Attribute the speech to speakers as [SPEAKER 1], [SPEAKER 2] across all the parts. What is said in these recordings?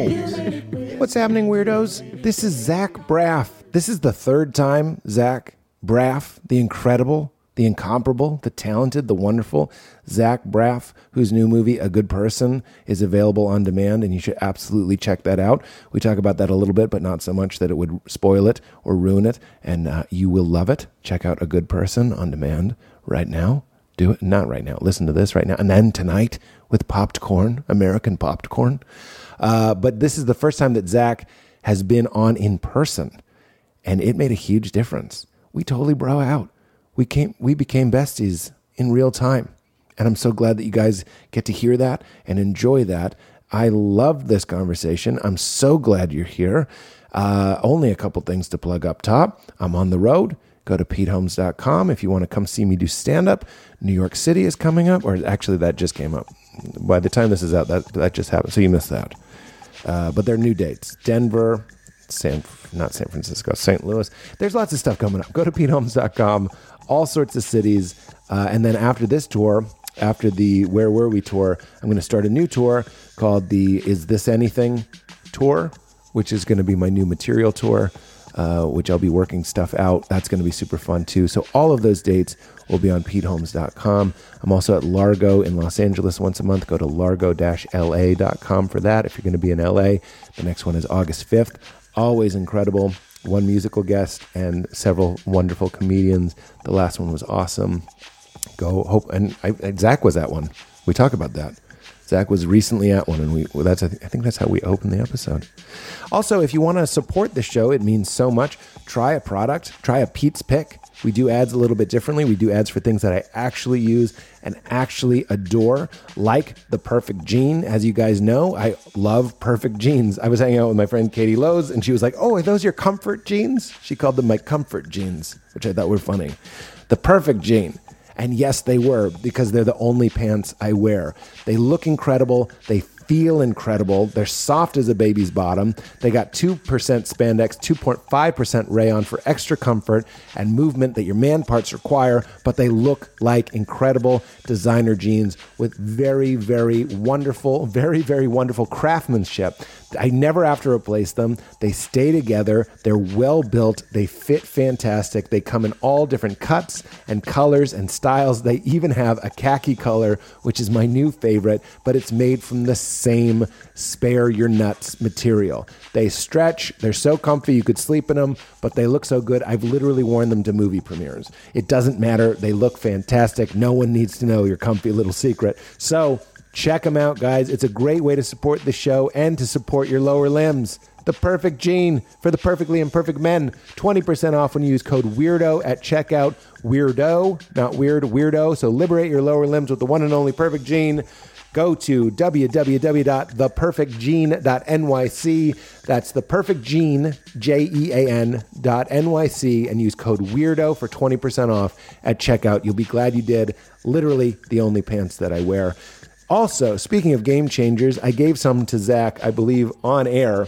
[SPEAKER 1] What's happening, weirdos? This is Zach Braff. This is the third time Zach Braff, the incredible, the incomparable, the talented, the wonderful Zach Braff, whose new movie, A Good Person, is available on demand, and you should absolutely check that out. We talk about that a little bit, but not so much that it would spoil it or ruin it, and uh, you will love it. Check out A Good Person on demand right now. Do it, not right now. Listen to this right now. And then tonight with popped corn, American popped corn. Uh, but this is the first time that Zach has been on in person, and it made a huge difference. We totally bro out. We came, we became besties in real time, and I'm so glad that you guys get to hear that and enjoy that. I loved this conversation. I'm so glad you're here. Uh, only a couple things to plug up top. I'm on the road. Go to petehomes.com if you want to come see me do stand up. New York City is coming up, or actually, that just came up. By the time this is out, that, that just happened. So you missed that. Uh, but there are new dates Denver, San, not San Francisco, St. Louis. There's lots of stuff coming up. Go to petehomes.com, all sorts of cities. Uh, and then after this tour, after the Where Were We tour, I'm going to start a new tour called the Is This Anything tour, which is going to be my new material tour, uh, which I'll be working stuff out. That's going to be super fun too. So all of those dates will be on PeteHolmes.com. I'm also at Largo in Los Angeles once a month. Go to largo-la.com for that. If you're going to be in LA, the next one is August 5th. Always incredible. One musical guest and several wonderful comedians. The last one was awesome go hope and I, and Zach was at one. We talk about that. Zach was recently at one, and we well, that's I think that's how we open the episode. Also, if you want to support the show, it means so much. Try a product. Try a Pete's Pick. We do ads a little bit differently. We do ads for things that I actually use and actually adore, like the Perfect Jean. As you guys know, I love Perfect Jeans. I was hanging out with my friend Katie Lowe's, and she was like, "Oh, are those your comfort jeans?" She called them my comfort jeans, which I thought were funny. The Perfect Jean. And yes, they were because they're the only pants I wear. They look incredible. They feel incredible. They're soft as a baby's bottom. They got 2% spandex, 2.5% rayon for extra comfort and movement that your man parts require, but they look like incredible designer jeans with very, very wonderful, very, very wonderful craftsmanship. I never have to replace them. They stay together. They're well built. They fit fantastic. They come in all different cuts and colors and styles. They even have a khaki color, which is my new favorite, but it's made from the same spare your nuts material. They stretch. They're so comfy. You could sleep in them, but they look so good. I've literally worn them to movie premieres. It doesn't matter. They look fantastic. No one needs to know your comfy little secret. So, Check them out, guys. It's a great way to support the show and to support your lower limbs. The perfect gene for the perfectly imperfect men. 20% off when you use code WEIRDO at checkout. Weirdo, not weird, weirdo. So liberate your lower limbs with the one and only perfect gene. Go to www.theperfectgene.nyc. That's the perfect gene, J E A N dot NYC, and use code WEIRDO for 20% off at checkout. You'll be glad you did. Literally the only pants that I wear. Also, speaking of game changers, I gave some to Zach, I believe, on air.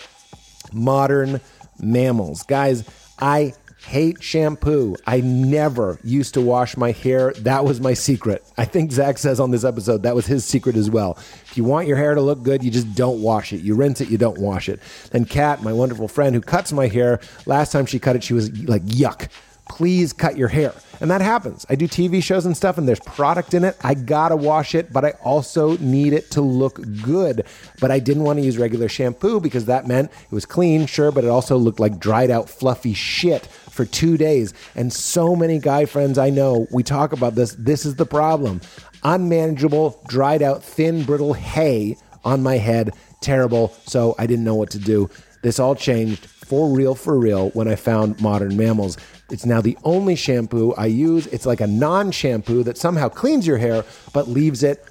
[SPEAKER 1] Modern mammals. Guys, I hate shampoo. I never used to wash my hair. That was my secret. I think Zach says on this episode that was his secret as well. If you want your hair to look good, you just don't wash it. You rinse it, you don't wash it. Then Kat, my wonderful friend who cuts my hair, last time she cut it, she was like, yuck please cut your hair. And that happens. I do TV shows and stuff, and there's product in it. I gotta wash it, but I also need it to look good. But I didn't wanna use regular shampoo because that meant it was clean, sure, but it also looked like dried out, fluffy shit for two days. And so many guy friends I know, we talk about this. This is the problem unmanageable, dried out, thin, brittle hay on my head. Terrible. So I didn't know what to do. This all changed for real, for real, when I found modern mammals. It's now the only shampoo I use. It's like a non shampoo that somehow cleans your hair but leaves it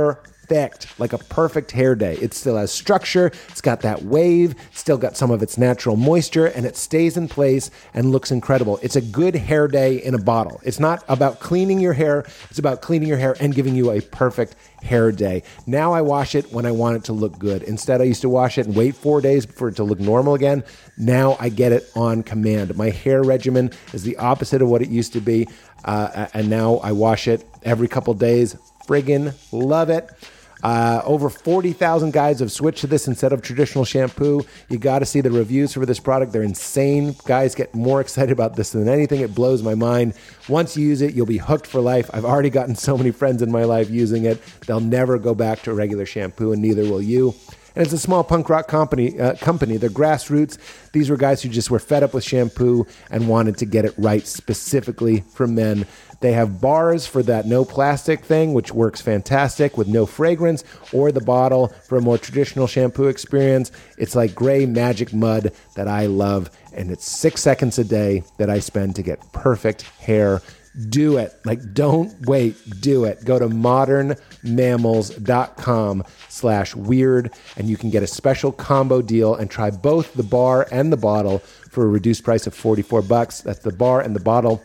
[SPEAKER 1] perfect, like a perfect hair day. It still has structure, it's got that wave, still got some of its natural moisture, and it stays in place and looks incredible. It's a good hair day in a bottle. It's not about cleaning your hair, it's about cleaning your hair and giving you a perfect hair day. Now I wash it when I want it to look good. Instead, I used to wash it and wait four days for it to look normal again. Now I get it on command. My hair regimen is the opposite of what it used to be, uh, and now I wash it every couple days. Friggin' love it. Uh, over 40,000 guys have switched to this instead of traditional shampoo. You got to see the reviews for this product. They're insane. Guys get more excited about this than anything. It blows my mind. Once you use it, you'll be hooked for life. I've already gotten so many friends in my life using it. They'll never go back to regular shampoo, and neither will you and it's a small punk rock company. Uh, company, they're grassroots. These were guys who just were fed up with shampoo and wanted to get it right specifically for men. They have bars for that no plastic thing, which works fantastic with no fragrance, or the bottle for a more traditional shampoo experience. It's like gray magic mud that I love, and it's six seconds a day that I spend to get perfect hair. Do it. Like, don't wait. Do it. Go to modernmammals.com slash weird, and you can get a special combo deal and try both the bar and the bottle for a reduced price of 44 bucks. That's the bar and the bottle.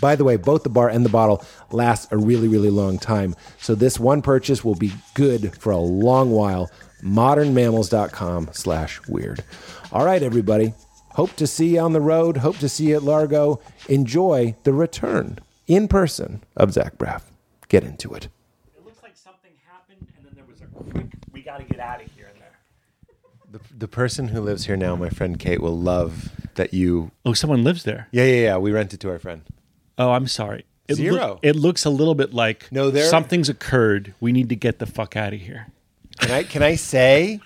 [SPEAKER 1] By the way, both the bar and the bottle last a really, really long time. So this one purchase will be good for a long while. Modernmammals.com slash weird. All right, everybody. Hope to see you on the road. Hope to see you at Largo. Enjoy the return in person of Zach Braff. Get into it.
[SPEAKER 2] It looks like something happened, and then there was a quick, we got to get out of here. And there.
[SPEAKER 1] The, the person who lives here now, my friend Kate, will love that you.
[SPEAKER 3] Oh, someone lives there.
[SPEAKER 1] Yeah, yeah, yeah. We rented to our friend.
[SPEAKER 3] Oh, I'm sorry. It loo-
[SPEAKER 1] Zero.
[SPEAKER 3] it looks a little bit like
[SPEAKER 1] No, there-
[SPEAKER 3] something's occurred. We need to get the fuck out of here.
[SPEAKER 1] Can I can I say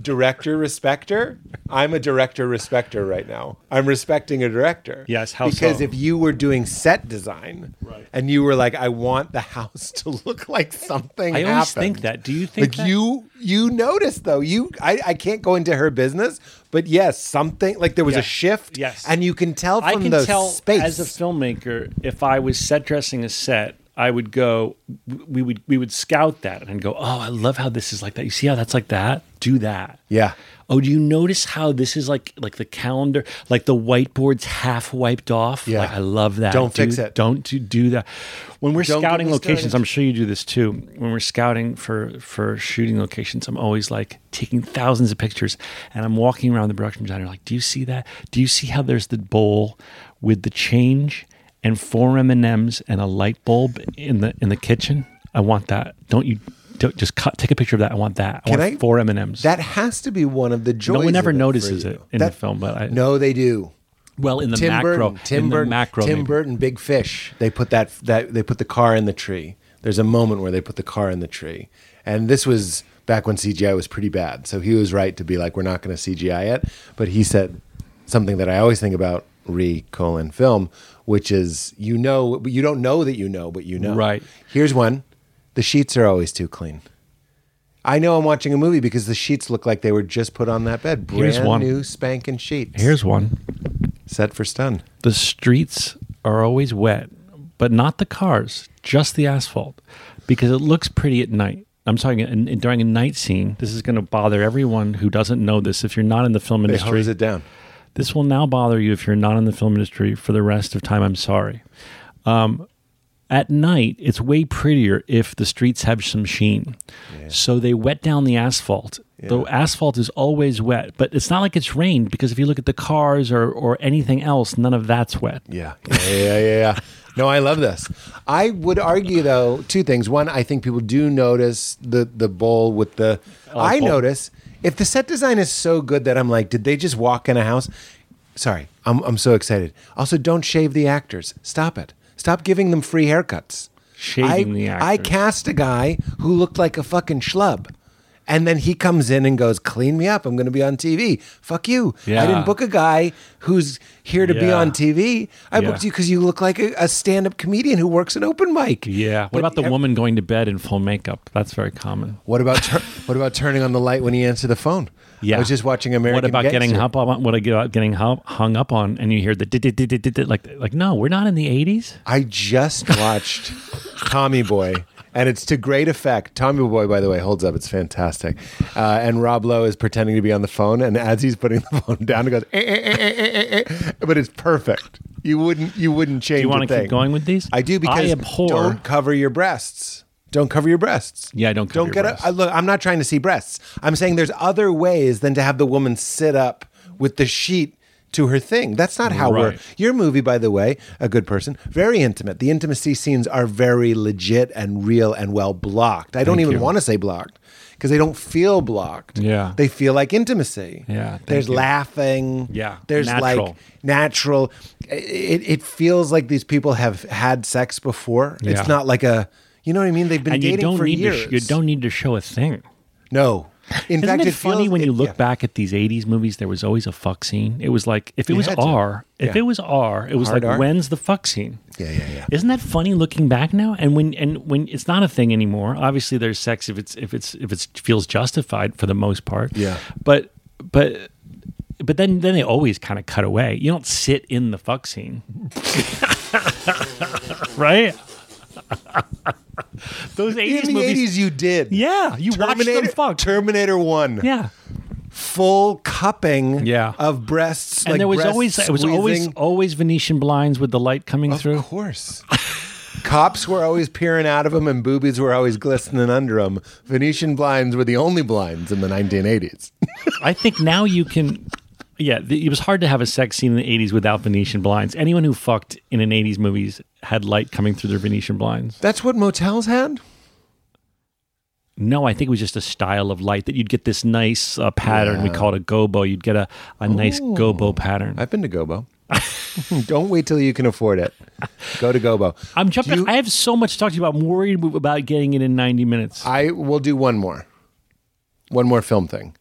[SPEAKER 1] director respecter? I'm a director respecter right now. I'm respecting a director.
[SPEAKER 3] Yes, how
[SPEAKER 1] Because
[SPEAKER 3] so?
[SPEAKER 1] if you were doing set design
[SPEAKER 3] Right.
[SPEAKER 1] and you were like, I want the house to look like something.
[SPEAKER 3] I always
[SPEAKER 1] happened."
[SPEAKER 3] think that. Do you think
[SPEAKER 1] like
[SPEAKER 3] that?
[SPEAKER 1] you you noticed though? You I, I can't go into her business, but yes, something like there was
[SPEAKER 3] Yeah.
[SPEAKER 1] a shift.
[SPEAKER 3] Yes.
[SPEAKER 1] And you can tell from
[SPEAKER 3] I can
[SPEAKER 1] the
[SPEAKER 3] tell
[SPEAKER 1] space.
[SPEAKER 3] as a filmmaker if I was set dressing a set, I would go. We would we would scout that and go. Oh, I love how this is like that. You see how that's like that? Do that.
[SPEAKER 1] Yeah.
[SPEAKER 3] Oh, do you notice how this is like like the calendar, like the whiteboard's half wiped off?
[SPEAKER 1] Yeah.
[SPEAKER 3] Like, I love that.
[SPEAKER 1] Don't
[SPEAKER 3] Do-
[SPEAKER 1] fix it.
[SPEAKER 3] Don't do, do that. When we're
[SPEAKER 1] Don't give
[SPEAKER 3] scouting
[SPEAKER 1] us
[SPEAKER 3] locations,
[SPEAKER 1] direct-
[SPEAKER 3] I'm sure you do this too. When we're scouting for for shooting locations, I'm always like taking thousands of pictures, and I'm walking around the production designer like, do you see that? Do you see how there's the bowl with the change and four M and M's and a light bulb in the in the kitchen? I want that. Don't you? Don't just cut, take a picture of that. I want that. I
[SPEAKER 1] Can
[SPEAKER 3] want
[SPEAKER 1] I-
[SPEAKER 3] four M and M's.
[SPEAKER 1] that has to be one of the joys.
[SPEAKER 3] No one ever
[SPEAKER 1] of it for
[SPEAKER 3] notices
[SPEAKER 1] you.
[SPEAKER 3] it in
[SPEAKER 1] That-
[SPEAKER 3] the film, but I
[SPEAKER 1] No, they do.
[SPEAKER 3] well in the
[SPEAKER 1] Tim
[SPEAKER 3] macro,
[SPEAKER 1] Burton, Tim
[SPEAKER 3] in the
[SPEAKER 1] Burton,
[SPEAKER 3] macro,
[SPEAKER 1] Tim
[SPEAKER 3] maybe.
[SPEAKER 1] Burton, Big Fish. They put that that they put the car in the tree. There's a moment where they put the car in the tree, and this was back when CGI was pretty bad. So he was right to be like, "We're not going to CGI it." But he said something that I always think about re colon film, which is you know, but you don't know that you know, but you know.
[SPEAKER 3] Right.
[SPEAKER 1] Here's one: the sheets are always too clean. I know I'm watching a movie because the sheets look like they were just put on that bed, brand
[SPEAKER 3] Here's one.
[SPEAKER 1] new spanking sheets,
[SPEAKER 3] Here's one:
[SPEAKER 1] set for stun.
[SPEAKER 3] the streets are always wet, but not the cars, just the asphalt, because it looks pretty at night. I'm talking in, in- during a night scene. This is going to bother everyone who doesn't know this. If you're not in the film
[SPEAKER 1] They
[SPEAKER 3] industry,
[SPEAKER 1] hose it down.
[SPEAKER 3] This will now bother you if you're not in the film industry for the rest of time. I'm sorry. Um, at night, it's way prettier if the streets have some sheen. So they wet down the asphalt. The asphalt is always wet, but it's not like it's rained because if you look at the cars or, or anything else, none of that's wet.
[SPEAKER 1] Yeah, yeah, yeah, yeah. yeah. No, I love this. I would argue though two things. One, I think people do notice the the bowl with the. I
[SPEAKER 3] bowl.
[SPEAKER 1] notice if the set design is so good that I'm like, did they just walk in a house? Sorry, I'm I'm so excited. Also, don't shave the actors. Stop it. Stop giving them free haircuts.
[SPEAKER 3] Shaving
[SPEAKER 1] I,
[SPEAKER 3] the
[SPEAKER 1] I
[SPEAKER 3] actors.
[SPEAKER 1] cast a guy who looked like a fucking schlub. And then he comes in and goes, "Clean me up. I'm going to be on TV. Fuck you. I
[SPEAKER 3] Yeah.
[SPEAKER 1] didn't book a guy who's here to be
[SPEAKER 3] Yeah.
[SPEAKER 1] on TV. I
[SPEAKER 3] Yeah.
[SPEAKER 1] booked you because you look like a, a stand-up comedian who works an open mic.
[SPEAKER 3] Yeah. What
[SPEAKER 1] But
[SPEAKER 3] about the
[SPEAKER 1] ev-
[SPEAKER 3] woman going to bed in full makeup? That's very common.
[SPEAKER 1] What about tur- what about turning on the light when he answered the phone?
[SPEAKER 3] Yeah.
[SPEAKER 1] I was just watching American.
[SPEAKER 3] What about getting
[SPEAKER 1] Gangster.
[SPEAKER 3] hung up on? What about getting hung hung up on? And you hear the did- did- did- did- did, like like no, we're not in the '80s.
[SPEAKER 1] I just watched Tommy Boy, and it's to great effect. Tommy Boy, by the way, holds up. It's fantastic. Uh, and Rob Lowe is pretending to be on the phone, and as he's putting the phone down, it goes. "Eh, eh, eh, eh, eh, eh," But it's perfect. You wouldn't. You wouldn't change.
[SPEAKER 3] you
[SPEAKER 1] want
[SPEAKER 3] wanna
[SPEAKER 1] to
[SPEAKER 3] keep going with these?
[SPEAKER 1] I do
[SPEAKER 3] I
[SPEAKER 1] because
[SPEAKER 3] abhor-
[SPEAKER 1] don't cover your breasts. Don't cover your breasts.
[SPEAKER 3] Yeah, don't cover
[SPEAKER 1] don't get
[SPEAKER 3] your breasts.
[SPEAKER 1] A, I- look. I'm not trying to see breasts. I'm saying there's other ways than to have the woman sit up with the sheet to her thing. That's not how we're.
[SPEAKER 3] Right.
[SPEAKER 1] Your movie, by the way, A Good Person, very intimate. The intimacy scenes are very legit and real and well blocked. I don't even
[SPEAKER 3] you.
[SPEAKER 1] want to say blocked because they don't feel blocked.
[SPEAKER 3] Yeah.
[SPEAKER 1] They feel like intimacy.
[SPEAKER 3] Yeah, thank
[SPEAKER 1] There's
[SPEAKER 3] you.
[SPEAKER 1] laughing.
[SPEAKER 3] Yeah,
[SPEAKER 1] There's like
[SPEAKER 3] natural.
[SPEAKER 1] natural. It, it feels like these people have had sex before.
[SPEAKER 3] Yeah.
[SPEAKER 1] It's not like a. You know what I mean? They've been
[SPEAKER 3] and you
[SPEAKER 1] dating
[SPEAKER 3] don't
[SPEAKER 1] for
[SPEAKER 3] need
[SPEAKER 1] years.
[SPEAKER 3] to sh- you don't need to show a thing.
[SPEAKER 1] No. In
[SPEAKER 3] Isn't
[SPEAKER 1] fact,
[SPEAKER 3] it,
[SPEAKER 1] it
[SPEAKER 3] funny
[SPEAKER 1] feels-
[SPEAKER 3] when
[SPEAKER 1] it-
[SPEAKER 3] you look
[SPEAKER 1] yeah.
[SPEAKER 3] back at these '80s movies? There was always a fuck scene. It was like if it was
[SPEAKER 1] had to.
[SPEAKER 3] R, if
[SPEAKER 1] Yeah.
[SPEAKER 3] it was R, it was
[SPEAKER 1] Hard
[SPEAKER 3] like
[SPEAKER 1] R.
[SPEAKER 3] when's the fuck scene?
[SPEAKER 1] Yeah, yeah, yeah.
[SPEAKER 3] Isn't that funny looking back now? And when and when it's not a thing anymore. Obviously, there's sex if it's if it's if it feels justified for the most part.
[SPEAKER 1] Yeah.
[SPEAKER 3] But but but then then they always kind of cut away. You don't sit in the fuck scene, right? Those '80s
[SPEAKER 1] In the
[SPEAKER 3] movies.
[SPEAKER 1] 80s, you did.
[SPEAKER 3] Yeah, you watched them fuck.
[SPEAKER 1] Terminator 1.
[SPEAKER 3] yeah.
[SPEAKER 1] Full cupping
[SPEAKER 3] Yeah.
[SPEAKER 1] of breasts.
[SPEAKER 3] and
[SPEAKER 1] like
[SPEAKER 3] there was
[SPEAKER 1] breast
[SPEAKER 3] always it was always
[SPEAKER 1] squeezing.
[SPEAKER 3] always Venetian blinds with the light coming through.
[SPEAKER 1] Of course. Cops were always peering out of them and boobies were always glistening under them. Venetian blinds were the only blinds in the 1980s.
[SPEAKER 3] I think now you can. Yeah, the, it was hard to have a sex scene in the '80s without Venetian blinds. Anyone who fucked in an '80s movies had light coming through their Venetian blinds.
[SPEAKER 1] That's what motels had?
[SPEAKER 3] No, I think it was just a style of light that you'd get this nice uh, pattern. We call it a gobo. You'd get a, a nice gobo pattern.
[SPEAKER 1] I've been to Gobo. Don't wait till you can afford it. Go to Gobo.
[SPEAKER 3] I'm jumping. I have so much to talk to you about. I'm worried about getting it in 90 minutes.
[SPEAKER 1] I will do one more. One more film thing.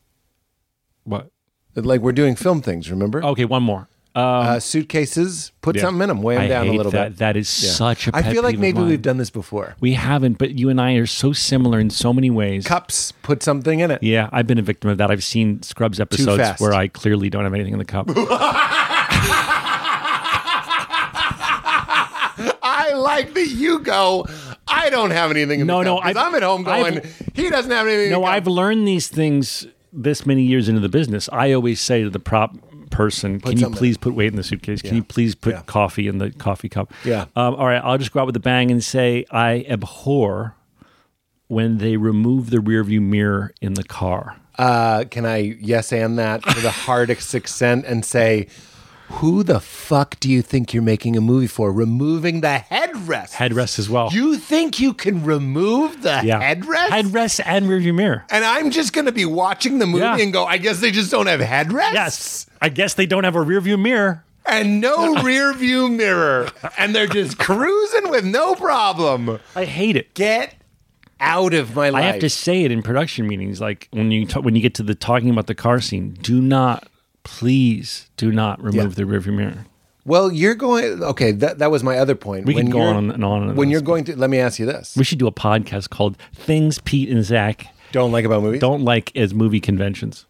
[SPEAKER 3] what?
[SPEAKER 1] Like we're doing film things, remember?
[SPEAKER 3] Okay, one more.
[SPEAKER 1] uh, suitcases. Put something in them. Weigh them
[SPEAKER 3] I
[SPEAKER 1] down
[SPEAKER 3] hate
[SPEAKER 1] a little
[SPEAKER 3] that.
[SPEAKER 1] bit.
[SPEAKER 3] That is
[SPEAKER 1] Yeah.
[SPEAKER 3] such a.
[SPEAKER 1] I
[SPEAKER 3] pet
[SPEAKER 1] feel like
[SPEAKER 3] peeve of
[SPEAKER 1] maybe
[SPEAKER 3] mine.
[SPEAKER 1] we've done this before.
[SPEAKER 3] We haven't, but you and I are so similar in so many ways.
[SPEAKER 1] Cups. Put something in it.
[SPEAKER 3] Yeah, I've been a victim of that. I've seen Scrubs episodes
[SPEAKER 1] fast.
[SPEAKER 3] where I clearly don't have anything in the cup.
[SPEAKER 1] I like that you go. I don't have anything. In
[SPEAKER 3] No,
[SPEAKER 1] the
[SPEAKER 3] no,
[SPEAKER 1] cup," 'cause
[SPEAKER 3] I've-
[SPEAKER 1] I'm at home going.
[SPEAKER 3] I've-
[SPEAKER 1] he doesn't have anything. in
[SPEAKER 3] no,
[SPEAKER 1] the cup."
[SPEAKER 3] I've learned these things this many years into the business. I always say to the prop person, "Can you
[SPEAKER 1] something in
[SPEAKER 3] please put weight in the suitcase? Can you please put
[SPEAKER 1] Yeah.
[SPEAKER 3] coffee in the coffee cup?"
[SPEAKER 1] Yeah.
[SPEAKER 3] Um, all right, I'll just go out with a bang and say I abhor when they remove the rearview mirror in the car.
[SPEAKER 1] Uh, can I yes and that to the hardest extent and say, who the fuck do you think you're making a movie for? Removing the headrest.
[SPEAKER 3] Headrest as well.
[SPEAKER 1] You think you can remove the
[SPEAKER 3] yeah.
[SPEAKER 1] headrest?
[SPEAKER 3] Headrest and rearview mirror.
[SPEAKER 1] and I'm just going to be watching the movie
[SPEAKER 3] Yeah.
[SPEAKER 1] and go, I guess they just don't have headrests?
[SPEAKER 3] Yes. I guess they don't have a rearview mirror.
[SPEAKER 1] and no rear view mirror, and they're just cruising with no problem.
[SPEAKER 3] I hate it.
[SPEAKER 1] Get out of my life.
[SPEAKER 3] I have to say it in production meetings, like when you ta- when you get to the talking about the car scene. Do not, please, do not remove the rearview mirror.
[SPEAKER 1] well, you're going. Okay, that, that was my other point.
[SPEAKER 3] We can go
[SPEAKER 1] you're-
[SPEAKER 3] on and on and
[SPEAKER 1] When
[SPEAKER 3] on.
[SPEAKER 1] you're going to, let me ask you this:
[SPEAKER 3] We should do a podcast called "Things Pete and Zach
[SPEAKER 1] Don't like about movies.
[SPEAKER 3] Don't Like as Movie Conventions."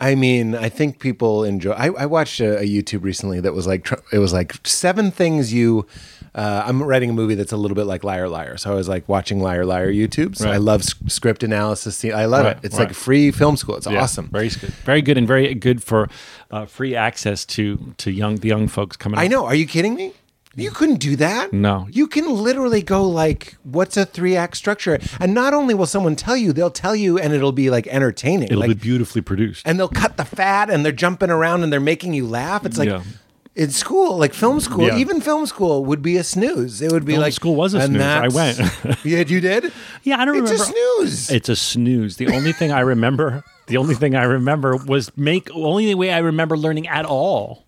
[SPEAKER 1] I mean, I think people enjoy. I, I watched a, a YouTube recently that was like tr- it was like seven things you. Uh, I'm writing a movie that's a little bit like Liar Liar, so I was like watching Liar Liar YouTubes.
[SPEAKER 3] Right.
[SPEAKER 1] I love sc- script analysis. scene- I love
[SPEAKER 3] Right,
[SPEAKER 1] it. It's
[SPEAKER 3] right.
[SPEAKER 1] like free film school. It's awesome.
[SPEAKER 3] very good, very good, and very good for uh, free access to to young the young folks coming.
[SPEAKER 1] I
[SPEAKER 3] up.
[SPEAKER 1] know. Are you kidding me? You couldn't do that.
[SPEAKER 3] No.
[SPEAKER 1] You can literally go like, what's a three act structure? And not only will someone tell you, they'll tell you and it'll be like entertaining.
[SPEAKER 3] it'll
[SPEAKER 1] like,
[SPEAKER 3] be beautifully produced.
[SPEAKER 1] and they'll cut the fat and they're jumping around and they're making you laugh. It's like
[SPEAKER 3] Yeah.
[SPEAKER 1] in school, like film school,
[SPEAKER 3] Yeah.
[SPEAKER 1] even film school would be a snooze. It would be
[SPEAKER 3] Film
[SPEAKER 1] like
[SPEAKER 3] school was a
[SPEAKER 1] and
[SPEAKER 3] snooze. I
[SPEAKER 1] that's- yeah, you did?
[SPEAKER 3] Yeah, I don't
[SPEAKER 1] it's
[SPEAKER 3] remember.
[SPEAKER 1] a snooze.
[SPEAKER 3] It's a snooze. The only thing I remember, the only thing I remember was make only way I remember learning at all.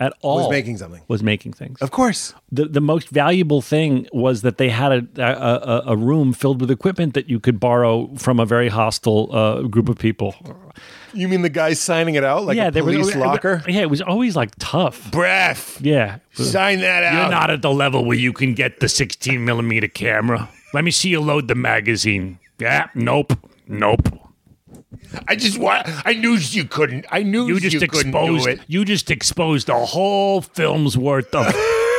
[SPEAKER 3] At all
[SPEAKER 1] Was making something.
[SPEAKER 3] was making things.
[SPEAKER 1] of course.
[SPEAKER 3] The the most valuable thing was that they had a a, a, a room filled with equipment that you could borrow from a very hostile uh, group of people.
[SPEAKER 1] You mean the guy signing it out like a
[SPEAKER 3] they were-
[SPEAKER 1] police
[SPEAKER 3] it- it-
[SPEAKER 1] locker?
[SPEAKER 3] Yeah, it was always like tough.
[SPEAKER 1] Breath.
[SPEAKER 3] Yeah,
[SPEAKER 1] Sign that out.
[SPEAKER 3] You're not at the level where you can get the 16 millimeter camera. Let me see you load the magazine. Yeah, nope, nope.
[SPEAKER 1] I just want. I knew you couldn't. I knew
[SPEAKER 3] you just exposed you just exposed a whole film's worth of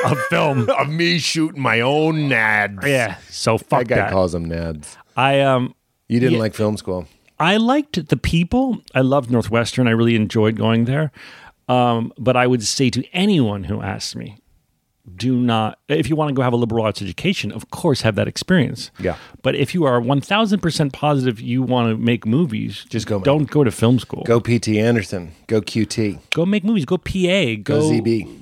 [SPEAKER 3] of film.
[SPEAKER 1] of me shooting my own nads.
[SPEAKER 3] Yeah. So
[SPEAKER 1] that
[SPEAKER 3] fuck
[SPEAKER 1] guy
[SPEAKER 3] that.
[SPEAKER 1] calls them nads.
[SPEAKER 3] I um
[SPEAKER 1] You didn't
[SPEAKER 3] Yeah.
[SPEAKER 1] like film school.
[SPEAKER 3] I liked the people. I loved Northwestern. I really enjoyed going there. Um, but I would say to anyone who asked me do not if you want to go have a liberal arts education of course have that experience
[SPEAKER 1] Yeah.
[SPEAKER 3] but if you are 1000% positive you want to make movies
[SPEAKER 1] Just go make
[SPEAKER 3] don't go to film school
[SPEAKER 1] Go PT Anderson. Go QT.
[SPEAKER 3] Go make movies go pa go
[SPEAKER 1] Go ZB.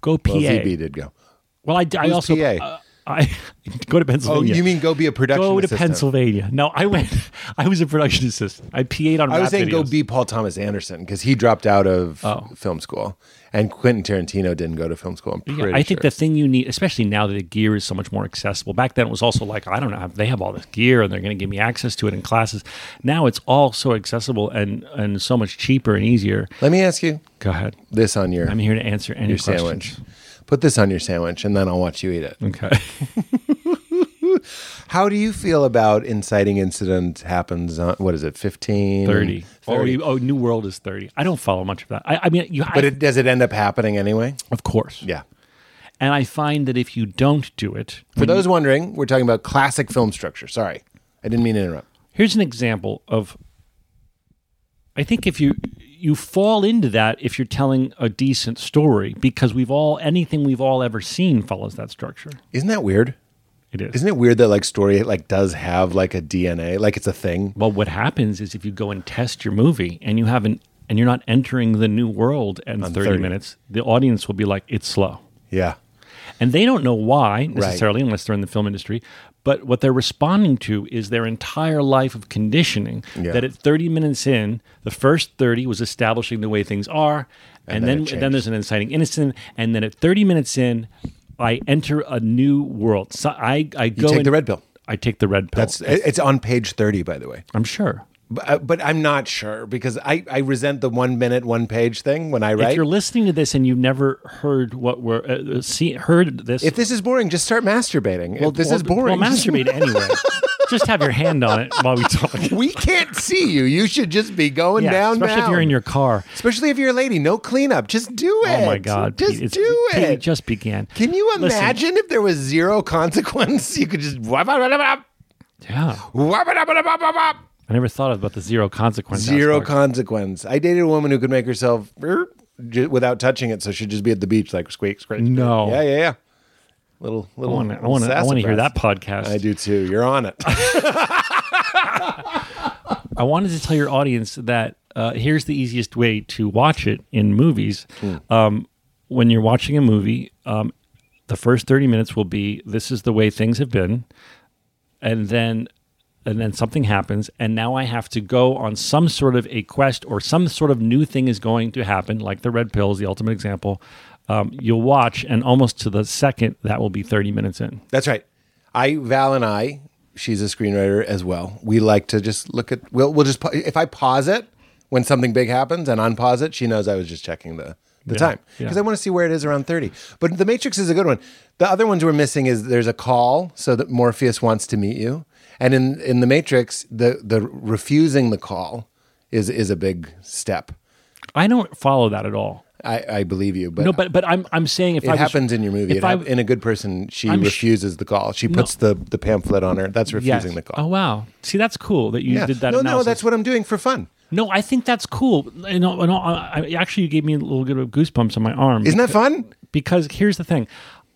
[SPEAKER 3] go pa
[SPEAKER 1] Well, ZB did go.
[SPEAKER 3] well i, I
[SPEAKER 1] Who's
[SPEAKER 3] also
[SPEAKER 1] PA?
[SPEAKER 3] uh, i go to
[SPEAKER 1] Oh,
[SPEAKER 3] pennsylvania
[SPEAKER 1] you mean go be a production
[SPEAKER 3] go to
[SPEAKER 1] assistant.
[SPEAKER 3] pennsylvania no i went i was a production assistant i pa'd on
[SPEAKER 1] I was
[SPEAKER 3] rap
[SPEAKER 1] saying go
[SPEAKER 3] videos.
[SPEAKER 1] be Paul Thomas Anderson because he dropped out of
[SPEAKER 3] Oh.
[SPEAKER 1] film school, and Quentin Tarantino didn't go to film school. I'm pretty
[SPEAKER 3] Yeah, I
[SPEAKER 1] sure.
[SPEAKER 3] think the thing you need, especially now that the gear is so much more accessible. Back then, it was also like, I don't know, they have all this gear and they're going to give me access to it in classes. Now it's all so accessible and and so much cheaper and easier.
[SPEAKER 1] Let me ask you
[SPEAKER 3] Go ahead.
[SPEAKER 1] this on your
[SPEAKER 3] I'm here to answer any
[SPEAKER 1] your
[SPEAKER 3] questions.
[SPEAKER 1] sandwich. Put this on your sandwich, and then I'll watch you eat it.
[SPEAKER 3] Okay.
[SPEAKER 1] How do you feel about inciting incident happens on what is it, 15?
[SPEAKER 3] 30. Oh,
[SPEAKER 1] 30.
[SPEAKER 3] you, oh, New World is 30. I don't follow much of that. I, I mean, you,
[SPEAKER 1] but
[SPEAKER 3] I,
[SPEAKER 1] it, does it end up happening anyway?
[SPEAKER 3] of course.
[SPEAKER 1] Yeah.
[SPEAKER 3] And I find that if you don't do it,
[SPEAKER 1] For those wondering, we're talking about classic film structure. Sorry, I didn't mean to interrupt.
[SPEAKER 3] here's an example of i think if you you fall into that if you're telling a decent story because we've all anything we've all ever seen follows that structure
[SPEAKER 1] Isn't that weird?
[SPEAKER 3] it is
[SPEAKER 1] Isn't it weird that like story like does have like a DNA, like it's a thing?
[SPEAKER 3] well what happens is if you go and test your movie and you haven't and you're not entering the new world in 30,
[SPEAKER 1] 30.
[SPEAKER 3] minutes the audience will be like it's slow
[SPEAKER 1] Yeah.
[SPEAKER 3] and they don't know why necessarily unless they're in the film industry but what they're responding to is their entire life of conditioning
[SPEAKER 1] Yeah.
[SPEAKER 3] that at 30 minutes in the first 30 was establishing the way things are
[SPEAKER 1] then it
[SPEAKER 3] and, then
[SPEAKER 1] changed.
[SPEAKER 3] then there's an inciting incident and then at 30 minutes in i enter a new world so i i go
[SPEAKER 1] take
[SPEAKER 3] in-
[SPEAKER 1] the red pill.
[SPEAKER 3] i take the red pill
[SPEAKER 1] That's it's on page 30 by the way.
[SPEAKER 3] i'm sure
[SPEAKER 1] But, uh, but I'm not sure because I I resent the 1 minute 1 page thing when I
[SPEAKER 3] if
[SPEAKER 1] write.
[SPEAKER 3] you're listening to this and you've never heard what we're uh, uh, see, heard this
[SPEAKER 1] If this is boring, just start masturbating. Well, if this
[SPEAKER 3] well,
[SPEAKER 1] is boring.
[SPEAKER 3] well
[SPEAKER 1] just-
[SPEAKER 3] masturbate anyway just have your hand on it while we talk
[SPEAKER 1] we can't see you. You should just be going
[SPEAKER 3] Yeah,
[SPEAKER 1] down
[SPEAKER 3] especially if
[SPEAKER 1] mound.
[SPEAKER 3] you're in your car
[SPEAKER 1] Especially if you're a lady, no cleanup. Just do it.
[SPEAKER 3] Oh my God!
[SPEAKER 1] Just
[SPEAKER 3] Pete, it's,
[SPEAKER 1] do
[SPEAKER 3] Pete,
[SPEAKER 1] it.
[SPEAKER 3] just began.
[SPEAKER 1] Can you
[SPEAKER 3] Listen,
[SPEAKER 1] imagine if there was zero consequence? You could just whap it up,
[SPEAKER 3] yeah,
[SPEAKER 1] whap it up, whap it up, whap it up.
[SPEAKER 3] I never thought about the zero consequence.
[SPEAKER 1] Zero
[SPEAKER 3] aspect.
[SPEAKER 1] consequence. I dated a woman who could make herself er, j- without touching it, so she'd just be at the beach like squeak, squeak. squeak.
[SPEAKER 3] No.
[SPEAKER 1] Yeah, yeah, yeah. Little, little.
[SPEAKER 3] I want to. I want to. I want to hear that podcast.
[SPEAKER 1] I do too. You're on it.
[SPEAKER 3] I wanted to tell your audience that uh, here's the easiest way to watch it in movies.
[SPEAKER 1] Hmm.
[SPEAKER 3] Um, when you're watching a movie, um, the first 30 minutes will be this is the way things have been, and then and then something happens, and now I have to go on some sort of a quest or some sort of new thing is going to happen, like the red pill is the ultimate example. Um, you'll watch, and almost to the second, that will be 30 minutes in.
[SPEAKER 1] That's right. I Val and I, she's a screenwriter as well. We like to just look at. We'll we'll just pa- if I pause it when something big happens and unpause it, she knows I was just checking the the time
[SPEAKER 3] yeah.
[SPEAKER 1] because I want to see where it is around thirty. But the Matrix is a good one. The other ones we're missing is there's a call so that Morpheus wants to meet you, and in in the Matrix, the the refusing the call is is a big step.
[SPEAKER 3] I don't follow that at all.
[SPEAKER 1] I, I believe you, but
[SPEAKER 3] No, but but I'm I'm saying if
[SPEAKER 1] it
[SPEAKER 3] I was-
[SPEAKER 1] happens in your movie.
[SPEAKER 3] if
[SPEAKER 1] It
[SPEAKER 3] I-
[SPEAKER 1] hap- in a good person, she
[SPEAKER 3] I'm sh-
[SPEAKER 1] refuses the call. She puts the, the pamphlet on her. That's refusing the
[SPEAKER 3] Oh
[SPEAKER 1] call.
[SPEAKER 3] wow! See, that's cool that you
[SPEAKER 1] yeah.
[SPEAKER 3] did that.
[SPEAKER 1] no,
[SPEAKER 3] analysis.
[SPEAKER 1] no, that's what I'm doing for fun.
[SPEAKER 3] No, I think that's cool. And, and, I, I- actually, you gave me a little bit of goosebumps on my arm.
[SPEAKER 1] Isn't that fun?
[SPEAKER 3] because here's the thing.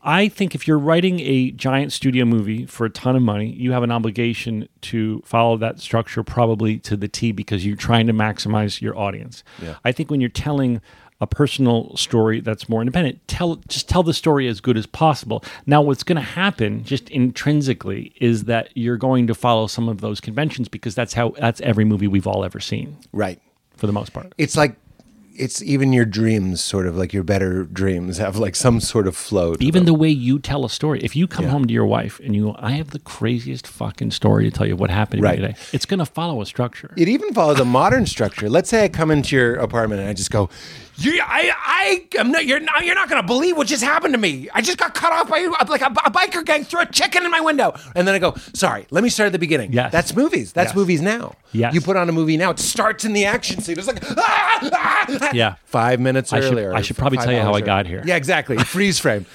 [SPEAKER 3] I think if you're writing a giant studio movie for a ton of money, you have an obligation to follow that structure probably to the T because you're trying to maximize your audience. I think when you're telling a personal story that's more independent, tell just tell the story as good as possible. Now what's going to happen just intrinsically is that you're going to follow some of those conventions because that's how that's every movie we've all ever seen
[SPEAKER 1] Right.
[SPEAKER 3] for the most part.
[SPEAKER 1] It's like it's even your dreams, sort of like your better dreams, have like some sort of flow. To
[SPEAKER 3] Even
[SPEAKER 1] them.
[SPEAKER 3] the way you tell a story. If you come home to your wife and you go, I have the craziest fucking story to tell you what happened to
[SPEAKER 1] Right.
[SPEAKER 3] me today, it's going to follow a structure.
[SPEAKER 1] it even follows a modern structure. Let's say I come into your apartment and I just go, you, I, I, am not, you're not, you're not going to believe what just happened to me. I just got cut off by uh, like a, a biker gang threw a chicken in my window, and then I go, sorry, let me start at the beginning.
[SPEAKER 3] Yes.
[SPEAKER 1] that's movies. That's
[SPEAKER 3] Yes.
[SPEAKER 1] movies now.
[SPEAKER 3] Yes.
[SPEAKER 1] you put on a movie now. It starts in the action scene. It's like, ah, ah, ah,
[SPEAKER 3] Yeah.
[SPEAKER 1] five minutes
[SPEAKER 3] I should-
[SPEAKER 1] earlier.
[SPEAKER 3] I should probably
[SPEAKER 1] five
[SPEAKER 3] tell you how
[SPEAKER 1] hours
[SPEAKER 3] I
[SPEAKER 1] earlier.
[SPEAKER 3] got here.
[SPEAKER 1] Yeah, exactly. Freeze frame.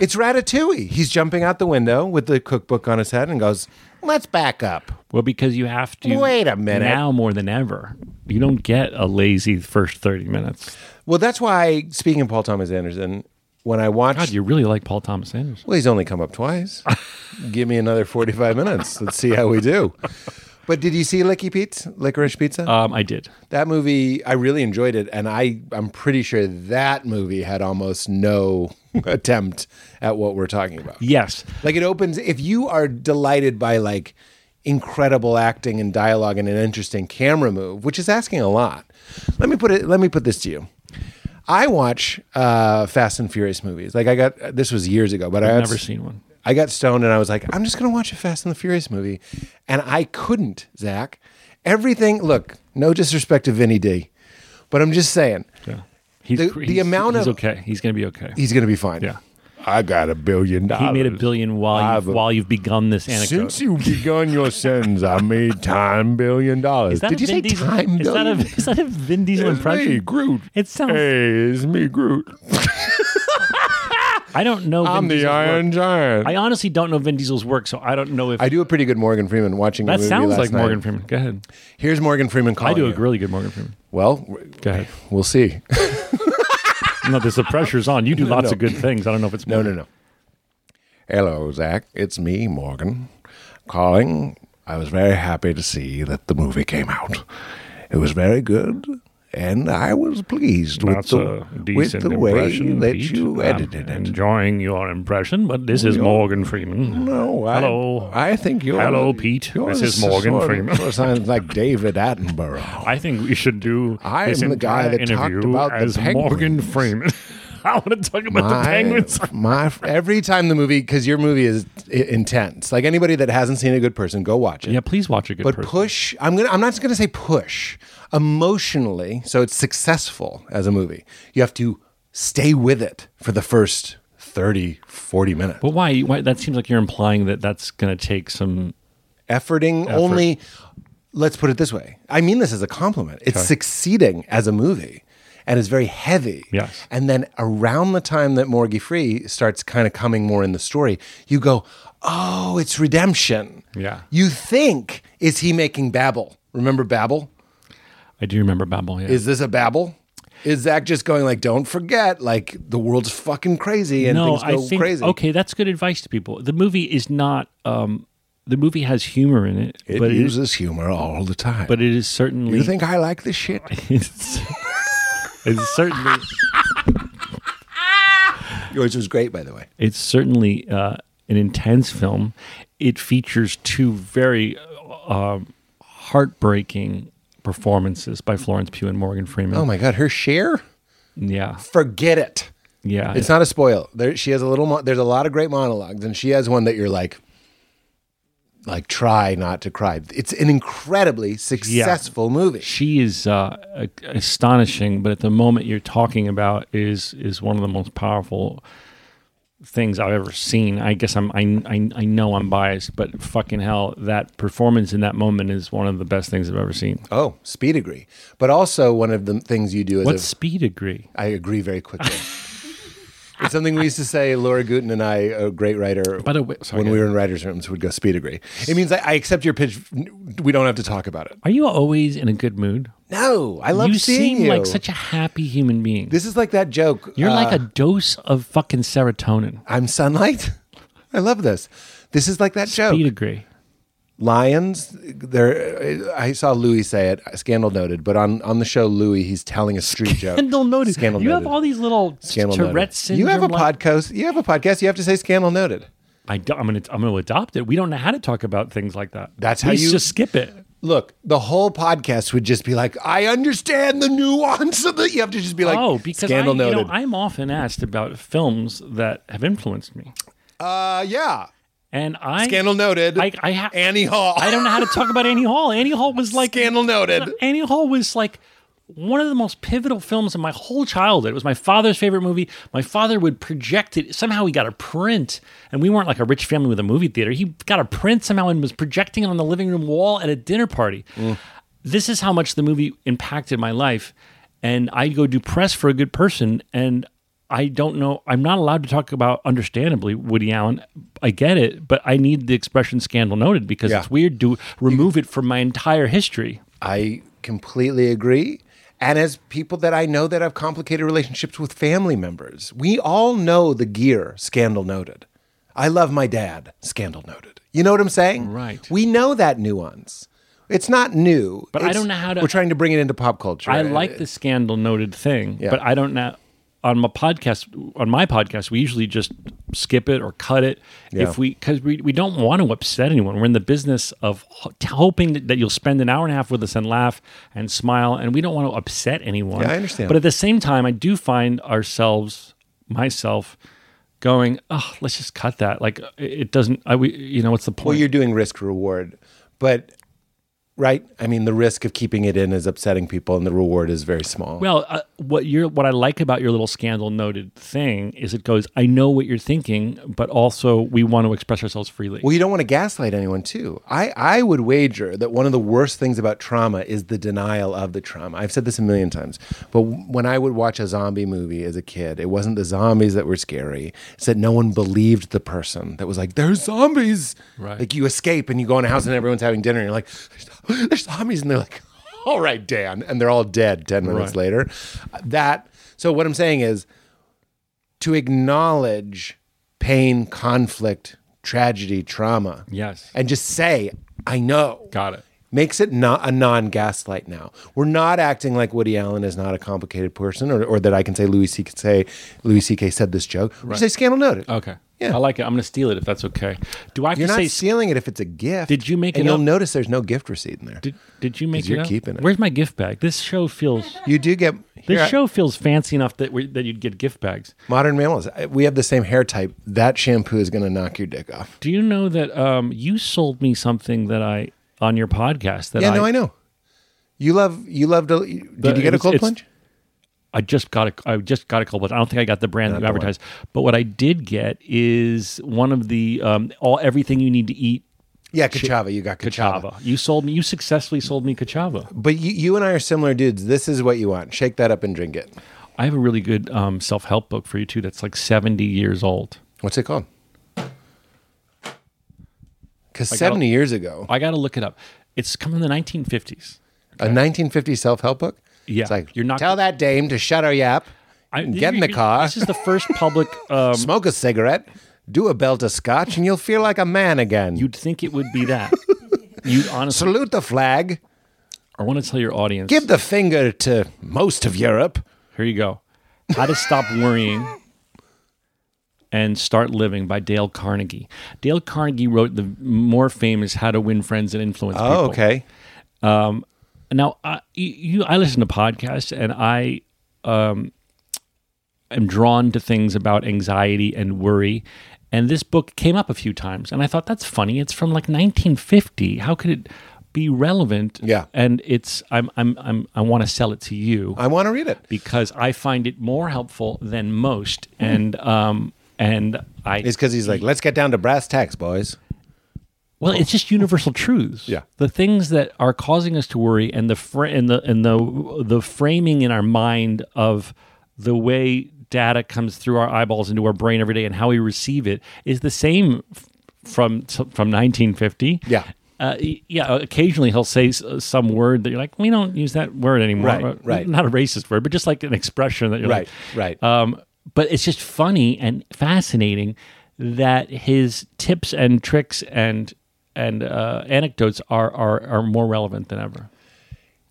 [SPEAKER 1] It's Ratatouille. He's jumping out the window with the cookbook on his head and goes, let's back up.
[SPEAKER 3] Well, because you have to.
[SPEAKER 1] Wait a minute.
[SPEAKER 3] Now more than ever, you don't get a lazy first 30 minutes.
[SPEAKER 1] Well, that's why, speaking of Paul Thomas Anderson, when I watched
[SPEAKER 3] God, you really like Paul Thomas Anderson.
[SPEAKER 1] Well, he's only come up twice. Give me another 45 minutes. Let's see how we do. But did you see Licky Pete's Licorice Pizza?
[SPEAKER 3] Um, I did.
[SPEAKER 1] that movie, I really enjoyed it. And I, I'm pretty sure that movie had almost no attempt at what we're talking about.
[SPEAKER 3] Yes.
[SPEAKER 1] Like it opens, if you are delighted by like incredible acting and dialogue and an interesting camera move, which is asking a lot. Let me put it, let me put this to you. I watch uh, Fast and Furious movies. Like I got, this was years ago, but i
[SPEAKER 3] I've
[SPEAKER 1] got-
[SPEAKER 3] never seen one.
[SPEAKER 1] I got stoned and I was like, I'm just going to watch a Fast and the Furious movie. And I couldn't, Zach. Everything, look, no disrespect to Vinny D, but I'm just saying,
[SPEAKER 3] Yeah. He's,
[SPEAKER 1] The-
[SPEAKER 3] cr-
[SPEAKER 1] the
[SPEAKER 3] he's-
[SPEAKER 1] amount
[SPEAKER 3] he's
[SPEAKER 1] of-
[SPEAKER 3] okay. He's going to be okay.
[SPEAKER 1] he's going to be fine.
[SPEAKER 3] Yeah.
[SPEAKER 1] I got a billion
[SPEAKER 3] He
[SPEAKER 1] dollars.
[SPEAKER 3] made a billion while
[SPEAKER 1] I've-
[SPEAKER 3] you've, while you've begun this anecdote.
[SPEAKER 1] Since you begun your sentence, I made time billion dollars.
[SPEAKER 3] Is that
[SPEAKER 1] Did
[SPEAKER 3] a
[SPEAKER 1] you
[SPEAKER 3] Vin
[SPEAKER 1] say
[SPEAKER 3] Diesel?
[SPEAKER 1] time
[SPEAKER 3] Is that, a,
[SPEAKER 1] billion?
[SPEAKER 3] is that a Vin Diesel
[SPEAKER 1] It's
[SPEAKER 3] impression?
[SPEAKER 1] me, Groot.
[SPEAKER 3] It sounds.
[SPEAKER 1] Hey, it's me, Groot.
[SPEAKER 3] I don't know. Vin
[SPEAKER 1] I'm the
[SPEAKER 3] Diesel's
[SPEAKER 1] Iron
[SPEAKER 3] Work.
[SPEAKER 1] Giant.
[SPEAKER 3] I honestly don't know Vin Diesel's work, so I don't know if
[SPEAKER 1] I do a pretty good Morgan Freeman watching a
[SPEAKER 3] that
[SPEAKER 1] movie
[SPEAKER 3] sounds
[SPEAKER 1] last
[SPEAKER 3] like
[SPEAKER 1] night.
[SPEAKER 3] Morgan Freeman. Go ahead.
[SPEAKER 1] Here's Morgan Freeman calling
[SPEAKER 3] I do a
[SPEAKER 1] you.
[SPEAKER 3] really good Morgan Freeman.
[SPEAKER 1] Well,
[SPEAKER 3] Go ahead.
[SPEAKER 1] we'll see.
[SPEAKER 3] No, there's the pressure's on. You do lots
[SPEAKER 1] no.
[SPEAKER 3] of good things. I don't know if it's
[SPEAKER 1] No,
[SPEAKER 3] Morgan.
[SPEAKER 1] no, no. Hello, Zach. It's me, Morgan, calling. I was very happy to see that the movie came out. It was very good, and I was pleased
[SPEAKER 3] That's
[SPEAKER 1] with the,
[SPEAKER 3] a
[SPEAKER 1] with
[SPEAKER 3] decent
[SPEAKER 1] the way
[SPEAKER 3] impression.
[SPEAKER 1] that
[SPEAKER 3] Pete. Uh,
[SPEAKER 1] you
[SPEAKER 3] I'm
[SPEAKER 1] edited it.
[SPEAKER 3] Enjoying your impression, but this is Morgan Freeman.
[SPEAKER 1] No, I,
[SPEAKER 3] Hello.
[SPEAKER 1] I think you're.
[SPEAKER 3] Hello, Pete.
[SPEAKER 1] you're
[SPEAKER 3] This is
[SPEAKER 1] sort
[SPEAKER 3] Morgan
[SPEAKER 1] of-
[SPEAKER 3] Freeman.
[SPEAKER 1] sort of sounds like David Attenborough.
[SPEAKER 3] I think we should do
[SPEAKER 1] I
[SPEAKER 3] this
[SPEAKER 1] am the guy that
[SPEAKER 3] entire
[SPEAKER 1] talked
[SPEAKER 3] interview
[SPEAKER 1] about the
[SPEAKER 3] as Morgan
[SPEAKER 1] penguins.
[SPEAKER 3] Freeman. I want to talk about the penguins.
[SPEAKER 1] my every time the movie because your movie is i- intense. Like anybody that hasn't seen a good person, go watch it.
[SPEAKER 3] Yeah, please watch a good
[SPEAKER 1] but
[SPEAKER 3] person.
[SPEAKER 1] push i'm gonna i'm not just gonna say push emotionally so it's successful as a movie you have to stay with it for the first 30 40 minutes
[SPEAKER 3] but why? Why? That seems like you're implying that that's going to take some.
[SPEAKER 1] efforting only let's put it this way i mean this as a compliment it's succeeding as a movie and it's very heavy
[SPEAKER 3] Yes.
[SPEAKER 1] and then around the time that morgie free starts kind of coming more in the story you go oh it's redemption
[SPEAKER 3] Yeah.
[SPEAKER 1] you think is he making babel remember babel
[SPEAKER 3] I do remember Babel. Yeah.
[SPEAKER 1] Is this a babble? Is Zach just going like, don't forget, like the world's fucking crazy and
[SPEAKER 3] no,
[SPEAKER 1] things
[SPEAKER 3] I
[SPEAKER 1] go
[SPEAKER 3] think
[SPEAKER 1] crazy?
[SPEAKER 3] okay, that's good advice to people. The movie is not. Um, the movie has humor in it,
[SPEAKER 1] It
[SPEAKER 3] but it,
[SPEAKER 1] uses humor all the time.
[SPEAKER 3] but it is certainly.
[SPEAKER 1] you think I like this shit?
[SPEAKER 3] it's, it's certainly.
[SPEAKER 1] Yours was great, by the way.
[SPEAKER 3] It's certainly uh, an intense film. It features two very um, heartbreaking performances by Florence Pugh and Morgan Freeman.
[SPEAKER 1] Oh my god, her share?
[SPEAKER 3] Yeah,
[SPEAKER 1] Forget it.
[SPEAKER 3] yeah.
[SPEAKER 1] It's not a spoil. There, she has a little. Mo- there's a lot of great monologues, and she has one that you're like, like try not to cry. It's an incredibly successful movie.
[SPEAKER 3] she is uh, a- astonishing, but at the moment you're talking about is is one of the most powerful things I've ever seen. I guess I'm I, I, I know I'm biased, but fucking hell, that performance in that moment is one of the best things I've ever seen.
[SPEAKER 1] Oh, speed agree. But also one of the things you do as
[SPEAKER 3] What
[SPEAKER 1] a
[SPEAKER 3] speed agree?
[SPEAKER 1] I agree very quickly. it's something we used to say. Laura Guten and I, a great writer,
[SPEAKER 3] By the way, sorry,
[SPEAKER 1] when
[SPEAKER 3] go
[SPEAKER 1] we were in writers' rooms, would go speed agree. It means I, I accept your pitch. We don't have to talk about it.
[SPEAKER 3] Are you always in a good mood?
[SPEAKER 1] No, I love
[SPEAKER 3] you
[SPEAKER 1] seeing
[SPEAKER 3] seem
[SPEAKER 1] you.
[SPEAKER 3] like such a happy human being.
[SPEAKER 1] this is like that joke.
[SPEAKER 3] You're like
[SPEAKER 1] uh,
[SPEAKER 3] a dose of fucking serotonin.
[SPEAKER 1] I'm sunlight. I love this. This is like that joke.
[SPEAKER 3] Speed agree.
[SPEAKER 1] Lions. There, I saw Louis say it. Scandal noted, but on on the show, Louis, he's telling a street joke.
[SPEAKER 3] Scandal noted.
[SPEAKER 1] Scandal
[SPEAKER 3] you
[SPEAKER 1] noted.
[SPEAKER 3] have all these little
[SPEAKER 1] Scandal noted.
[SPEAKER 3] Tourette syndrome.
[SPEAKER 1] You have a
[SPEAKER 3] like-
[SPEAKER 1] podcast. You have a podcast. You have to say scandal noted.
[SPEAKER 3] I do, I'm going to I'm going to adopt it. We don't know how to talk about things like that.
[SPEAKER 1] That's
[SPEAKER 3] We
[SPEAKER 1] how you-
[SPEAKER 3] just skip it.
[SPEAKER 1] Look, the whole podcast would just be like, I understand the nuance of it. You have to just be like,
[SPEAKER 3] oh, because I,
[SPEAKER 1] scandal
[SPEAKER 3] you know,
[SPEAKER 1] noted.
[SPEAKER 3] I'm often asked about films that have influenced me,
[SPEAKER 1] uh, yeah,
[SPEAKER 3] and I
[SPEAKER 1] scandal noted.
[SPEAKER 3] I I, ha-
[SPEAKER 1] Annie Hall.
[SPEAKER 3] I don't know how to talk about Annie Hall. Annie Hall was like
[SPEAKER 1] scandal noted.
[SPEAKER 3] Annie Hall was like one of the most pivotal films in my whole childhood. It was my father's favorite movie. My father would project it. Somehow he got a print, and we weren't like a rich family with a movie theater. He got a print somehow and was projecting it on the living room wall at a dinner party. This is how much the movie impacted my life. And I go do press for a good person, and I don't know. I'm not allowed to talk about, understandably, Woody Allen. I get it, but I need the expression "scandal noted" because
[SPEAKER 1] Yeah.
[SPEAKER 3] it's weird to remove it from my entire history.
[SPEAKER 1] I completely agree. and as people that I know that have complicated relationships with family members. We all know the gear, scandal noted. I love my dad, scandal noted. You know what I'm saying?
[SPEAKER 3] Right.
[SPEAKER 1] We know that nuance. It's not new.
[SPEAKER 3] But I
[SPEAKER 1] It's-
[SPEAKER 3] don't know how to-
[SPEAKER 1] We're trying to bring it into pop culture.
[SPEAKER 3] I like the scandal noted thing,
[SPEAKER 1] Yeah.
[SPEAKER 3] but I don't know. On my podcast, on my podcast, we usually just skip it or cut it
[SPEAKER 1] Yeah.
[SPEAKER 3] if we because we, we don't want to upset anyone. We're in the business of ho- hoping that, that you'll spend an hour and a half with us and laugh and smile, and we don't want to upset anyone.
[SPEAKER 1] Yeah, I understand.
[SPEAKER 3] But at the same time, I do find ourselves, myself, going, "Oh, let's just cut that." Like it- it doesn't. I we you know what's the
[SPEAKER 1] Well,
[SPEAKER 3] point?
[SPEAKER 1] Uh, you're doing risk reward, but right? I mean, the risk of keeping it in is upsetting people, and the reward is very small.
[SPEAKER 3] Well, uh, what you're what I like about your little scandal noted thing is it goes, I know what you're thinking, but also we want to express ourselves freely.
[SPEAKER 1] Well, you don't want to gaslight anyone too. I, I would wager that one of the worst things about trauma is the denial of the trauma. I've said this a million times, but when I would watch a zombie movie as a kid, it wasn't the zombies that were scary. It's that no one believed the person that was like, "There's zombies!"
[SPEAKER 3] Right.
[SPEAKER 1] Like you escape and you go in a house and everyone's having dinner, and you're like, "There's, there's zombies," and they're like, "All right, Dan," and they're all dead ten minutes
[SPEAKER 3] Right.
[SPEAKER 1] later. That. So what I'm saying is to acknowledge pain, conflict, tragedy, trauma.
[SPEAKER 3] Yes.
[SPEAKER 1] And just say, I know.
[SPEAKER 3] Got it.
[SPEAKER 1] Makes it not a non gaslight now. We're not acting like Woody Allen is not a complicated person or, or that I can say Louis C.K. say Louis C.K. said this joke. We say scandal noted.
[SPEAKER 3] Okay.
[SPEAKER 1] Yeah.
[SPEAKER 3] I like it. I'm going to steal it if that's okay. Do I have
[SPEAKER 1] You're
[SPEAKER 3] to
[SPEAKER 1] not
[SPEAKER 3] Uh, say
[SPEAKER 1] stealing it if it's a gift.
[SPEAKER 3] Did you make
[SPEAKER 1] and
[SPEAKER 3] it
[SPEAKER 1] you'll
[SPEAKER 3] up?
[SPEAKER 1] notice there's no gift receipt in there.
[SPEAKER 3] did, did you make it
[SPEAKER 1] you're
[SPEAKER 3] up?
[SPEAKER 1] keeping it.
[SPEAKER 3] Where's my gift bag? This show feels
[SPEAKER 1] you do get
[SPEAKER 3] this
[SPEAKER 1] here, I-
[SPEAKER 3] show feels fancy enough that we, that you'd get gift bags.
[SPEAKER 1] modern mammals. Uh, We have the same hair type. That shampoo is going to knock your dick off.
[SPEAKER 3] Do you know that um, you sold me something that I on your podcast that
[SPEAKER 1] Yeah,
[SPEAKER 3] I,
[SPEAKER 1] no, I know. You love you love. To, did
[SPEAKER 3] But
[SPEAKER 1] you get a
[SPEAKER 3] it's-
[SPEAKER 1] cold
[SPEAKER 3] it's-
[SPEAKER 1] plunge?
[SPEAKER 3] I just got a I just got a cold plunge. I don't think I got the brand that you advertised, but what I did get is one of the um, all everything you need to eat
[SPEAKER 1] Yeah, Kachava. You got Kachava.
[SPEAKER 3] kachava. You sold me. You successfully sold me kachava.
[SPEAKER 1] But you, you and I are similar dudes. This is what you want. Shake that up and drink it.
[SPEAKER 3] I have a really good um, self help book for you too. That's like seventy years old.
[SPEAKER 1] What's it called? Because
[SPEAKER 3] gotta-
[SPEAKER 1] 70 years ago,
[SPEAKER 3] I got to look it up. It's come in the nineteen fifties.
[SPEAKER 1] a 1950 self help book.
[SPEAKER 3] Yeah,
[SPEAKER 1] It's like,
[SPEAKER 3] you're not-
[SPEAKER 1] tell that dame to shut her yap, get in the car,
[SPEAKER 3] This is the first public. Um,
[SPEAKER 1] smoke a cigarette, do a belt of scotch, and you'll feel like a man again. You
[SPEAKER 3] you'd think it would be that. You'd honestly.
[SPEAKER 1] salute the flag,
[SPEAKER 3] I want to tell your audience.
[SPEAKER 1] give the finger to most of Europe.
[SPEAKER 3] Here you go. How to Stop Worrying and Start Living by Dale Carnegie. Dale Carnegie wrote the more famous How to Win Friends and Influence People.
[SPEAKER 1] Oh,
[SPEAKER 3] Um,
[SPEAKER 1] okay.
[SPEAKER 3] Now, I, you, I listen to podcasts and I um, am drawn to things about anxiety and worry. And this book came up a few times, and I thought that's funny. It's from like 1950. How could it be relevant?
[SPEAKER 1] Yeah.
[SPEAKER 3] and it's I'm I'm, I'm I want to sell it to you
[SPEAKER 1] I want to read it.
[SPEAKER 3] because I find it more helpful than most. And um, and I
[SPEAKER 1] It's because he's like, let's get down to brass tacks, boys.
[SPEAKER 3] well, it's just universal truths.
[SPEAKER 1] Yeah.
[SPEAKER 3] the things that are causing us to worry, and the fr- and the and the the framing in our mind of the way data comes through our eyeballs into our brain every day, and how we receive it is the same f- from from 1950.
[SPEAKER 1] Yeah.
[SPEAKER 3] Uh, y- yeah, occasionally he'll say s- some word that you're like, we don't use that word anymore.
[SPEAKER 1] Right,
[SPEAKER 3] Or-
[SPEAKER 1] right.
[SPEAKER 3] Not a racist word, but just like an expression that you're
[SPEAKER 1] Right,
[SPEAKER 3] like,
[SPEAKER 1] right.
[SPEAKER 3] um, but it's just funny and fascinating that his tips and tricks and and uh, anecdotes are, are are more relevant than ever.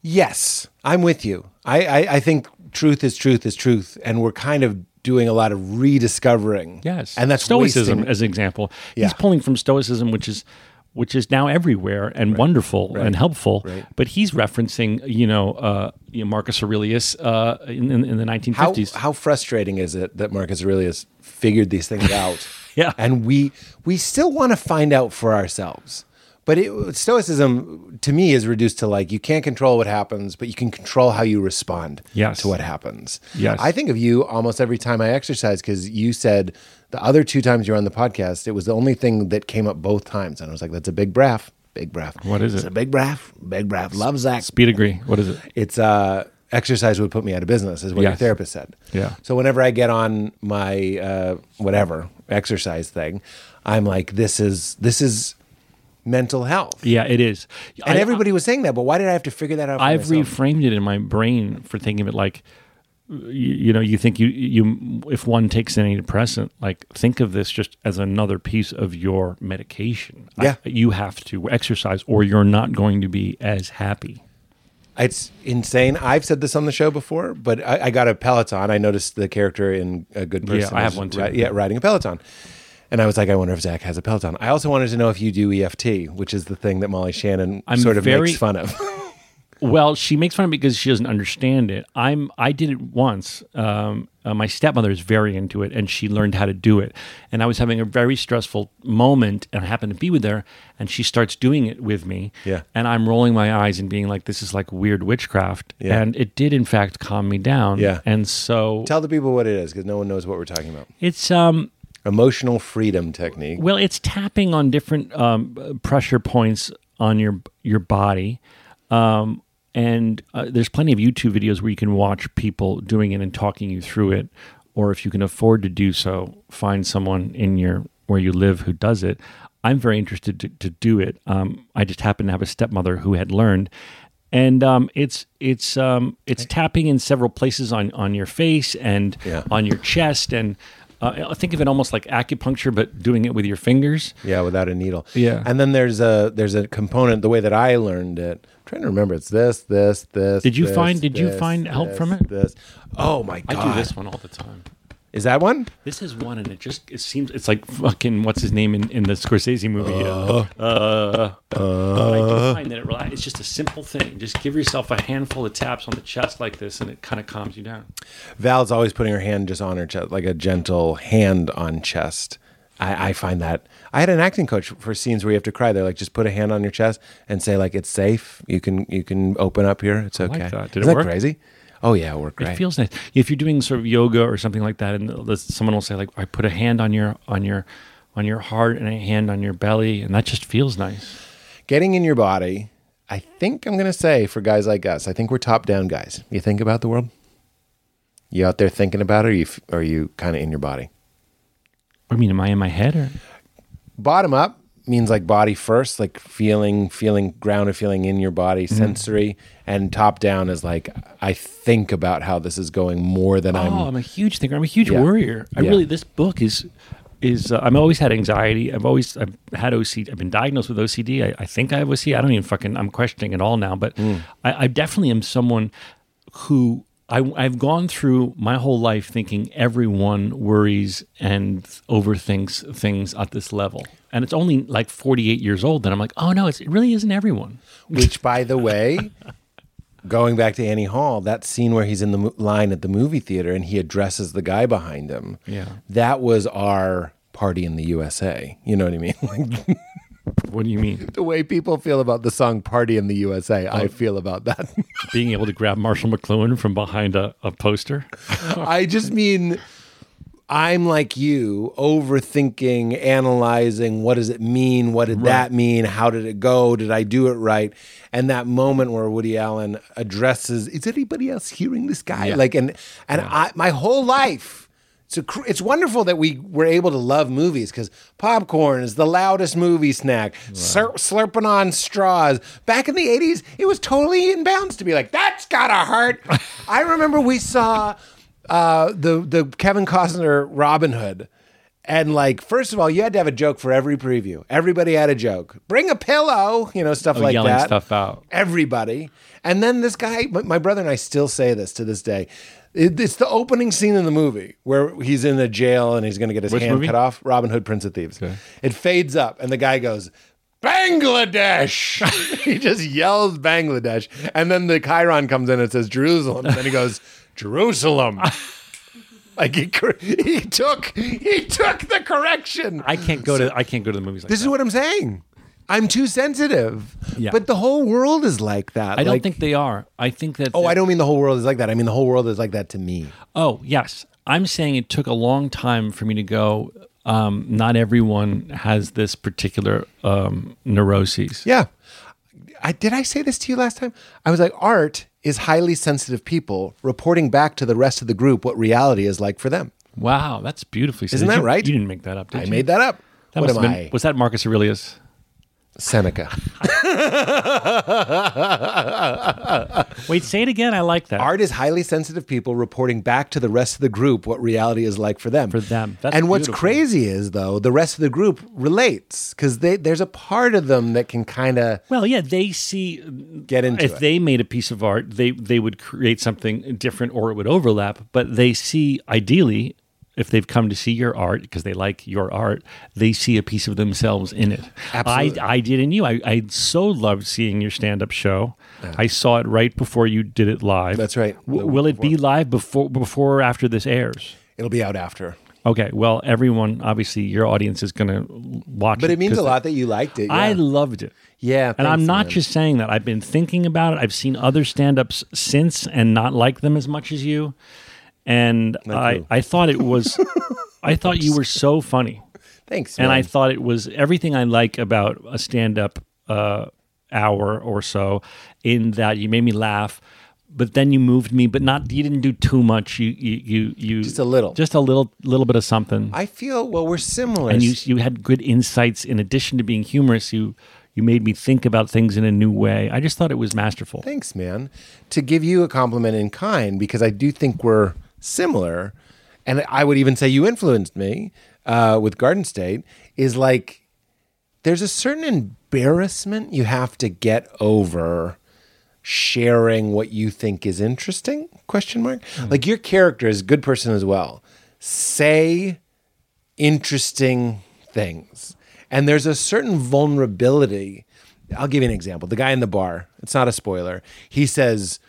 [SPEAKER 1] Yes, I'm with you. I, I, I think truth is truth is truth, and we're kind of doing a lot of rediscovering.
[SPEAKER 3] Yes,
[SPEAKER 1] and that's
[SPEAKER 3] stoicism
[SPEAKER 1] wasting-
[SPEAKER 3] as an example.
[SPEAKER 1] Yeah.
[SPEAKER 3] He's pulling from stoicism, which is which is now everywhere and wonderful and helpful. But he's referencing you know, uh, you know Marcus Aurelius uh, in, in, in the 1950s.
[SPEAKER 1] How how frustrating is it that Marcus Aurelius figured these things out?
[SPEAKER 3] Yeah.
[SPEAKER 1] and we we still want to find out for ourselves. But it, stoicism to me is reduced to like you can't control what happens, but you can control how you respond
[SPEAKER 3] Yes.
[SPEAKER 1] to what happens.
[SPEAKER 3] Yes.
[SPEAKER 1] I think of you almost every time I exercise because you said the other two times you were on the podcast, it was the only thing that came up both times. And I was like, that's a big braff. Big braff.
[SPEAKER 3] What is
[SPEAKER 1] It's
[SPEAKER 3] it?
[SPEAKER 1] a big braff. Big braff. Love Zach.
[SPEAKER 3] Speed degree. What is it?
[SPEAKER 1] It's uh, exercise would put me out of business, is what your
[SPEAKER 3] Yes.
[SPEAKER 1] therapist said.
[SPEAKER 3] Yeah.
[SPEAKER 1] So whenever I get on my uh, whatever exercise thing, I'm like, this is this is mental health.
[SPEAKER 3] Yeah, it is.
[SPEAKER 1] And
[SPEAKER 3] I-
[SPEAKER 1] everybody was saying that, but why did I have to figure that out? For
[SPEAKER 3] I've
[SPEAKER 1] myself?
[SPEAKER 3] reframed it in my brain for thinking of it like, you, you know, you think you you if one takes an antidepressant, like think of this just as another piece of your medication.
[SPEAKER 1] Yeah.
[SPEAKER 3] I- you have to exercise, or you're not going to be as happy.
[SPEAKER 1] It's insane. I've said this on the show before, but I, I got a Peloton. I noticed the character in A Good Person.
[SPEAKER 3] I have
[SPEAKER 1] was
[SPEAKER 3] one too.
[SPEAKER 1] ri- yeah, riding a Peloton. And I was like, I wonder if Zach has a Peloton. I also wanted to know if you do EFT, which is the thing that Molly Shannon
[SPEAKER 3] I'm
[SPEAKER 1] sort of
[SPEAKER 3] very-
[SPEAKER 1] makes fun of.
[SPEAKER 3] Well, she makes fun of it because she doesn't understand it. I'm I did it once. Um, uh, my stepmother is very into it, and she learned how to do it. And I was having a very stressful moment, and I happened to be with her, and she starts doing it with me.
[SPEAKER 1] Yeah.
[SPEAKER 3] And I'm rolling my eyes and being like, "This is like weird witchcraft."
[SPEAKER 1] Yeah.
[SPEAKER 3] And it did, in fact, calm me down.
[SPEAKER 1] Yeah.
[SPEAKER 3] And so
[SPEAKER 1] Tell the people what it is because no one knows what we're talking about.
[SPEAKER 3] it's um
[SPEAKER 1] Emotional freedom technique.
[SPEAKER 3] Well, it's tapping on different um, pressure points on your your body, um, and uh, there's plenty of YouTube videos where you can watch people doing it and talking you through it, or if you can afford to do so, find someone in your where you live who does it. I'm very interested to, to do it. Um, I just happen to have a stepmother who had learned, and um, it's it's um, it's tapping in several places on on your face and
[SPEAKER 1] Yeah.
[SPEAKER 3] on your chest and. Uh, think of it almost like acupuncture, but doing it with your fingers.
[SPEAKER 1] Yeah, without a needle.
[SPEAKER 3] Yeah.
[SPEAKER 1] And then there's a there's a component. The way that I learned it, I'm trying to remember. It's this, this, this.
[SPEAKER 3] Did you
[SPEAKER 1] this,
[SPEAKER 3] find- did you
[SPEAKER 1] this,
[SPEAKER 3] find help
[SPEAKER 1] this,
[SPEAKER 3] from it?
[SPEAKER 1] This. Oh my
[SPEAKER 3] I
[SPEAKER 1] god!
[SPEAKER 3] do this one all the time.
[SPEAKER 1] Is that one?
[SPEAKER 3] This is one, and it just it seems it's like fucking what's his name in, in the Scorsese movie. Uh, uh, I do find that it rela- it's just a simple thing. Just give yourself a handful of taps on the chest like this, and it kind of calms you down.
[SPEAKER 1] Val's always putting her hand just on her chest, like a gentle hand on chest. I, I find that I had an acting coach for scenes where you have to cry. They're like, just put a hand on your chest and say, like, it's safe. You can you can open up here. It's okay.
[SPEAKER 3] like that. Did
[SPEAKER 1] Isn't
[SPEAKER 3] it
[SPEAKER 1] that
[SPEAKER 3] work?
[SPEAKER 1] crazy? Oh yeah, it worked
[SPEAKER 3] It
[SPEAKER 1] great.
[SPEAKER 3] feels nice if you're doing sort of yoga or something like that, and the- someone will say like, "I put a hand on your on your on your heart and a hand on your belly," and that just feels nice.
[SPEAKER 1] Getting in your body. I think I'm gonna say for guys like us, I think we're top down guys. You think about the world. You out there thinking about it, or you f- are you kind of in your body?
[SPEAKER 3] I mean, am I in my head or?
[SPEAKER 1] bottom up means like body first, like feeling, feeling grounded, feeling in your body, sensory, and top down is like I think about how this is going more than I'm.
[SPEAKER 3] Oh, I'm a huge thinker. I'm a huge
[SPEAKER 1] Yeah.
[SPEAKER 3] worrier. I
[SPEAKER 1] Yeah.
[SPEAKER 3] really this book is is uh, I've always had anxiety. I've always I've had OCD. I've been diagnosed with OCD. I, I think I have OCD. I don't even fucking. I'm questioning it all now. But
[SPEAKER 1] Hmm.
[SPEAKER 3] I, I definitely am someone who. I, I've gone through my whole life thinking everyone worries and overthinks things at this level. And it's only like 48 years old that I'm like, oh no, it's, it really isn't everyone.
[SPEAKER 1] Which, by the way, going back to Annie Hall, that scene where he's in the mo- line at the movie theater and he addresses the guy behind him.
[SPEAKER 3] Yeah.
[SPEAKER 1] that was our party in the USA. You know what I mean? Like
[SPEAKER 3] What do you mean?
[SPEAKER 1] the way people feel about the song "Party in the USA," I feel about that.
[SPEAKER 3] Being able to grab Marshall McLuhan from behind a, a poster?
[SPEAKER 1] I just mean I'm like you, overthinking, analyzing what does it mean? What did that mean? How did it go? Did I do it right? And that moment where Woody Allen addresses, is anybody else hearing this guy? Like and and I my whole life it's, a, cr- it's wonderful that we were able to love movies because popcorn is the loudest movie snack. Slur- slurping on straws. Back in the 80s, it was totally in bounds to be like, that's gotta hurt. I remember we saw uh, the, the Kevin Costner Robin Hood. And like, first of all, you had to have a joke for every preview. Everybody had a joke. Bring a pillow, you know, stuff like
[SPEAKER 3] Oh, yelling
[SPEAKER 1] that
[SPEAKER 3] stuff out.
[SPEAKER 1] everybody. And then this guy, my, my brother and I still say this to this day. It- it's the opening scene in the movie where he's in a jail and he's going to get his hand
[SPEAKER 3] movie?
[SPEAKER 1] cut off. Robin Hood, Prince of Thieves. It fades up and the guy goes, Bangladesh. he just yells Bangladesh. And then the Chiron comes in and says Jerusalem. And then he goes, Jerusalem. Like he, cor- he took he took the correction.
[SPEAKER 3] I can't go to I can't go to the movies like
[SPEAKER 1] This is
[SPEAKER 3] that.
[SPEAKER 1] what I'm saying. I'm too sensitive.
[SPEAKER 3] Yeah.
[SPEAKER 1] But the whole world is like that.
[SPEAKER 3] I don't
[SPEAKER 1] Like-
[SPEAKER 3] think they are. I think that
[SPEAKER 1] Oh, I don't mean the whole world is like that. I mean the whole world is like that to me.
[SPEAKER 3] Oh, yes. I'm saying it took a long time for me to go um, not everyone has this particular um, neuroses.
[SPEAKER 1] Yeah. I did I say this to you last time? I was like art is highly sensitive people reporting back to the rest of the group what reality is like for them.
[SPEAKER 3] Wow, that's beautifully said.
[SPEAKER 1] Isn't
[SPEAKER 3] Did
[SPEAKER 1] that
[SPEAKER 3] you-
[SPEAKER 1] right?
[SPEAKER 3] You didn't make that up, did
[SPEAKER 1] I
[SPEAKER 3] you?
[SPEAKER 1] made that up.
[SPEAKER 3] That
[SPEAKER 1] what
[SPEAKER 3] must
[SPEAKER 1] am
[SPEAKER 3] have been,
[SPEAKER 1] I?
[SPEAKER 3] Was that Marcus Aurelius?
[SPEAKER 1] Seneca.
[SPEAKER 3] Wait, say it again. I like that.
[SPEAKER 1] Art is highly sensitive people reporting back to the rest of the group what reality is like for them.
[SPEAKER 3] For them. That's
[SPEAKER 1] and what's
[SPEAKER 3] beautiful.
[SPEAKER 1] crazy is, though, the rest of the group relates because there's a part of them that can kind of
[SPEAKER 3] Well, yeah, they see
[SPEAKER 1] get into
[SPEAKER 3] if
[SPEAKER 1] it.
[SPEAKER 3] they made a piece of art, they they would create something different or it would overlap, but they see ideally if they've come to see your art because they like your art, they see a piece of themselves in it.
[SPEAKER 1] Absolutely.
[SPEAKER 3] I, I did in you. I, I so loved seeing your stand up show. I saw it right before you did it live.
[SPEAKER 1] That's right.
[SPEAKER 3] W- will it be live before before or after this airs?
[SPEAKER 1] It'll be out after.
[SPEAKER 3] Okay. Well, everyone, obviously, your audience is going to watch.
[SPEAKER 1] But it means a
[SPEAKER 3] 'cause
[SPEAKER 1] lot that you liked it.
[SPEAKER 3] I
[SPEAKER 1] yeah.
[SPEAKER 3] loved it.
[SPEAKER 1] Yeah,
[SPEAKER 3] And I'm
[SPEAKER 1] thanks,
[SPEAKER 3] not
[SPEAKER 1] man.
[SPEAKER 3] just saying that. I've been thinking about it. I've seen other stand ups since and not like them as much as you. And I,
[SPEAKER 1] you.
[SPEAKER 3] I thought it was, I thought you were so funny.
[SPEAKER 1] Thanks.
[SPEAKER 3] And
[SPEAKER 1] man.
[SPEAKER 3] I thought it was everything I like about a stand up uh, hour or so, in that you made me laugh. But then you moved me, but not you didn't do too much. You you you, you
[SPEAKER 1] Just a little.
[SPEAKER 3] just a little little bit of something
[SPEAKER 1] I feel well. We're similar.
[SPEAKER 3] and you you had good insights in addition to being humorous you you made me think about things in a new way i just thought it was masterful
[SPEAKER 1] Thanks, man. To give you a compliment in kind, because I do think we're similar, and I would even say you influenced me uh, with Garden State, is like there's a certain embarrassment you have to get over sharing what you think is interesting question mark
[SPEAKER 3] Hmm.
[SPEAKER 1] like your character is a good person as well say interesting things. And there's a certain vulnerability. I'll give you an example. The guy in the bar, it's not a spoiler. He says,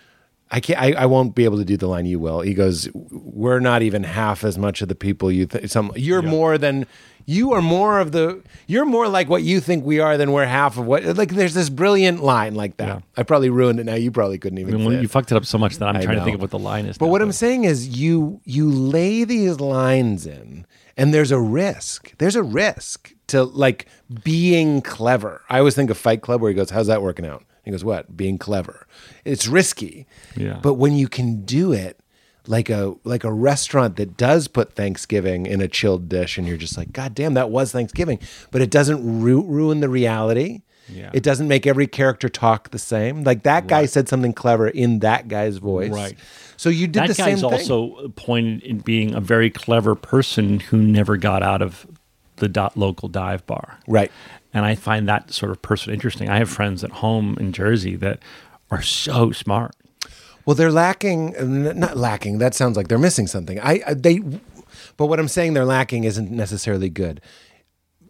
[SPEAKER 1] I can't, I, I won't be able to do the line you will. He goes, We're not even half as much of the people you think. Some, you're more than, you are more of the, you're more like what you think we are than we're half of what, like there's this brilliant line like that. I probably ruined it now. You probably couldn't even.
[SPEAKER 3] I mean,
[SPEAKER 1] say
[SPEAKER 3] when
[SPEAKER 1] it.
[SPEAKER 3] you fucked it up so much that i'm trying
[SPEAKER 1] know.
[SPEAKER 3] to think of what the line is
[SPEAKER 1] But
[SPEAKER 3] now,
[SPEAKER 1] what I'm saying is you you lay these lines in and there's a risk. There's a risk to like being clever. I always think of Fight Club where he goes, How's that working out? He goes, What? Being clever. It's risky.
[SPEAKER 3] Yeah.
[SPEAKER 1] But when you can do it like a like a restaurant that does put Thanksgiving in a chilled dish and you're just like, God damn, that was Thanksgiving. But it doesn't ru- ruin the reality.
[SPEAKER 3] Yeah.
[SPEAKER 1] It doesn't make every character talk the same. Like that guy said something clever in that guy's voice.
[SPEAKER 3] Right.
[SPEAKER 1] So you did
[SPEAKER 3] that
[SPEAKER 1] the same
[SPEAKER 3] guy's
[SPEAKER 1] thing.
[SPEAKER 3] also pointed in being a very clever person who never got out of the dot local dive bar
[SPEAKER 1] right.
[SPEAKER 3] and i find that sort of person interesting i have friends at home in jersey that are so smart
[SPEAKER 1] Well, they're lacking. n- Not lacking. That sounds like they're missing something. I, I they. But what I'm saying they're lacking isn't necessarily good.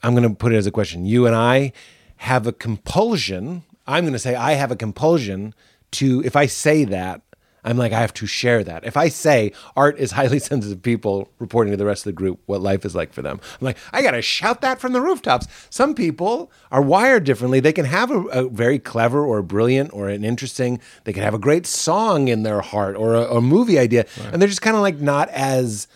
[SPEAKER 1] I'm going to put it as a question. You and I have a compulsion. I'm going to say I have a compulsion to. If I say that, I'm like I have to share that. If I say art is highly sensitive people reporting to the rest of the group what life is like for them, I'm like I got to shout that from the rooftops. Some people are wired differently. They can have a, a very clever or brilliant or an interesting. They can have a great song in their heart or a, a movie idea, and they're just kind of like not as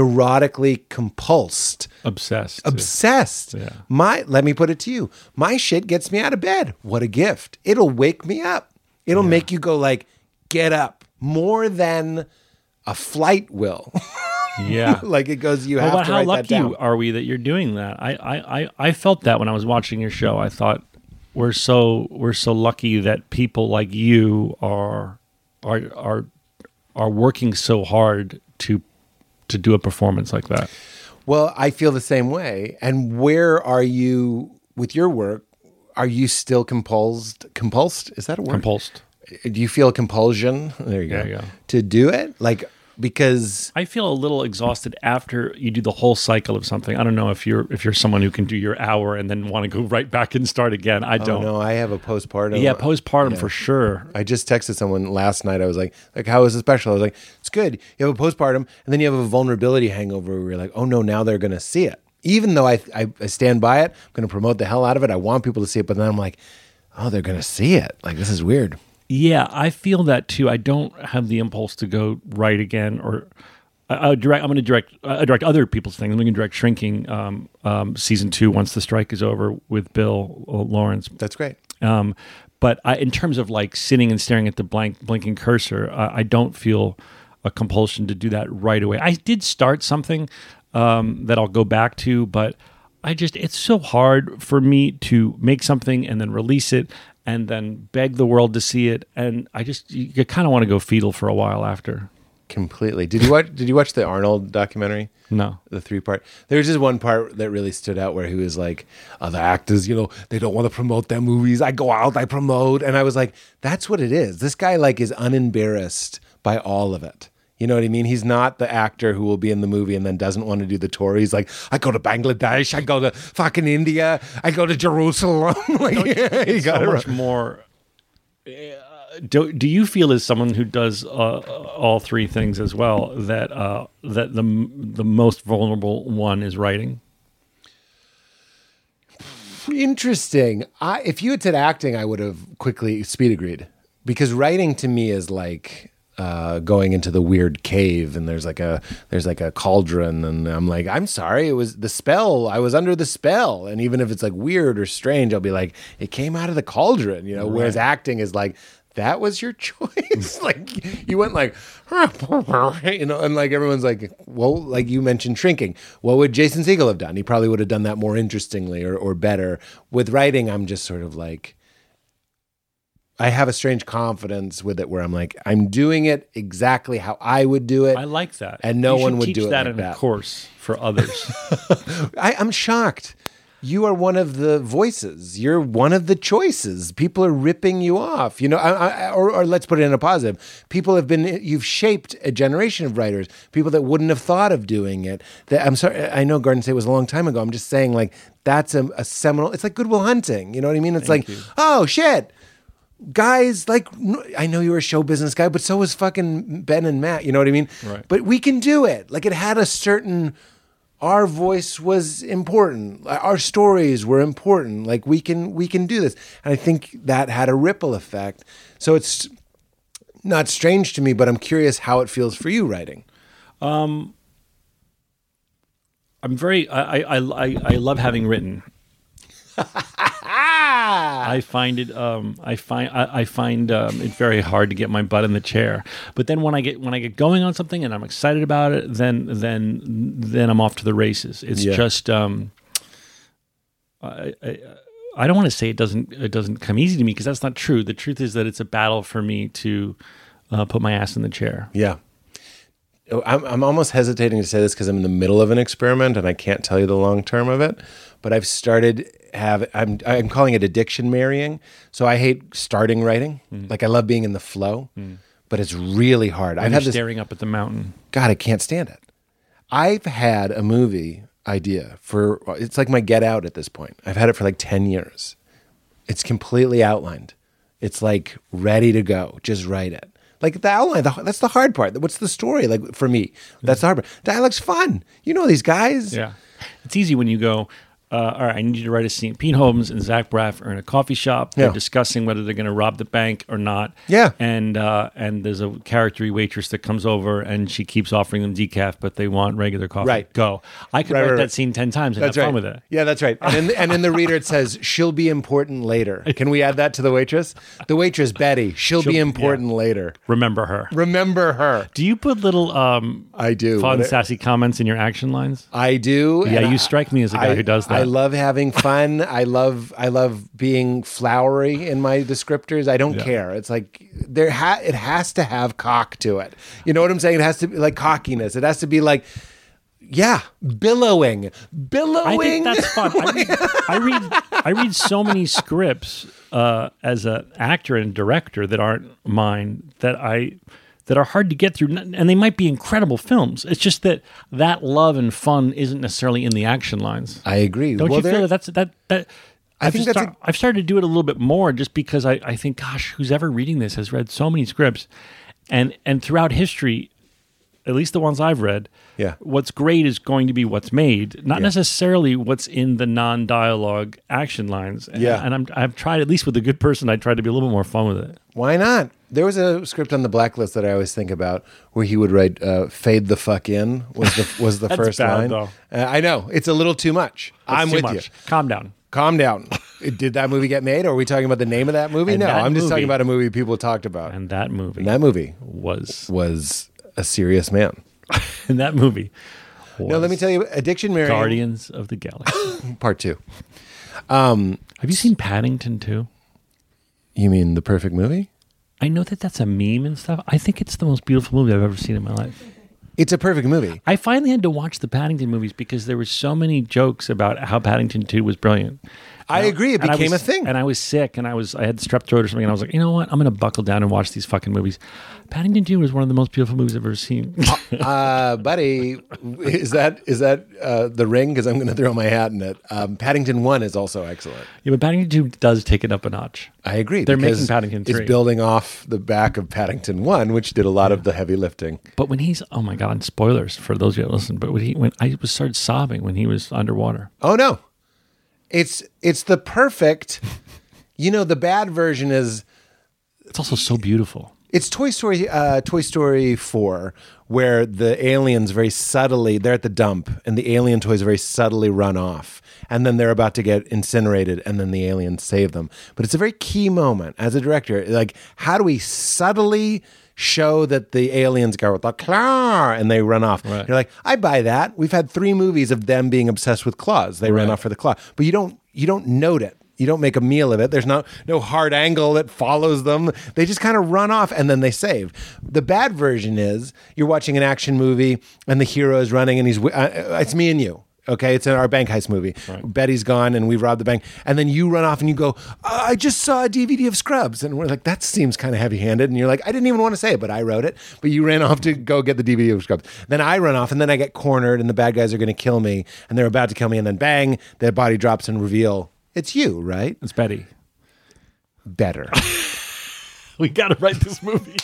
[SPEAKER 1] neurotically compulsed
[SPEAKER 3] obsessed
[SPEAKER 1] obsessed. My let me put it to you. My shit gets me out of bed. What a gift. It'll wake me up. It'll make you go like get up more than a flight will.
[SPEAKER 3] yeah
[SPEAKER 1] like it goes you have
[SPEAKER 3] Well, but
[SPEAKER 1] to
[SPEAKER 3] how
[SPEAKER 1] write
[SPEAKER 3] lucky
[SPEAKER 1] that down.
[SPEAKER 3] are we that you're doing that? I, I, I, I felt that when I was watching your show. I thought we're so we're so lucky that people like you are are are are working so hard to to do a performance like that.
[SPEAKER 1] Well, I feel the same way. And where are you with your work? Are you still compulsed compulsed? Is that a word?
[SPEAKER 3] Compulsed.
[SPEAKER 1] Do you feel compulsion? There you go.
[SPEAKER 3] There you go.
[SPEAKER 1] To do it? Like because
[SPEAKER 3] I feel a little exhausted after you do the whole cycle of something. I don't know if you're if you're someone who can do your hour and then want to go right back and start again. Oh, I
[SPEAKER 1] I
[SPEAKER 3] don't.
[SPEAKER 1] don't know, I have a postpartum.
[SPEAKER 3] Yeah, postpartum for sure.
[SPEAKER 1] I just texted someone last night. I was like, like, how is it special? I was like, it's good. You have a postpartum, and then you have a vulnerability hangover where you're like, oh no, now they're gonna see it. Even though I I, I stand by it, I'm gonna promote the hell out of it. I want people to see it, but then I'm like, oh, they're gonna see it. Like this is weird.
[SPEAKER 3] Yeah, I feel that too. I don't have the impulse to go right again, or I, I direct. I'm going to direct. I direct other people's things. I'm going to direct Shrinking um, um, season two once the strike is over with Bill uh, Lawrence.
[SPEAKER 1] That's great.
[SPEAKER 3] Um, but I, in terms of like sitting and staring at the blank blinking cursor, I, I don't feel a compulsion to do that right away. I did start something um, that I'll go back to, but I just it's so hard for me to make something and then release it and then beg the world to see it and I just you, you kind of want to go fetal for a while after.
[SPEAKER 1] Completely. Did you watch? Did you watch the Arnold documentary?
[SPEAKER 3] No.
[SPEAKER 1] the three part. There was just one part that really stood out where he was like, uh, "The actors, you know, they don't want to promote their movies. I go out, I promote," and I was like, "That's what it is. This guy like is unembarrassed by all of it." You know what I mean? He's not the actor who will be in the movie and then doesn't want to do the tour. He's like, I go to Bangladesh, I go to fucking India, I go to Jerusalem. like, he got
[SPEAKER 3] so
[SPEAKER 1] it
[SPEAKER 3] much
[SPEAKER 1] right.
[SPEAKER 3] more. Uh, do, do you feel as someone who does uh, all three things as well that uh, that the the most vulnerable one is writing?
[SPEAKER 1] Interesting. I, if you had said acting, I would have quickly speed agreed because writing to me is like uh, going into the weird cave and there's like a there's like a cauldron and I'm like I'm sorry it was the spell I was under the spell and even if it's like weird or strange I'll be like it came out of the cauldron you know whereas acting is like that was your choice like you went like you know and like everyone's like well like you mentioned shrinking what would jason siegel have done he probably would have done that more interestingly or, or better with writing i'm just sort of like i have a strange confidence with it where i'm like i'm doing it exactly how i would do it
[SPEAKER 3] I like that,
[SPEAKER 1] And no
[SPEAKER 3] You
[SPEAKER 1] one
[SPEAKER 3] should
[SPEAKER 1] would
[SPEAKER 3] teach
[SPEAKER 1] do it
[SPEAKER 3] that
[SPEAKER 1] like
[SPEAKER 3] in
[SPEAKER 1] that.
[SPEAKER 3] a course for others.
[SPEAKER 1] I, I'm shocked. You are one of the voices. You're one of the choices. People are ripping you off. You know, I, I, or, or let's put it in a positive. People have been. You've shaped a generation of writers. People that wouldn't have thought of doing it. That I'm sorry. I know Garden State was a long time ago. I'm just saying, like that's a, a seminal. It's like Goodwill Hunting. You know what I mean? It's like, oh shit, guys like n- I know you're a show business guy, but so was fucking Ben and Matt. You know what I mean?
[SPEAKER 3] Right.
[SPEAKER 1] But we can do it. Like it had a certain. Our voice was important. Like, Our stories were important. Like we can we can do this, and I think that had a ripple effect. So it's not strange to me, but I'm curious how it feels for you writing.
[SPEAKER 3] I'm very I I, I, I I love having written. I find it um I find I, I find um, it very hard to get my butt in the chair. But then when I get when I get going on something and I'm excited about it, then then then I'm off to the races. It's
[SPEAKER 1] Yeah.
[SPEAKER 3] just um I I, I don't want to say it doesn't it doesn't come easy to me because that's not true. The truth is that it's a battle for me to uh, put my ass in the chair.
[SPEAKER 1] Yeah. Oh, I'm, I'm almost hesitating to say this because I'm in the middle of an experiment and I can't tell you the long term of it. But I've started have I'm I'm calling it addiction marrying. So I hate starting writing. Like I love being in the flow, but it's really hard. I've
[SPEAKER 3] You're
[SPEAKER 1] had this
[SPEAKER 3] staring up at the mountain.
[SPEAKER 1] God, I can't stand it. I've had a movie idea for it's like my get out at this point. I've had it for like 10 years. It's completely outlined. It's like ready to go. Just write it. Like the outline, the, that's the hard part. What's the story? Like for me, that's the hard part. Dialogue's fun. You know these guys.
[SPEAKER 3] Yeah. It's easy when you go, uh, all right, I need you to write a scene. Pete Holmes and Zach Braff are in a coffee shop. They're
[SPEAKER 1] Yeah.
[SPEAKER 3] discussing whether they're going to rob the bank or not.
[SPEAKER 1] Yeah.
[SPEAKER 3] And uh, and there's a character waitress that comes over and she keeps offering them decaf, but they want regular coffee.
[SPEAKER 1] Right.
[SPEAKER 3] Go. I could
[SPEAKER 1] Right,
[SPEAKER 3] write
[SPEAKER 1] right, right.
[SPEAKER 3] that scene 10 times and
[SPEAKER 1] That's
[SPEAKER 3] have
[SPEAKER 1] right.
[SPEAKER 3] fun with it.
[SPEAKER 1] Yeah, that's right. And in, and in the reader, it says, she'll be important later. Can we add that to the waitress? The waitress, Betty, she'll, be
[SPEAKER 3] yeah.
[SPEAKER 1] important later.
[SPEAKER 3] Remember her.
[SPEAKER 1] Remember her.
[SPEAKER 3] Do you put little um,
[SPEAKER 1] I do.
[SPEAKER 3] fun,
[SPEAKER 1] When I-
[SPEAKER 3] sassy comments in your action lines?
[SPEAKER 1] I do.
[SPEAKER 3] Yeah,
[SPEAKER 1] and
[SPEAKER 3] you
[SPEAKER 1] I-
[SPEAKER 3] strike me as a guy
[SPEAKER 1] I-
[SPEAKER 3] who does that.
[SPEAKER 1] I love having fun. I love I love being flowery in my descriptors. I don't care. It's like there ha- it has to have cock to it. You know what I'm saying? It has to be like cockiness. It has to be like yeah, billowing. Billowing.
[SPEAKER 3] I think that's fun. I read, I read I read so many scripts uh, as an actor and director that aren't mine that I that are hard to get through, and they might be incredible films. It's just that that love and fun isn't necessarily in the action lines.
[SPEAKER 1] I agree.
[SPEAKER 3] Don't
[SPEAKER 1] Well,
[SPEAKER 3] you feel
[SPEAKER 1] there-
[SPEAKER 3] that that's that that. I
[SPEAKER 1] think that's
[SPEAKER 3] I've started to do it a little bit more just because I, I think, gosh, who's ever reading this has read so many scripts, and and throughout history, at least the ones I've read,
[SPEAKER 1] Yeah.
[SPEAKER 3] what's great is going to be what's made, not necessarily what's in the non-dialogue action lines. And-
[SPEAKER 1] Yeah.
[SPEAKER 3] and I'm I've tried at least with a good person, I tried to be a little bit more fun with it.
[SPEAKER 1] Why not? There was a script on the blacklist that I always think about where he would write uh, "fade the fuck in" was the was the
[SPEAKER 3] That's
[SPEAKER 1] first line.
[SPEAKER 3] bad, though.
[SPEAKER 1] Uh, I know it's a little too much. I'm
[SPEAKER 3] It's too
[SPEAKER 1] with
[SPEAKER 3] much.
[SPEAKER 1] you.
[SPEAKER 3] Calm down.
[SPEAKER 1] Calm down. Did that movie get made? Or are we talking about the name of that movie?
[SPEAKER 3] And
[SPEAKER 1] no,
[SPEAKER 3] that
[SPEAKER 1] I'm just talking
[SPEAKER 3] movie-
[SPEAKER 1] about a movie people talked about. And
[SPEAKER 3] And that movie
[SPEAKER 1] that movie
[SPEAKER 3] was
[SPEAKER 1] was a serious man.
[SPEAKER 3] in that movie
[SPEAKER 1] No, let me tell you, Addiction Mary
[SPEAKER 3] Guardians of the Galaxy.
[SPEAKER 1] Part Two.
[SPEAKER 3] Have you seen Paddington too?
[SPEAKER 1] You mean the perfect movie?
[SPEAKER 3] I know that that's a meme and stuff. I think it's the most beautiful movie I've ever seen in my life.
[SPEAKER 1] It's a perfect movie.
[SPEAKER 3] I finally had to watch the Paddington movies because there were so many jokes about how Paddington 2 was brilliant.
[SPEAKER 1] I agree. It
[SPEAKER 3] And I
[SPEAKER 1] became
[SPEAKER 3] was-
[SPEAKER 1] a thing.
[SPEAKER 3] And I was sick and I was I had strep throat or something and I was like, "You know what? I'm going to buckle down and watch these fucking movies." Paddington 2 is one of the most beautiful movies I've ever seen.
[SPEAKER 1] uh, buddy, is that is that uh, the ring? Because I'm going to throw my hat in it. Um, Paddington One is also excellent.
[SPEAKER 3] yeah, but Paddington 2 does take it up a notch.
[SPEAKER 1] I agree.
[SPEAKER 3] They're making
[SPEAKER 1] because
[SPEAKER 3] Paddington
[SPEAKER 1] It's
[SPEAKER 3] 3.
[SPEAKER 1] building off the back of Paddington One, which did a lot of the heavy lifting.
[SPEAKER 3] But when he's oh my god, spoilers for those of you that listen, but when he when I was started sobbing when he was underwater.
[SPEAKER 1] Oh no, it's it's the perfect. You know, the bad version is
[SPEAKER 3] It's also so beautiful.
[SPEAKER 1] It's Toy Story, uh, Toy Story Four, where the aliens very subtly they're at the dump, and the alien toys very subtly run off, and then they're about to get incinerated, and then the aliens save them. But it's a very key moment as a director. Like, how do we subtly show that the aliens go with the claw and they run off?
[SPEAKER 3] Right.
[SPEAKER 1] You're like, I buy that. We've had three movies of them being obsessed with claws. They ran off for the claw, but you don't you don't note it. You don't make a meal of it. There's not no hard angle that follows them. They just kind of run off and then they save. The bad version is you're watching an action movie and the hero is running and he's wi- uh, uh, it's me and you. Okay, it's in our bank heist movie. Betty's gone and we've robbed the bank. And then you run off and you go, I just saw a DVD of Scrubs. And we're like, that seems kind of heavy handed. And you're like, I didn't even want to say it, but I wrote it. But you ran off to go get the DVD of Scrubs. Then I run off and then I get cornered and the bad guys are going to kill me. And they're about to kill me. And then bang, their body drops and reveal it's you, right?
[SPEAKER 3] It's Betty.
[SPEAKER 1] Better.
[SPEAKER 3] We got to write this movie.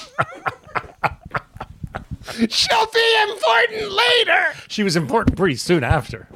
[SPEAKER 1] She'll be important later.
[SPEAKER 3] She was important pretty soon after.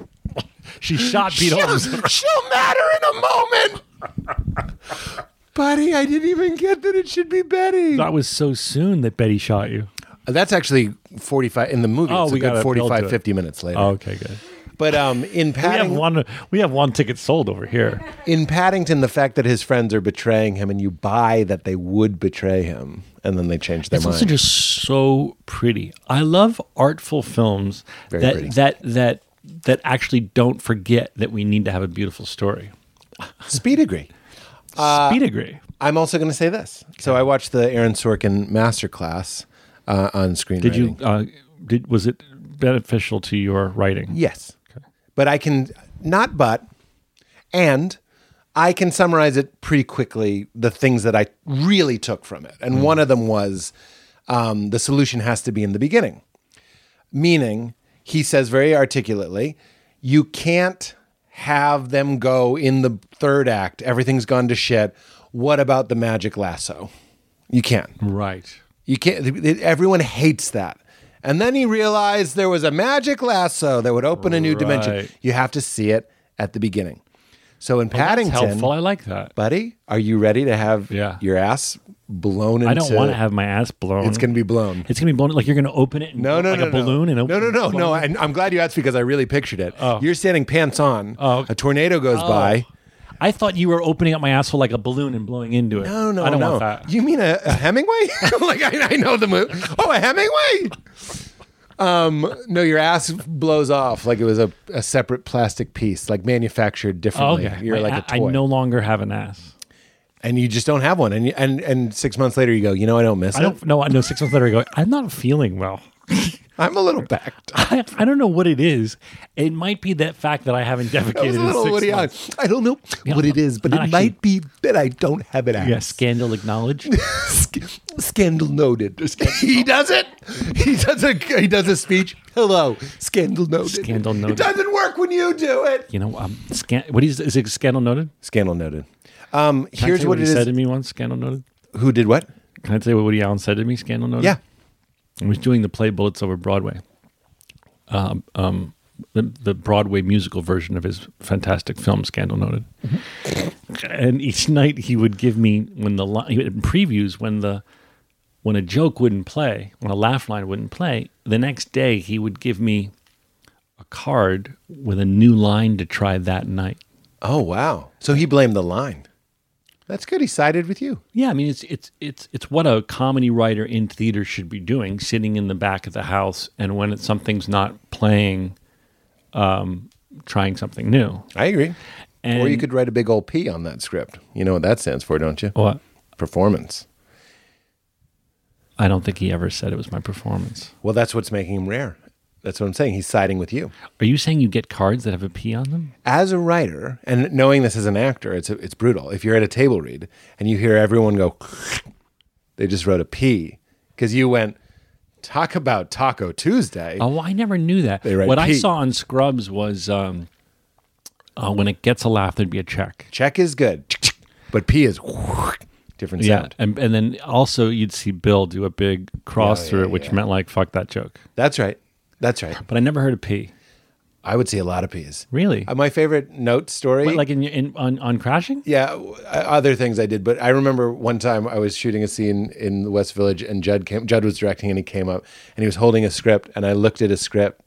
[SPEAKER 3] She shot Pete Holmes.
[SPEAKER 1] she'll matter in a moment. Buddy, I didn't even get that it should be Betty.
[SPEAKER 3] That was so soon that Betty shot you.
[SPEAKER 1] That's actually 45 in the movie.
[SPEAKER 3] Oh,
[SPEAKER 1] it's a
[SPEAKER 3] we
[SPEAKER 1] good
[SPEAKER 3] gotta build to
[SPEAKER 1] 45,
[SPEAKER 3] it.
[SPEAKER 1] 50 minutes later.
[SPEAKER 3] Oh, okay, good.
[SPEAKER 1] But um, in,
[SPEAKER 3] We have
[SPEAKER 1] Padding-
[SPEAKER 3] one. We have one ticket sold over here.
[SPEAKER 1] in Paddington, the fact that his friends are betraying him and you buy that they would betray him and then they change their
[SPEAKER 3] It's
[SPEAKER 1] mind.
[SPEAKER 3] also just so pretty. I love artful films
[SPEAKER 1] Very
[SPEAKER 3] that
[SPEAKER 1] pretty.
[SPEAKER 3] that that that actually don't forget that we need to have a beautiful story.
[SPEAKER 1] Speed agree. Uh,
[SPEAKER 3] Speed agree.
[SPEAKER 1] I'm also going to say this. So I watched the Aaron Sorkin masterclass uh, on screen.
[SPEAKER 3] Did you? Uh, did was it beneficial to your writing?
[SPEAKER 1] Yes. But I can not but and I can summarize it pretty quickly the things that I really took from it. And one of them was um, the solution has to be in the beginning. Meaning, he says very articulately, you can't have them go in the third act. Everything's gone to shit. What about the magic lasso? You can't.
[SPEAKER 3] Right.
[SPEAKER 1] You can't. th- th- Everyone hates that. And then he realized there was a magic lasso that would open a new dimension.
[SPEAKER 3] Right.
[SPEAKER 1] You have to see it at the beginning. So in
[SPEAKER 3] That's
[SPEAKER 1] Paddington,
[SPEAKER 3] helpful. I like that.
[SPEAKER 1] buddy, are you ready to have
[SPEAKER 3] Yeah.
[SPEAKER 1] your ass blown into?
[SPEAKER 3] I don't want to have my ass blown.
[SPEAKER 1] It's going to be blown.
[SPEAKER 3] It's gonna be blown. Like you're gonna open it. And
[SPEAKER 1] No, no,
[SPEAKER 3] like
[SPEAKER 1] no,
[SPEAKER 3] a
[SPEAKER 1] no.
[SPEAKER 3] balloon and
[SPEAKER 1] no,
[SPEAKER 3] open
[SPEAKER 1] no, no,
[SPEAKER 3] blow
[SPEAKER 1] no.
[SPEAKER 3] it.
[SPEAKER 1] And I'm glad you asked because I really pictured it. You're standing pants on.
[SPEAKER 3] Oh, okay.
[SPEAKER 1] A tornado goes by.
[SPEAKER 3] I thought you were opening up my asshole like a balloon and blowing into it.
[SPEAKER 1] Oh, No, no,
[SPEAKER 3] I don't
[SPEAKER 1] no.
[SPEAKER 3] want that.
[SPEAKER 1] You mean a, a Hemingway? like I, I know the movie. Oh, a Hemingway. Um, no, your ass blows off like it was a, a separate plastic piece, like manufactured
[SPEAKER 3] Oh,
[SPEAKER 1] differently.
[SPEAKER 3] okay.
[SPEAKER 1] You're
[SPEAKER 3] My
[SPEAKER 1] like
[SPEAKER 3] a-
[SPEAKER 1] a toy,
[SPEAKER 3] I no longer have an ass.
[SPEAKER 1] and you just don't have one. And you, and and six months later, you go, you know, I don't miss
[SPEAKER 3] I
[SPEAKER 1] it.
[SPEAKER 3] don't know. I know. Six months later, I go. I'm not feeling well.
[SPEAKER 1] I'm a little backed.
[SPEAKER 3] I, I don't know what it is. It might be that fact that I haven't
[SPEAKER 1] I was
[SPEAKER 3] defecated
[SPEAKER 1] a
[SPEAKER 3] in
[SPEAKER 1] little
[SPEAKER 3] six
[SPEAKER 1] Woody Allen.
[SPEAKER 3] months.
[SPEAKER 1] I don't know what it is, but it
[SPEAKER 3] not actually-
[SPEAKER 1] might be that I don't have an ass.
[SPEAKER 3] Yeah, scandal acknowledged.
[SPEAKER 1] Sc- scandal noted. he does it. He does a he does a speech. Hello, scandal noted.
[SPEAKER 3] Scandal
[SPEAKER 1] It
[SPEAKER 3] noted.
[SPEAKER 1] doesn't work when you do it.
[SPEAKER 3] you know, um, scan- what is is it? Scandal noted.
[SPEAKER 1] Scandal noted. Um,
[SPEAKER 3] Can I
[SPEAKER 1] here's
[SPEAKER 3] tell you
[SPEAKER 1] what
[SPEAKER 3] he
[SPEAKER 1] it
[SPEAKER 3] said
[SPEAKER 1] is.
[SPEAKER 3] to me once. Scandal noted.
[SPEAKER 1] Who did what?
[SPEAKER 3] Can I tell you what Woody Allen said to me? Scandal noted.
[SPEAKER 1] Yeah.
[SPEAKER 3] I was doing the play Bullets Over Broadway, um, um, the, the Broadway musical version of his fantastic film, Scandal Noted. and each night he would give me when the li- in previews when the when a joke wouldn't play, when a laugh line wouldn't play, the next day he would give me a card with a new line to try that night.
[SPEAKER 1] Oh wow. So he blamed the line. That's good. He sided with you.
[SPEAKER 3] Yeah, I mean it's it's it's it's what a comedy writer in theater should be doing, sitting in the back of the house and when it's, something's not playing um, trying something new.
[SPEAKER 1] I agree. or you
[SPEAKER 3] And-
[SPEAKER 1] could write a big old P on that script. You know what that stands for, don't you?
[SPEAKER 3] What?
[SPEAKER 1] Performance.
[SPEAKER 3] I don't think he ever said it was my performance.
[SPEAKER 1] Well, that's what's making him rare. That's what I'm saying. He's siding with you.
[SPEAKER 3] Are you saying you get cards that have a P on them?
[SPEAKER 1] As a writer, and knowing this as an actor, it's, it's brutal. If you're at a table read and you hear everyone go, they just wrote a P because you went, talk about Taco Tuesday.
[SPEAKER 3] Oh, I never knew that.
[SPEAKER 1] They write
[SPEAKER 3] what I
[SPEAKER 1] P.
[SPEAKER 3] saw on Scrubs was um, uh, when it gets a laugh, there'd be a check.
[SPEAKER 1] Check is good, but P is different sound.
[SPEAKER 3] Yeah, and and then also you'd see Bill do a big cross
[SPEAKER 1] yeah,
[SPEAKER 3] through it, which meant like fuck that joke.
[SPEAKER 1] That's right. That's right.
[SPEAKER 3] But I never heard a P.
[SPEAKER 1] I would see a lot of P's.
[SPEAKER 3] Really?
[SPEAKER 1] Uh, My favorite note story.
[SPEAKER 3] But like in, in on, on crashing?
[SPEAKER 1] yeah, w- uh, other things I did, but I remember one time I was shooting a scene in the West Village, and Judd came. Judd was directing, and he came up, and he was holding a script, and I looked at his script.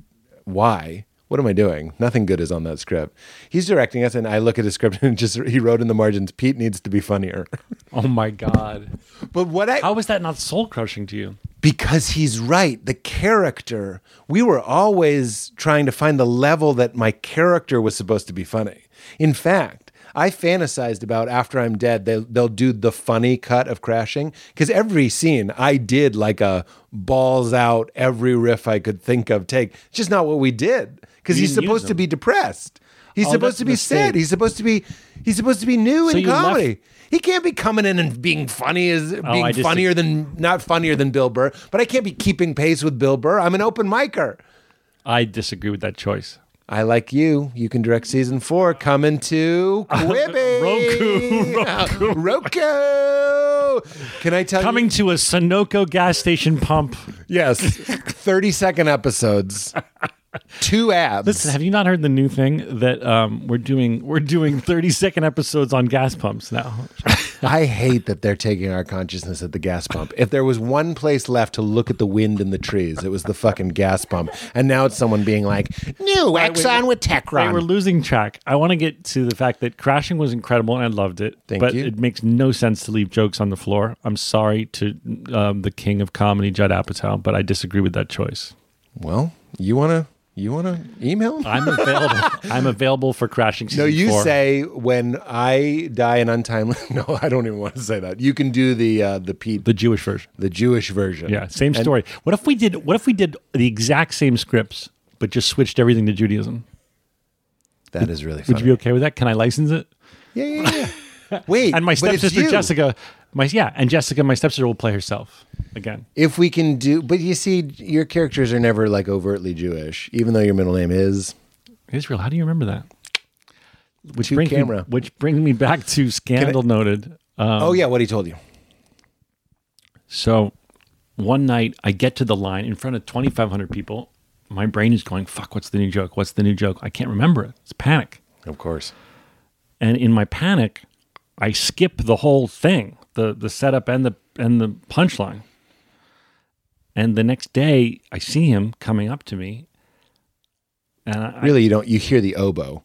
[SPEAKER 1] Why? What am I doing? Nothing good is on that script. He's directing us, and I look at his script, and just he wrote in the margins, "Pete needs to be funnier."
[SPEAKER 3] Oh my god!
[SPEAKER 1] but what I
[SPEAKER 3] How was that not soul crushing to you?
[SPEAKER 1] because he's right. The character, we were always trying to find the level that my character was supposed to be funny. In fact, I fantasized about after I'm dead, they, they'll do the funny cut of crashing because every scene I did like a balls out, every riff I could think of take. It's just not what we did because
[SPEAKER 3] You
[SPEAKER 1] he's
[SPEAKER 3] didn't use
[SPEAKER 1] supposed to
[SPEAKER 3] them.
[SPEAKER 1] be depressed. He's
[SPEAKER 3] Oh,
[SPEAKER 1] supposed to
[SPEAKER 3] that's a
[SPEAKER 1] be
[SPEAKER 3] mistake.
[SPEAKER 1] sad. He's supposed to be he's supposed to be new in
[SPEAKER 3] you left- Oh,
[SPEAKER 1] comedy. He can't be coming in and being funny as being
[SPEAKER 3] I dis-
[SPEAKER 1] funnier than not funnier than Bill Burr, but I can't be keeping pace with Bill Burr. I'm an open micer.
[SPEAKER 3] I disagree with that choice.
[SPEAKER 1] I like you. You can direct season four. Coming to Quibi. Roku. Roku. Can I tell
[SPEAKER 3] Coming
[SPEAKER 1] you?
[SPEAKER 3] to a Sunoco gas station pump.
[SPEAKER 1] Yes. 30 second episodes. Two abs.
[SPEAKER 3] Listen, have you not heard the new thing that um, we're doing? We're doing thirty second episodes on gas pumps now.
[SPEAKER 1] I hate that they're taking our consciousness at the gas pump. If there was one place left to look at the wind in the trees, it was the fucking gas pump. And now it's someone being like, "New Exxon with
[SPEAKER 3] Wait, we're
[SPEAKER 1] Techron."
[SPEAKER 3] losing track. I want to get to the fact that crashing was incredible and I loved it.
[SPEAKER 1] Thank
[SPEAKER 3] but
[SPEAKER 1] you.
[SPEAKER 3] it makes no sense to leave jokes on the floor. I'm sorry to um, the king of comedy, Judd Apatow, but I disagree with that choice.
[SPEAKER 1] well, you wanna you wanna email?
[SPEAKER 3] I'm available. I'm available for crashing. Season
[SPEAKER 1] no, you
[SPEAKER 3] four.
[SPEAKER 1] say when I die an untimely. No, I don't even want to say that. You can do the uh, the Pete
[SPEAKER 3] the Jewish version.
[SPEAKER 1] the Jewish version.
[SPEAKER 3] Yeah, same
[SPEAKER 1] And-
[SPEAKER 3] story. What if we did? What if we did the exact same scripts but just switched everything to Judaism?
[SPEAKER 1] That is really funny.
[SPEAKER 3] Would you be okay with that? Can I license it?
[SPEAKER 1] yeah, yeah, yeah. Wait,
[SPEAKER 3] And my
[SPEAKER 1] but it's
[SPEAKER 3] stepsister
[SPEAKER 1] you.
[SPEAKER 3] Jessica, my yeah, and Jessica, my stepsister will play herself again.
[SPEAKER 1] If we can do, but you see, your characters are never like overtly Jewish, even though your middle name is.
[SPEAKER 3] Israel, how do you remember that? Which
[SPEAKER 1] To
[SPEAKER 3] brings me-
[SPEAKER 1] camera.
[SPEAKER 3] which brings me back to scandal noted. Um,
[SPEAKER 1] oh yeah, what he told you.
[SPEAKER 3] so one night I get to the line in front of 2,500 people. My brain is going, fuck, what's the new joke? What's the new joke? I can't remember it. It's panic.
[SPEAKER 1] Of course.
[SPEAKER 3] And in my panic, I skip the whole thing, the the setup and the and the punchline. And the next day I see him coming up to me. And I,
[SPEAKER 1] Really, you don't. You hear the oboe.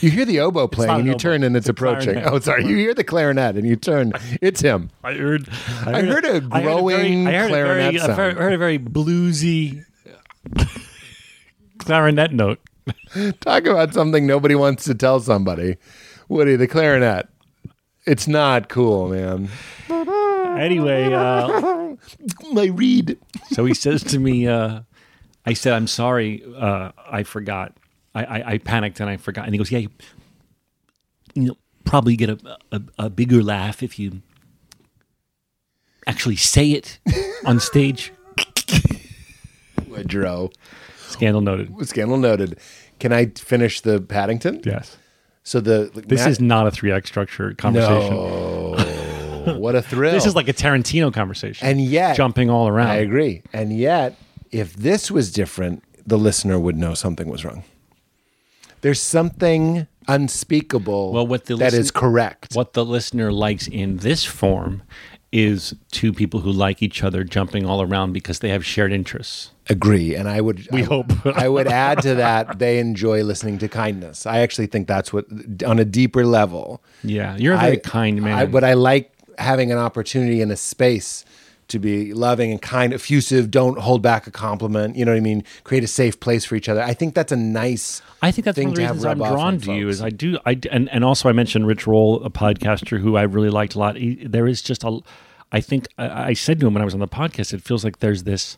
[SPEAKER 1] you hear the oboe playing,
[SPEAKER 3] not
[SPEAKER 1] and
[SPEAKER 3] an
[SPEAKER 1] you
[SPEAKER 3] oboe.
[SPEAKER 1] turn, and it's,
[SPEAKER 3] It's a
[SPEAKER 1] approaching.
[SPEAKER 3] clarinet.
[SPEAKER 1] Oh, sorry. You hear the clarinet, and you turn. It's him.
[SPEAKER 3] I heard.
[SPEAKER 1] I heard a
[SPEAKER 3] I heard very-
[SPEAKER 1] growing
[SPEAKER 3] I heard a
[SPEAKER 1] clarinet
[SPEAKER 3] very, I heard-
[SPEAKER 1] sound.
[SPEAKER 3] heard a very bluesy clarinet note.
[SPEAKER 1] Talk about something nobody wants to tell somebody. Woody, the clarinet. It's not cool, man.
[SPEAKER 3] Anyway, uh,
[SPEAKER 1] My reed.
[SPEAKER 3] so he says to me, uh, "I said I'm sorry, uh, I forgot. I, I, I panicked and I forgot." And he goes, "Yeah, you, you know, probably get a, a a bigger laugh if you actually say it on stage."
[SPEAKER 1] Woodrow.
[SPEAKER 3] Scandal noted.
[SPEAKER 1] Scandal noted. Can I finish the Paddington?
[SPEAKER 3] Yes,
[SPEAKER 1] So the
[SPEAKER 3] this is not a three act structure conversation.
[SPEAKER 1] no. what a thrill.
[SPEAKER 3] This is like a Tarantino conversation,
[SPEAKER 1] And yet-
[SPEAKER 3] jumping all around.
[SPEAKER 1] I agree. And yet, if this was different, the listener would know something was wrong. There's something unspeakable
[SPEAKER 3] Well, what the
[SPEAKER 1] that
[SPEAKER 3] listen-
[SPEAKER 1] is correct.
[SPEAKER 3] What the listener likes in this form is two people who like each other jumping all around because they have shared interests.
[SPEAKER 1] Agree. And I would We I,
[SPEAKER 3] hope.
[SPEAKER 1] I would add to that they enjoy listening to kindness. I actually think that's what on a deeper level.
[SPEAKER 3] Yeah, you're a very
[SPEAKER 1] I-
[SPEAKER 3] kind man.
[SPEAKER 1] I, but I like having an opportunity in a space to be loving and kind, effusive. Don't hold back a compliment. You know what I mean? Create a safe place for each other. I think that's a nice.
[SPEAKER 3] I think that's
[SPEAKER 1] thing
[SPEAKER 3] one of the
[SPEAKER 1] to have
[SPEAKER 3] reasons I'm
[SPEAKER 1] rub off
[SPEAKER 3] drawn
[SPEAKER 1] on
[SPEAKER 3] to you
[SPEAKER 1] folks.
[SPEAKER 3] is I do I d- and and also I mentioned Rich Roll, a podcaster who I really liked a lot. He, there is just a, I think I, I said to him when I was on the podcast, it feels like there's this,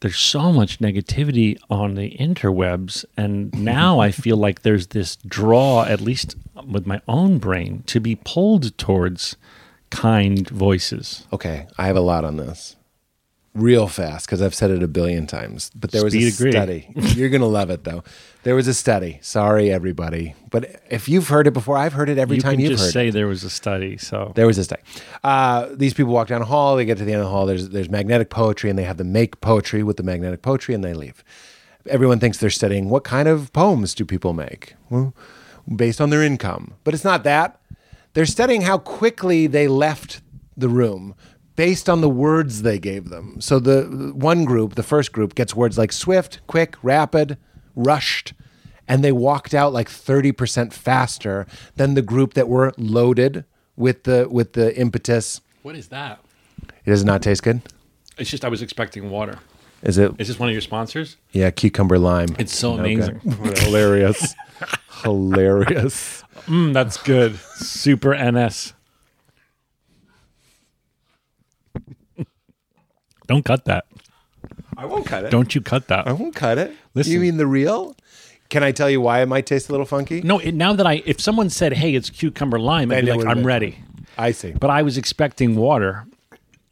[SPEAKER 3] there's so much negativity on the interwebs, and now I feel like there's this draw, at least with my own brain, to be pulled towards kind voices.
[SPEAKER 1] Okay, I have a lot on this. Real fast because I've said it a billion times. But there was
[SPEAKER 3] Speed
[SPEAKER 1] a
[SPEAKER 3] agreed.
[SPEAKER 1] study. You're gonna love it though. There was a study. Sorry, everybody, but if you've heard it before, I've heard it every
[SPEAKER 3] You
[SPEAKER 1] time
[SPEAKER 3] can
[SPEAKER 1] you've
[SPEAKER 3] just
[SPEAKER 1] heard. it.
[SPEAKER 3] say there was a study, so
[SPEAKER 1] There was this day. Uh, these people walk down a hall. They get to the end of the hall. There's there's magnetic poetry, and they have them make poetry with the magnetic poetry, and they leave. Everyone thinks they're studying what kind of poems do people make, well, based on their income. But it's not that. They're studying how quickly they left the room based on the words they gave them. So the the one group, the first group, gets words like swift, quick, rapid, rushed and they walked out like 30% faster than the group that were loaded with the with the impetus.
[SPEAKER 3] what is that?
[SPEAKER 1] It does not taste good.
[SPEAKER 3] It's just I was expecting water.
[SPEAKER 1] Is it?
[SPEAKER 3] Is this one of your sponsors?
[SPEAKER 1] Yeah, cucumber lime.
[SPEAKER 3] It's so
[SPEAKER 1] Okay.
[SPEAKER 3] amazing.
[SPEAKER 1] hilarious. hilarious.
[SPEAKER 3] Mm, that's good. Super NS. Don't cut that.
[SPEAKER 1] I won't cut it.
[SPEAKER 3] Don't you cut
[SPEAKER 1] I
[SPEAKER 3] that.
[SPEAKER 1] won't cut it.
[SPEAKER 3] Listen.
[SPEAKER 1] You mean the real? Can I tell you why it might taste a little funky?
[SPEAKER 3] No, it, now that I, if someone said, hey, it's cucumber lime, I'd
[SPEAKER 1] Then
[SPEAKER 3] be
[SPEAKER 1] it
[SPEAKER 3] like,
[SPEAKER 1] would've
[SPEAKER 3] I'm
[SPEAKER 1] been-
[SPEAKER 3] ready.
[SPEAKER 1] I see.
[SPEAKER 3] But I was expecting water.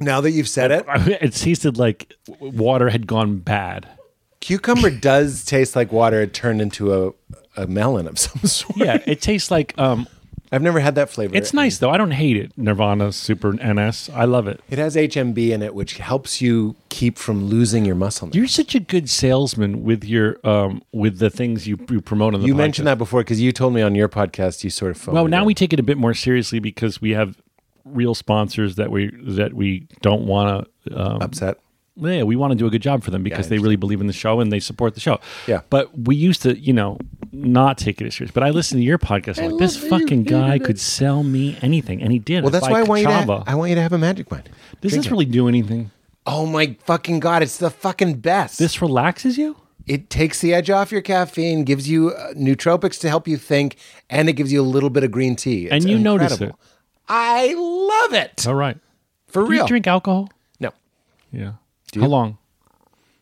[SPEAKER 1] Now that you've said it,
[SPEAKER 3] It tasted like w- water had gone bad.
[SPEAKER 1] cucumber does taste like water It turned into a, a melon of some sort.
[SPEAKER 3] Yeah, it tastes like, um,
[SPEAKER 1] I've never had that flavor.
[SPEAKER 3] it's nice though. I don't hate it. Nirvana Super NS. I love it.
[SPEAKER 1] It has HMB in it, which helps you keep from losing your muscle. mass.
[SPEAKER 3] You're such a good salesman with your, um, with the things you, you promote on the
[SPEAKER 1] You
[SPEAKER 3] podcast.
[SPEAKER 1] mentioned that before because you told me on your podcast you sort of phoned
[SPEAKER 3] Well,
[SPEAKER 1] it
[SPEAKER 3] now
[SPEAKER 1] in.
[SPEAKER 3] we take it a bit more seriously because we have real sponsors that we that we don't want to. Um,
[SPEAKER 1] upset.
[SPEAKER 3] yeah, we want to do a good job for them because they really believe in the show and they support the show.
[SPEAKER 1] Yeah.
[SPEAKER 3] But we used to, you know, not take it as serious. But I listened to your podcast. I'm like, this fucking guy could sell me anything, and he did.
[SPEAKER 1] Well, that's why I want you to. ha-
[SPEAKER 3] Kachava.
[SPEAKER 1] I want you to have a magic mind.
[SPEAKER 3] Does
[SPEAKER 1] Drink
[SPEAKER 3] this
[SPEAKER 1] it.
[SPEAKER 3] really do anything?
[SPEAKER 1] Oh my fucking god! It's the fucking best.
[SPEAKER 3] This relaxes you.
[SPEAKER 1] it takes the edge off your caffeine, gives you uh, nootropics to help you think, and it gives you a little bit of green tea. It's
[SPEAKER 3] And you notice
[SPEAKER 1] incredible. I love it
[SPEAKER 3] All right.
[SPEAKER 1] for
[SPEAKER 3] Do
[SPEAKER 1] real.
[SPEAKER 3] you drink alcohol?
[SPEAKER 1] No,
[SPEAKER 3] Yeah. How long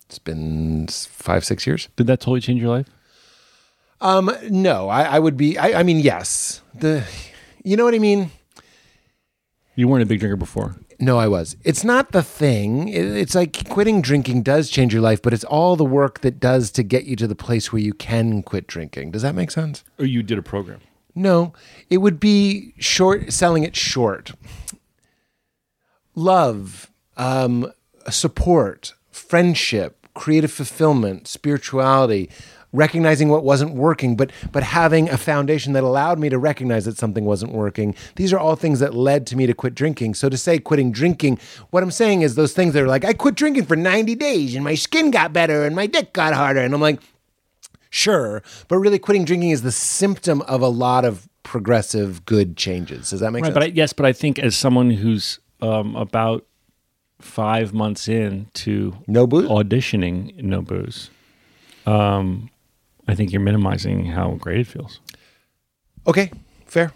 [SPEAKER 1] it's been s- five six years.
[SPEAKER 3] did that totally change your life?
[SPEAKER 1] Um, no, I, I would be. I, I mean, yes. The, you know what I mean.
[SPEAKER 3] You weren't a big drinker before.
[SPEAKER 1] No, I was. It's not the thing. It- It's like quitting drinking does change your life, but it's all the work that does to get you to the place where you can quit drinking. Does that make sense?
[SPEAKER 3] Or you did a program.
[SPEAKER 1] No, it would be short selling it short. Love, um, support, friendship, creative fulfillment, spirituality, recognizing what wasn't working, but but having a foundation that allowed me to recognize that something wasn't working. These are all things that led to me to quit drinking. So to say quitting drinking, what I'm saying is those things that are like, I quit drinking for 90 days and my skin got better and my dick got harder. And I'm like, sure but really quitting drinking is the symptom of a lot of progressive good changes does that make
[SPEAKER 3] Right,
[SPEAKER 1] sense
[SPEAKER 3] but I, yes, but I think as someone who's um, about five months in to
[SPEAKER 1] No booze?
[SPEAKER 3] auditioning no booze, um, I think you're minimizing how great it feels.
[SPEAKER 1] okay fair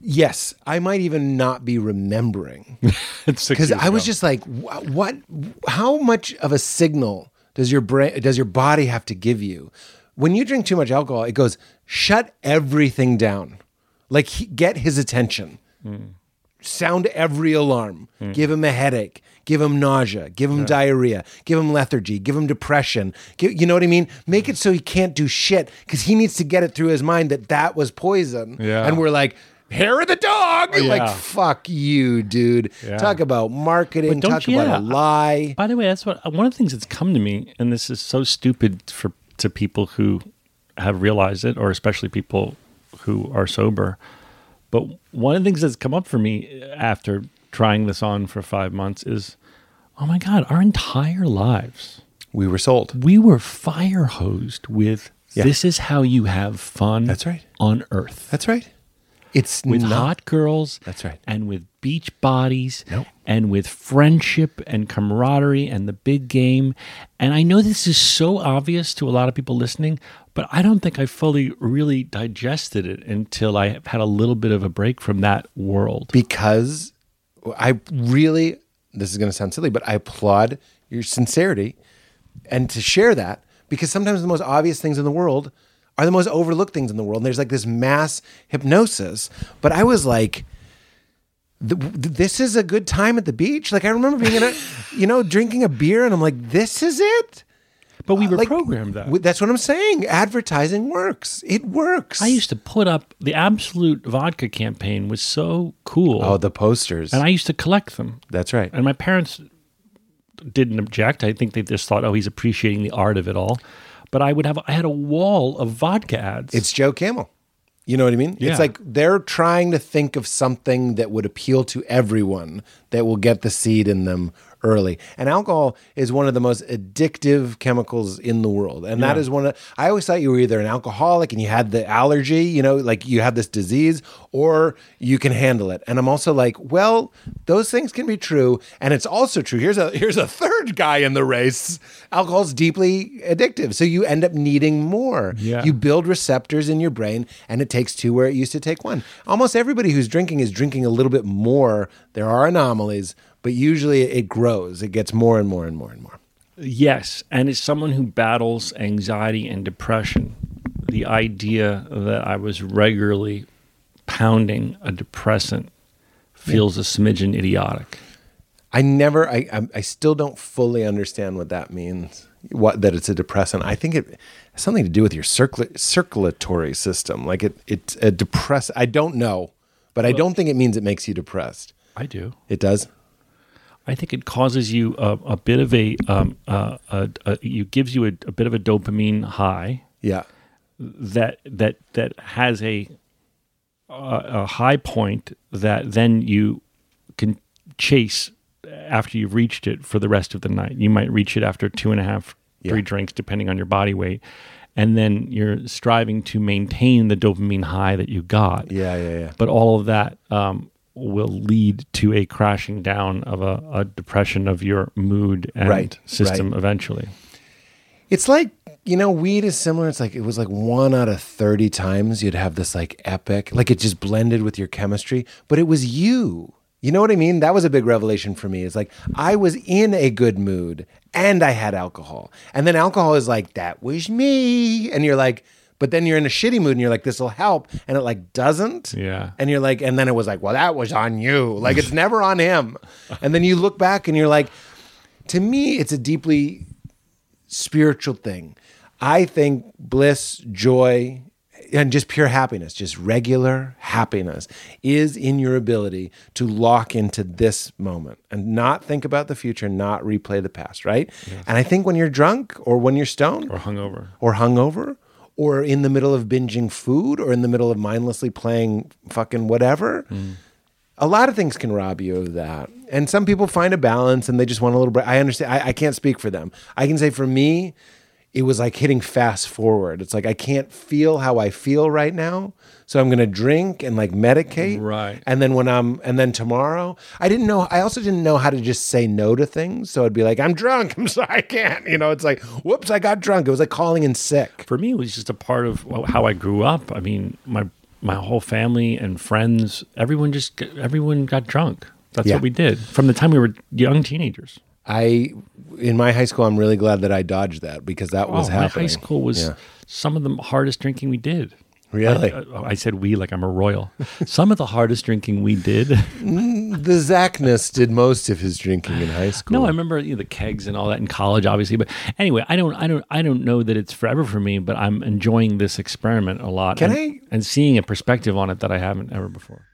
[SPEAKER 1] yes i might even not be remembering because i was just like wh- what how much of a signal does your brain does your body have to give you when you drink too much alcohol it goes shut everything down like he, get his attention sound every alarm. Give him a headache. Give him nausea. Give him diarrhea. Give him lethargy. Give him depression. Give, you know what I mean? Make it so he can't do shit because he needs to get it through his mind that that was poison.
[SPEAKER 3] Yeah.
[SPEAKER 1] And we're like, hair of the dog. Like,
[SPEAKER 3] Oh, yeah.
[SPEAKER 1] fuck you, dude.
[SPEAKER 3] Yeah.
[SPEAKER 1] Talk about marketing.
[SPEAKER 3] But don't
[SPEAKER 1] Talk
[SPEAKER 3] you-
[SPEAKER 1] about a
[SPEAKER 3] yeah.
[SPEAKER 1] lie.
[SPEAKER 3] By the way, that's what one of the things that's come to me, and this is so stupid for to people who have realized it, or especially people who are sober. But one of the things that's come up for me after trying this on for five months is, oh my god, our entire lives.
[SPEAKER 1] We were sold.
[SPEAKER 3] we were fire hosed with this is how you have fun
[SPEAKER 1] That's right.
[SPEAKER 3] on earth
[SPEAKER 1] That's right. It's
[SPEAKER 3] with
[SPEAKER 1] not-
[SPEAKER 3] hot girls.
[SPEAKER 1] That's right.
[SPEAKER 3] And with beach bodies.
[SPEAKER 1] Nope.
[SPEAKER 3] And with friendship and camaraderie and the big game. And I know this is so obvious to a lot of people listening, but I don't think I fully really digested it until I had a little bit of a break from that world.
[SPEAKER 1] because I really this is going to sound silly, but I applaud your sincerity and to share that because sometimes the most obvious things in the world are the most overlooked things in the world. And there's like this mass hypnosis. But I was like, th- th- this is a good time at the beach. Like I remember being in a, you know, drinking a beer, and I'm like, this is it.
[SPEAKER 3] But we were
[SPEAKER 1] Like,
[SPEAKER 3] programmed that.
[SPEAKER 1] w- That's what I'm saying. Advertising works. It works.
[SPEAKER 3] I used to put up the absolute vodka campaign was so cool.
[SPEAKER 1] oh the posters.
[SPEAKER 3] and I used to collect them.
[SPEAKER 1] that's right.
[SPEAKER 3] And my parents didn't object. I think they just thought, oh, he's appreciating the art of it all. But I would have, I had a wall of vodka ads.
[SPEAKER 1] It's Joe Camel. You know what I mean?
[SPEAKER 3] Yeah.
[SPEAKER 1] It's like they're trying to think of something that would appeal to everyone that will get the seed in them early. And alcohol is one of the most addictive chemicals in the world. And that is one of I always thought you were either an alcoholic and you had the allergy, you know, like you have this disease or you can handle it. And I'm also like, well, those things can be true and it's also true. Here's a here's a third guy in the race. Alcohol's deeply addictive. So you end up needing more.
[SPEAKER 3] Yeah.
[SPEAKER 1] You build receptors in your brain and it takes two where it used to take one. Almost everybody who's drinking is drinking a little bit more. There are anomalies, but usually it grows. It gets more and more and more and more.
[SPEAKER 3] yes. And as someone who battles anxiety and depression, the idea that I was regularly pounding a depressant feels a smidgen idiotic.
[SPEAKER 1] I never I I, I still don't fully understand what that means. What that it's a depressant. I think it has something to do with your circula- circulatory system. Like it it's a depress I don't know, but I don't think it means it makes you depressed.
[SPEAKER 3] I do.
[SPEAKER 1] It does.
[SPEAKER 3] I think it causes you a, a bit of a, um, uh, a, a, you gives you a, a bit of a dopamine high.
[SPEAKER 1] Yeah.
[SPEAKER 3] that that that has a a high point that then you can chase after you've reached it for the rest of the night. You might reach it after two and a half, three
[SPEAKER 1] Yeah.
[SPEAKER 3] drinks, depending on your body weight, and then you're striving to maintain the dopamine high that you got.
[SPEAKER 1] Yeah, yeah, yeah.
[SPEAKER 3] But all of that um, will lead to a crashing down of a, a depression of your mood and
[SPEAKER 1] Right,
[SPEAKER 3] system
[SPEAKER 1] right.
[SPEAKER 3] eventually.
[SPEAKER 1] It's like you know, weed is similar. It's like it was like one out of thirty times you'd have this like epic, like it just blended with your chemistry. But it was you. You know what I mean? That was a big revelation for me. It's like I was in a good mood and I had alcohol, and then alcohol is like that was me, and you're like. But then you're in a shitty mood and you're like, this will help. And it like doesn't.
[SPEAKER 3] Yeah.
[SPEAKER 1] And you're like, and then it was like, well, that was on you. Like it's never on him. And then you look back and you're like, to me, it's a deeply spiritual thing. I think bliss, joy, and just pure happiness, just regular happiness, is in your ability to lock into this moment and not think about the future, not replay the past, right? And I think when you're drunk or when you're stoned
[SPEAKER 3] Or hungover.
[SPEAKER 1] or hungover or in the middle of binging food or in the middle of mindlessly playing fucking whatever.
[SPEAKER 3] Mm.
[SPEAKER 1] A lot of things can rob you of that. And some people find a balance and they just want a little break. I understand. I, I can't speak for them. I can say for me, it was like hitting fast forward. It's like I can't feel how I feel right now. So I'm going to drink and like medicate.
[SPEAKER 3] Right.
[SPEAKER 1] And then when I'm, and then tomorrow, I didn't know, I also didn't know how to just say no to things. So I'd be like, I'm drunk. I'm sorry, I can't. You know, it's like, whoops, I got drunk. It was like calling in sick.
[SPEAKER 3] for me it was just a part of how I grew up. I mean, my my whole family and friends, everyone just everyone got drunk. That's
[SPEAKER 1] Yeah.
[SPEAKER 3] what we did from the time we were young teenagers.
[SPEAKER 1] I, in my high school, I'm really glad that I dodged that because that was
[SPEAKER 3] Oh, my
[SPEAKER 1] happening.
[SPEAKER 3] high school was
[SPEAKER 1] Yeah.
[SPEAKER 3] some of the hardest drinking we did.
[SPEAKER 1] Really?
[SPEAKER 3] I, I- I said we like I'm a royal. some of the hardest drinking we did.
[SPEAKER 1] the Zachness did most of his drinking in high school.
[SPEAKER 3] No, I remember you know, the kegs and all that in college, obviously. But anyway, I don't, I don't, I don't know that it's forever for me. But I'm enjoying this experiment a lot.
[SPEAKER 1] Can
[SPEAKER 3] and,
[SPEAKER 1] I-
[SPEAKER 3] And seeing a perspective on it that I haven't ever before.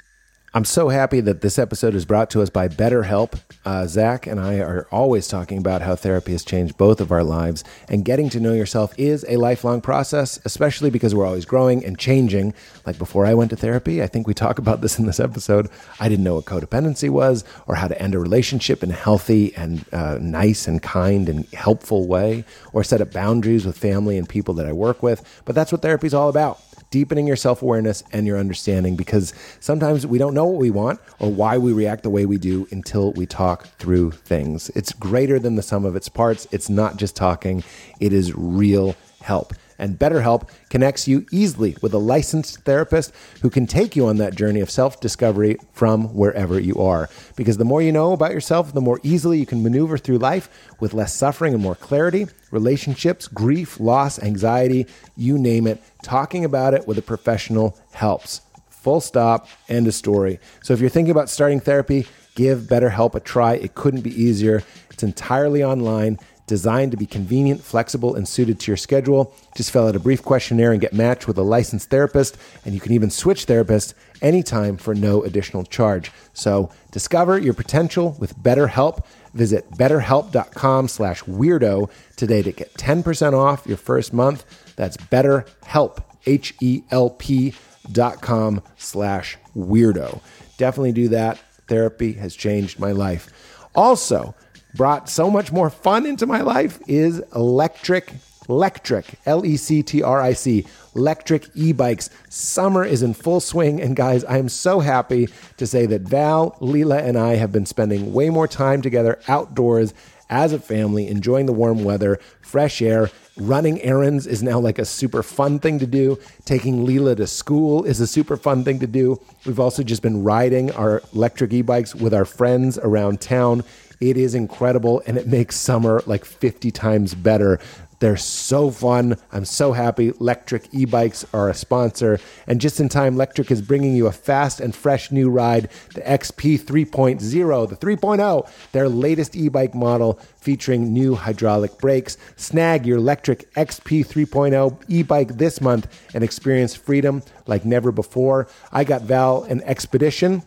[SPEAKER 1] I'm so happy that this episode is brought to us by BetterHelp. Uh, Zach and I are always talking about how therapy has changed both of our lives, and getting to know yourself is a lifelong process, especially because we're always growing and changing. Like before I went to therapy, I think we talk about this in this episode. I didn't know what codependency was or how to end a relationship in a healthy and uh, nice and kind and helpful way, or set up boundaries with family and people that I work with. But that's what therapy is all about. deepening your self awareness and your understanding because sometimes we don't know what we want or why we react the way we do until we talk through things. It's greater than the sum of its parts. It's not just talking, it is real help. And BetterHelp connects you easily with a licensed therapist who can take you on that journey of self discovery from wherever you are. Because the more you know about yourself, the more easily you can maneuver through life with less suffering and more clarity, relationships, grief, loss, anxiety, you name it. Talking about it with a professional helps. Full stop, end of story. So if you're thinking about starting therapy, give BetterHelp a try. It couldn't be easier. It's entirely online, designed to be convenient, flexible, and suited to your schedule. Just fill out a brief questionnaire and get matched with a licensed therapist, and you can even switch therapists anytime for no additional charge. So discover your potential with BetterHelp. Visit betterhelp.com slash weirdo today to get 10% off your first month. That's betterhelp, H-E-L-P dot com slash weirdo. Definitely do that. Therapy has changed my life. Also, brought so much more fun into my life is electric Electric, L E C T R I C, electric e bikes. Summer is in full swing, and guys, I am so happy to say that Val, Leela, and I have been spending way more time together outdoors as a family, enjoying the warm weather, fresh air. Running errands is now like a super fun thing to do. Taking Leela to school is a super fun thing to do. We've also just been riding our electric e bikes with our friends around town. It is incredible and it makes summer like 50 times better. They're so fun. I'm so happy. Electric e bikes are a sponsor. And just in time, Electric is bringing you a fast and fresh new ride the XP 3.0, the 3.0, their latest e bike model featuring new hydraulic brakes. Snag your Electric XP 3.0 e bike this month and experience freedom like never before. I got Val an Expedition.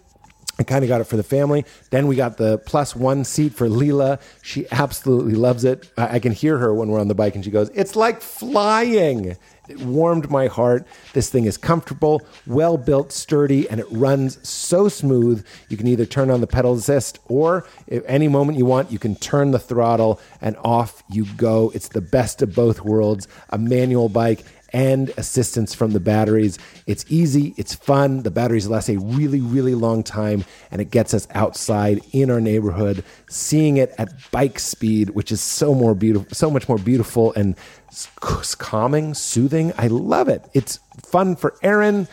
[SPEAKER 1] I kind of got it for the family. Then we got the plus one seat for Leela. She absolutely loves it. I, I can hear her when we're on the bike and she goes, It's like flying. It warmed my heart. This thing is comfortable, well built, sturdy, and it runs so smooth. You can either turn on the pedal assist or at any moment you want, you can turn the throttle and off you go. It's the best of both worlds a manual bike and assistance from the batteries. It's easy, it's fun. The batteries last a really, really long time, and it gets us outside in our neighborhood, seeing it at bike speed, which is so more beautiful, so much more beautiful and s- calming, soothing. I love it. It's fun for Aaron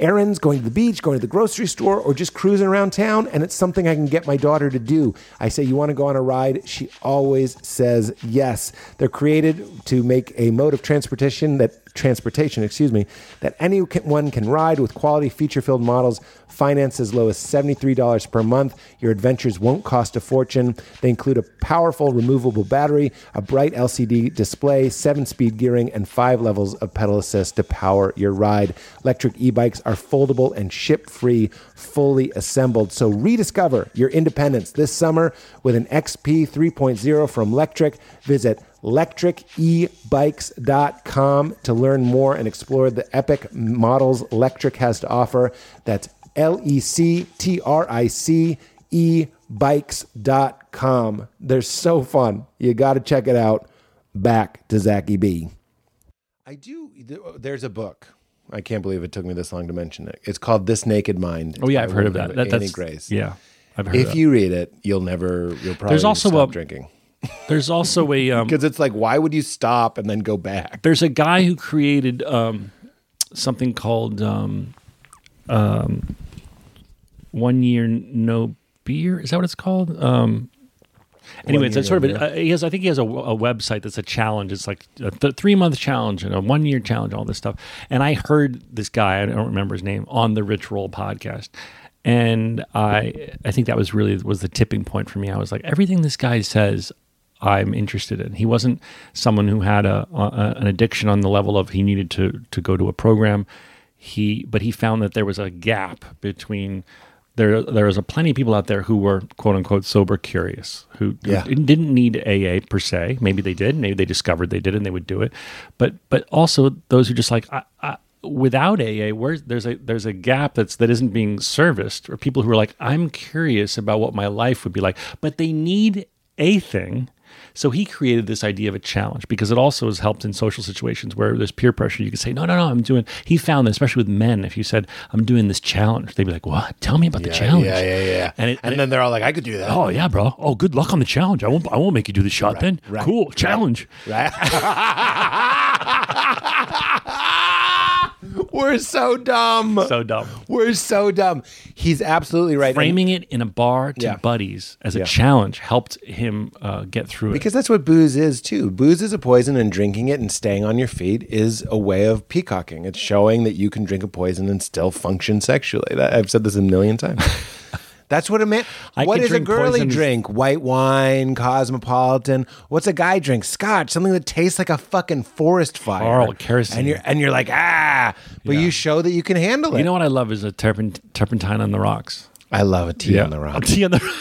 [SPEAKER 1] errands, going to the beach, going to the grocery store, or just cruising around town. And it's something I can get my daughter to do. I say, You want to go on a ride? She always says yes. They're created to make a mode of transportation that transportation, excuse me, that anyone can ride with quality feature-filled models, finance as low as $73 per month. Your adventures won't cost a fortune. They include a powerful removable battery, a bright LCD display, 7-speed gearing, and 5 levels of pedal assist to power your ride. Electric e-bikes are foldable and ship-free, fully assembled. So rediscover your independence this summer with an XP 3.0 from Electric. Visit e electricebikes.com to learn more and explore the epic models Electric has to offer. That's L E C T R I C E bikes.com. They're so fun. You got to check it out. Back to Zachy B. I do. There's a book. I can't believe it took me this long to mention it. It's called This Naked Mind.
[SPEAKER 3] Oh yeah,
[SPEAKER 1] by
[SPEAKER 3] I've heard of
[SPEAKER 1] William
[SPEAKER 3] that. that
[SPEAKER 1] Annie
[SPEAKER 3] that's
[SPEAKER 1] Grace.
[SPEAKER 3] Yeah, I've heard. of
[SPEAKER 1] If
[SPEAKER 3] that.
[SPEAKER 1] you read it, you'll never. You'll probably
[SPEAKER 3] also
[SPEAKER 1] stop
[SPEAKER 3] a-
[SPEAKER 1] drinking
[SPEAKER 3] There's also a um,
[SPEAKER 1] because it's like, why would you stop and then go back?
[SPEAKER 3] there's a guy who created um, something called um, um, one year no beer is that what it's called um, anyway it's a
[SPEAKER 1] Year
[SPEAKER 3] sort
[SPEAKER 1] No
[SPEAKER 3] of a, uh, he has i think he has a, w- a website that's a challenge it's like a th- three month challenge and a one year challenge all this stuff and i heard this guy i don't remember his name on the rich roll podcast and i i think that was really was the tipping point for me i was like everything this guy says I'm interested in. He wasn't someone who had a, a an addiction on the level of he needed to to go to a program. He but he found that there was a gap between there there was a plenty of people out there who were quote unquote sober curious who, who
[SPEAKER 1] Yeah.
[SPEAKER 3] didn't need AA per se. Maybe they did. Maybe they discovered they did and they would do it. But but also those who just like I, I, without AA, where's there's a there's a gap that's that isn't being serviced or people who are like I'm curious about what my life would be like, but they need a thing So he created this idea of a challenge because it also has helped in social situations where there's peer pressure. You can say, no, no, no, I'm doing. He found that especially with men, if you said, I'm doing this challenge, they'd be like, what? Tell me about the challenge.
[SPEAKER 4] Yeah, yeah, yeah.
[SPEAKER 3] And it- and it-
[SPEAKER 4] then they're all like, I could do that.
[SPEAKER 3] Oh yeah, bro. Oh, good luck on the challenge. I won't. I won't make you do the shot then.
[SPEAKER 4] right,
[SPEAKER 3] cool challenge.
[SPEAKER 4] Right.
[SPEAKER 1] We're so dumb.
[SPEAKER 3] So dumb.
[SPEAKER 1] We're so dumb. He's absolutely right. And-
[SPEAKER 3] Framing it in a bar to
[SPEAKER 1] Yeah.
[SPEAKER 3] buddies as a
[SPEAKER 1] Yeah.
[SPEAKER 3] challenge helped him uh, get through
[SPEAKER 1] Because that's what booze is too. Booze is a poison, and drinking it and staying on your feet is a way of peacocking. It's showing that you can drink a poison and still function sexually. That, I've said this a million times. That's what a man.
[SPEAKER 3] I
[SPEAKER 1] what
[SPEAKER 3] could
[SPEAKER 1] is a
[SPEAKER 3] drink
[SPEAKER 1] girly
[SPEAKER 3] poisons-
[SPEAKER 1] drink? White wine, cosmopolitan. What's a guy drink? Scotch, something that tastes like a fucking forest fire.
[SPEAKER 3] Carl, kerosene.
[SPEAKER 1] And you're and you're like ah, but you show that you can handle it.
[SPEAKER 3] it. You know what I love is a terpen- turpentine on the rocks.
[SPEAKER 1] I love a tea on the
[SPEAKER 3] A
[SPEAKER 1] rocks.
[SPEAKER 3] tea on the.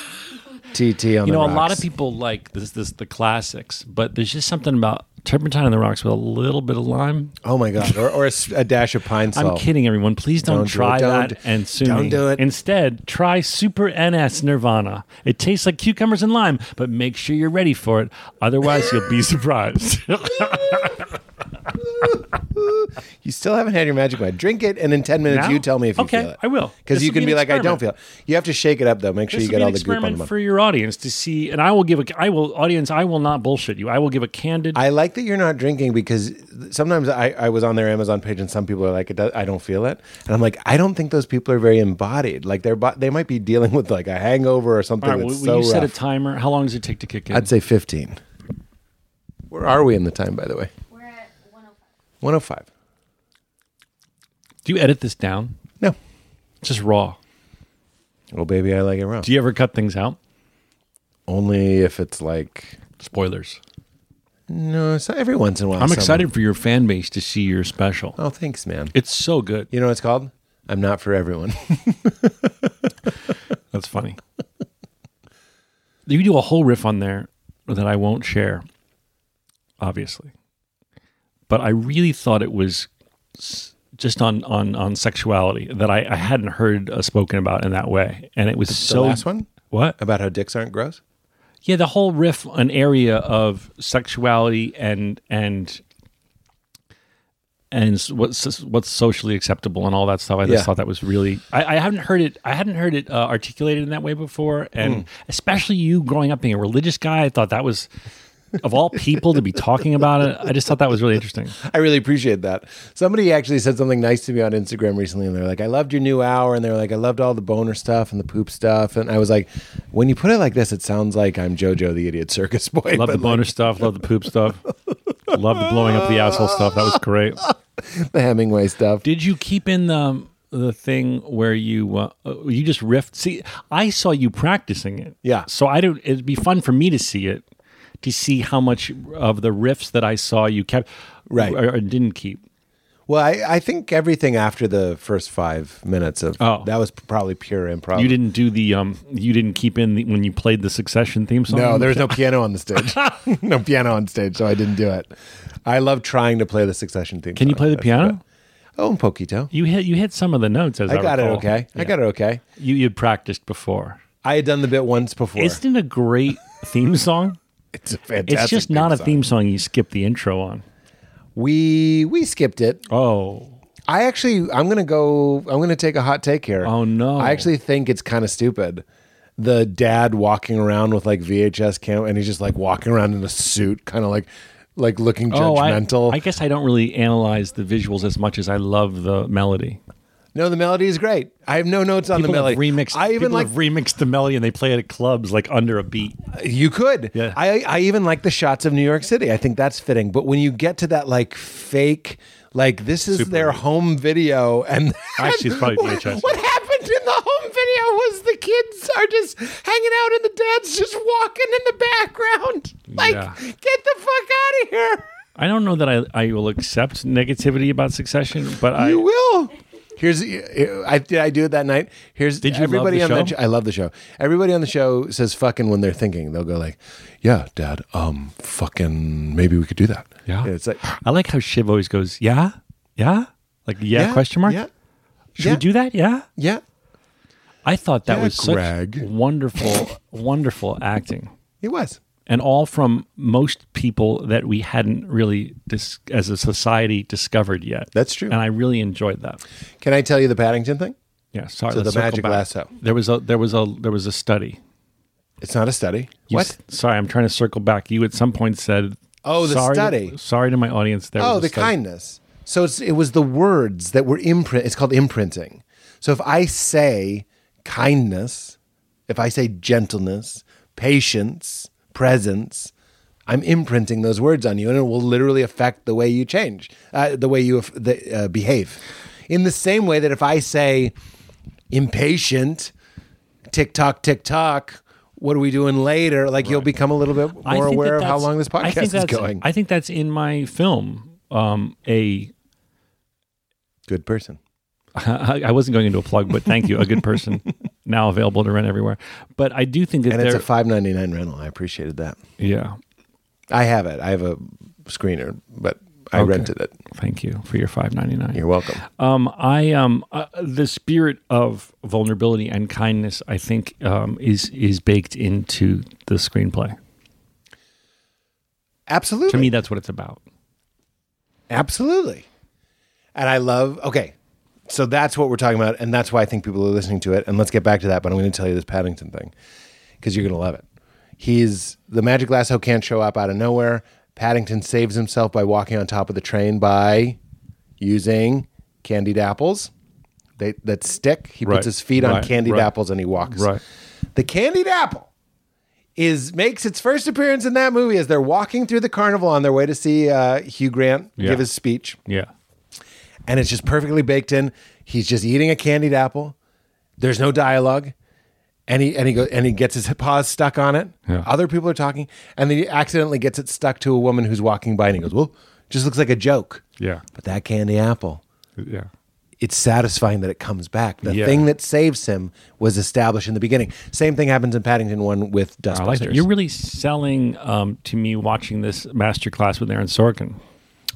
[SPEAKER 1] Tea, tea on
[SPEAKER 3] you
[SPEAKER 1] the
[SPEAKER 3] know,
[SPEAKER 1] rocks.
[SPEAKER 3] a lot of people like this, this the classics, but there's just something about turpentine on the rocks with a little bit of lime.
[SPEAKER 1] Oh my god! Or, or a, s- a dash of pine salt.
[SPEAKER 3] I'm kidding, everyone. Please don't,
[SPEAKER 1] Don't do it.
[SPEAKER 3] try
[SPEAKER 1] Don't
[SPEAKER 3] that
[SPEAKER 1] do-
[SPEAKER 3] and sue
[SPEAKER 1] don't
[SPEAKER 3] me.
[SPEAKER 1] do it.
[SPEAKER 3] Instead, try Super NS Nirvana. It tastes like cucumbers and lime, but make sure you're ready for it. Otherwise, you'll be surprised.
[SPEAKER 1] You still haven't had your magic wand. Drink it, and in ten minutes
[SPEAKER 3] Now?
[SPEAKER 1] you tell me if you
[SPEAKER 3] Okay,
[SPEAKER 1] feel it.
[SPEAKER 3] I will.
[SPEAKER 1] Because
[SPEAKER 3] This
[SPEAKER 1] you
[SPEAKER 3] will
[SPEAKER 1] can
[SPEAKER 3] be
[SPEAKER 1] be,
[SPEAKER 3] an
[SPEAKER 1] like, I don't feel
[SPEAKER 3] experiment.
[SPEAKER 1] it. You have to shake it up though. Make sure you
[SPEAKER 3] this will
[SPEAKER 1] get
[SPEAKER 3] be
[SPEAKER 1] all
[SPEAKER 3] an
[SPEAKER 1] the goop on the
[SPEAKER 3] experiment
[SPEAKER 1] mouth.
[SPEAKER 3] for your audience to see, and I will give a, I will audience, I will not bullshit you. I will give a candid.
[SPEAKER 1] I like that you're not drinking because sometimes I, I was on their Amazon page and some people are like, it does, I don't feel it, and I'm like, I don't think those people are very embodied. Like they're bo- they might be dealing with like a hangover or something
[SPEAKER 3] all right, will,
[SPEAKER 1] that's
[SPEAKER 3] will you
[SPEAKER 1] so
[SPEAKER 3] set a
[SPEAKER 1] rough.
[SPEAKER 3] timer? How long does it take to kick in?
[SPEAKER 1] I'd say 15. Where are we in the time, by the way?
[SPEAKER 5] We're at 105.
[SPEAKER 1] 105.
[SPEAKER 3] Do you edit this down?
[SPEAKER 1] No.
[SPEAKER 3] It's just raw.
[SPEAKER 1] Oh baby, I like it wrong.
[SPEAKER 3] Do you ever cut things out?
[SPEAKER 1] Only if it's like
[SPEAKER 3] Spoilers.
[SPEAKER 1] no, it's not every once in a while.
[SPEAKER 3] I'm
[SPEAKER 1] someone-
[SPEAKER 3] excited for your fan base to see your special.
[SPEAKER 1] Oh, thanks, man.
[SPEAKER 3] It's so good.
[SPEAKER 1] You know what it's called? I'm not for everyone.
[SPEAKER 3] That's funny. you do a whole riff on there that I won't share, obviously. But I really thought it was s- just on on on sexuality that I, I hadn't heard uh, spoken about in that way, and it was so.
[SPEAKER 1] last one?
[SPEAKER 3] What?
[SPEAKER 1] About how dicks aren't gross?
[SPEAKER 3] Yeah, the whole riff, an area of sexuality and and and s- what's s- what's socially acceptable and all that stuff. I just
[SPEAKER 1] Yeah.
[SPEAKER 3] thought that was really. I, I haven't heard it. I hadn't heard it uh, articulated in that way before,
[SPEAKER 1] Hmm.
[SPEAKER 3] and especially you growing up being a religious guy, I thought that was. Of all people to be talking about it, I just thought that was really interesting.
[SPEAKER 1] I really appreciate that. Somebody actually said something nice to me on Instagram recently, and they're like, I loved your new hour. And they're like, I loved all the boner stuff and the poop stuff. And I was like, when you put it like this, it sounds like I'm JoJo the Idiot Circus Boy.
[SPEAKER 3] Love the
[SPEAKER 1] but, like,
[SPEAKER 3] bonus stuff, love the poop stuff, love the blowing up the asshole stuff. That was great.
[SPEAKER 1] the Hemingway stuff.
[SPEAKER 3] Did you keep in the the thing where you uh, uh, you just riffed? See, I saw you practicing it.
[SPEAKER 1] Yeah.
[SPEAKER 3] So I don't. It'd be fun for me to see it, to see how much of the riffs that I saw you kept,
[SPEAKER 1] Right.
[SPEAKER 3] or, or didn't keep.
[SPEAKER 1] Well, I, I think everything after the first five minutes of
[SPEAKER 3] Oh.
[SPEAKER 1] that was probably pure improv.
[SPEAKER 3] You didn't do the um. You didn't keep in the, when you played the Succession theme song.
[SPEAKER 1] No, there was no piano on the stage. no piano on stage, so I didn't do it. I love trying to play the Succession theme.
[SPEAKER 3] Can you
[SPEAKER 1] song,
[SPEAKER 3] play the
[SPEAKER 1] but-
[SPEAKER 3] piano?
[SPEAKER 1] Oh, un poquito.
[SPEAKER 3] You hit you hit some of the notes as I,
[SPEAKER 1] I got it
[SPEAKER 3] recall.
[SPEAKER 1] okay. I got it okay.
[SPEAKER 3] You you practiced before.
[SPEAKER 1] I had done the bit once before. It's,
[SPEAKER 3] Isn't it a great theme song?
[SPEAKER 1] a fantastic.
[SPEAKER 3] It's just not a
[SPEAKER 1] song.
[SPEAKER 3] theme song. You skip the intro on.
[SPEAKER 1] We we skipped it.
[SPEAKER 3] Oh.
[SPEAKER 1] I actually I'm gonna go. I'm gonna take a hot take here.
[SPEAKER 3] Oh, no.
[SPEAKER 1] I actually think it's kind of stupid. The dad walking around with like VHS cam, and he's just like walking around in a suit, kind of like like looking judgmental.
[SPEAKER 3] Oh, I, I guess I don't really analyze the visuals as much as I love the melody.
[SPEAKER 1] no, the melody is great. I have no notes on
[SPEAKER 3] People
[SPEAKER 1] the melody.
[SPEAKER 3] have remixed.
[SPEAKER 1] I even
[SPEAKER 3] people
[SPEAKER 1] like
[SPEAKER 3] have remixed the melody, and they play it at clubs like under a beat.
[SPEAKER 1] You could.
[SPEAKER 3] Yeah.
[SPEAKER 1] I, I even like the shots of New York City. I think that's fitting. But when you get to that like fake, like this is their home video, and
[SPEAKER 3] Actually, it's probably
[SPEAKER 1] what,
[SPEAKER 3] VHS.
[SPEAKER 1] what happened in the home video was the kids are just hanging out and the dad's just walking in the background. Like,
[SPEAKER 3] Yeah.
[SPEAKER 1] get the fuck out of here.
[SPEAKER 3] I don't know that I, I will accept negativity about Succession, but I
[SPEAKER 1] You will. Here's I did I do it that night. Here's
[SPEAKER 3] Did you love
[SPEAKER 1] everybody
[SPEAKER 3] the
[SPEAKER 1] on that
[SPEAKER 3] show?
[SPEAKER 1] I love the show. Everybody on the show says fucking when they're thinking. They'll go like, "Yeah, Dad, um, fucking, maybe we could do that."
[SPEAKER 3] Yeah.
[SPEAKER 1] it's like
[SPEAKER 3] I like how Shiv always goes, yeah, yeah, like yeah,
[SPEAKER 1] yeah,
[SPEAKER 3] question mark.
[SPEAKER 1] Yeah,
[SPEAKER 3] Should
[SPEAKER 1] yeah.
[SPEAKER 3] we do that? Yeah.
[SPEAKER 1] yeah.
[SPEAKER 3] I thought that
[SPEAKER 1] Yeah,
[SPEAKER 3] was such
[SPEAKER 1] Greg.
[SPEAKER 3] wonderful, wonderful acting.
[SPEAKER 1] It was.
[SPEAKER 3] and all from most people that we hadn't really, dis- as a society, discovered yet.
[SPEAKER 1] That's true.
[SPEAKER 3] And I really enjoyed that.
[SPEAKER 1] Can I tell you the Paddington thing?
[SPEAKER 3] Yeah, sorry.
[SPEAKER 1] So
[SPEAKER 3] let's
[SPEAKER 1] the
[SPEAKER 3] circle
[SPEAKER 1] magic
[SPEAKER 3] back.
[SPEAKER 1] lasso.
[SPEAKER 3] There was a there was a there was a study.
[SPEAKER 1] It's not a study.
[SPEAKER 3] You s- sorry, I'm trying to circle back. You at some point said,
[SPEAKER 1] Oh, the
[SPEAKER 3] sorry,
[SPEAKER 1] study.
[SPEAKER 3] Sorry to my audience. There was
[SPEAKER 1] Oh,
[SPEAKER 3] a
[SPEAKER 1] the
[SPEAKER 3] study.
[SPEAKER 1] kindness. So it's, it was the words that were imprint. It's called imprinting. So if I say kindness, if I say gentleness, patience, presence, I'm imprinting those words on you, and it will literally affect the way you change, uh, the way you af- the, uh, behave. In the same way that if I say impatient, tick tock, tick tock. What are we doing later? Like you'll become a little bit
[SPEAKER 3] I
[SPEAKER 1] more
[SPEAKER 3] think
[SPEAKER 1] aware
[SPEAKER 3] that
[SPEAKER 1] of how
[SPEAKER 3] that's-
[SPEAKER 1] long this
[SPEAKER 3] I think
[SPEAKER 1] podcast is
[SPEAKER 3] that's-
[SPEAKER 1] going.
[SPEAKER 3] I think that's in my film. Um, a
[SPEAKER 1] Good person.
[SPEAKER 3] I I wasn't going into a plug, but thank you. A good person now available to rent everywhere. But I do think that
[SPEAKER 1] and
[SPEAKER 3] there,
[SPEAKER 1] it's a five ninety nine rental. I appreciated that.
[SPEAKER 3] yeah.
[SPEAKER 1] I have it. I have a screener, but I
[SPEAKER 3] Okay.
[SPEAKER 1] rented it.
[SPEAKER 3] Thank you for your five ninety nine.
[SPEAKER 1] You're welcome.
[SPEAKER 3] Um, I um, uh, the spirit of vulnerability and kindness, I think, um, is is baked into the screenplay.
[SPEAKER 1] Absolutely.
[SPEAKER 3] To me, that's what it's about.
[SPEAKER 1] Absolutely. And I love. Okay, so that's what we're talking about, and that's why I think people are listening to it. And let's get back to that. But I'm going to tell you this Paddington thing because you're going to love it. He's the magic lasso can't show up out of nowhere. Paddington saves himself by walking on top of the train by using candied apples. They, that stick. He
[SPEAKER 3] Right,
[SPEAKER 1] puts his feet on
[SPEAKER 3] right,
[SPEAKER 1] candied
[SPEAKER 3] right.
[SPEAKER 1] apples and he walks.
[SPEAKER 3] Right.
[SPEAKER 1] The candied apple is makes its first appearance in that movie as they're walking through the carnival on their way to see uh, Hugh Grant
[SPEAKER 3] Yeah.
[SPEAKER 1] give his speech,
[SPEAKER 3] Yeah.
[SPEAKER 1] and it's just perfectly baked in. He's just eating a candied apple. There's no dialogue, and he and he goes and he gets his paws stuck on it.
[SPEAKER 3] Yeah.
[SPEAKER 1] Other people are talking, and then he accidentally gets it stuck to a woman who's walking by, and he goes, "Well, just looks like a joke."
[SPEAKER 3] Yeah.
[SPEAKER 1] But that candy apple
[SPEAKER 3] Yeah.
[SPEAKER 1] it's satisfying that it comes back. The
[SPEAKER 3] Yeah.
[SPEAKER 1] thing that saves him was established in the beginning. Same thing happens in Paddington One with Dustbusters.
[SPEAKER 3] I like that. You're really selling um, to me watching this masterclass with Aaron Sorkin.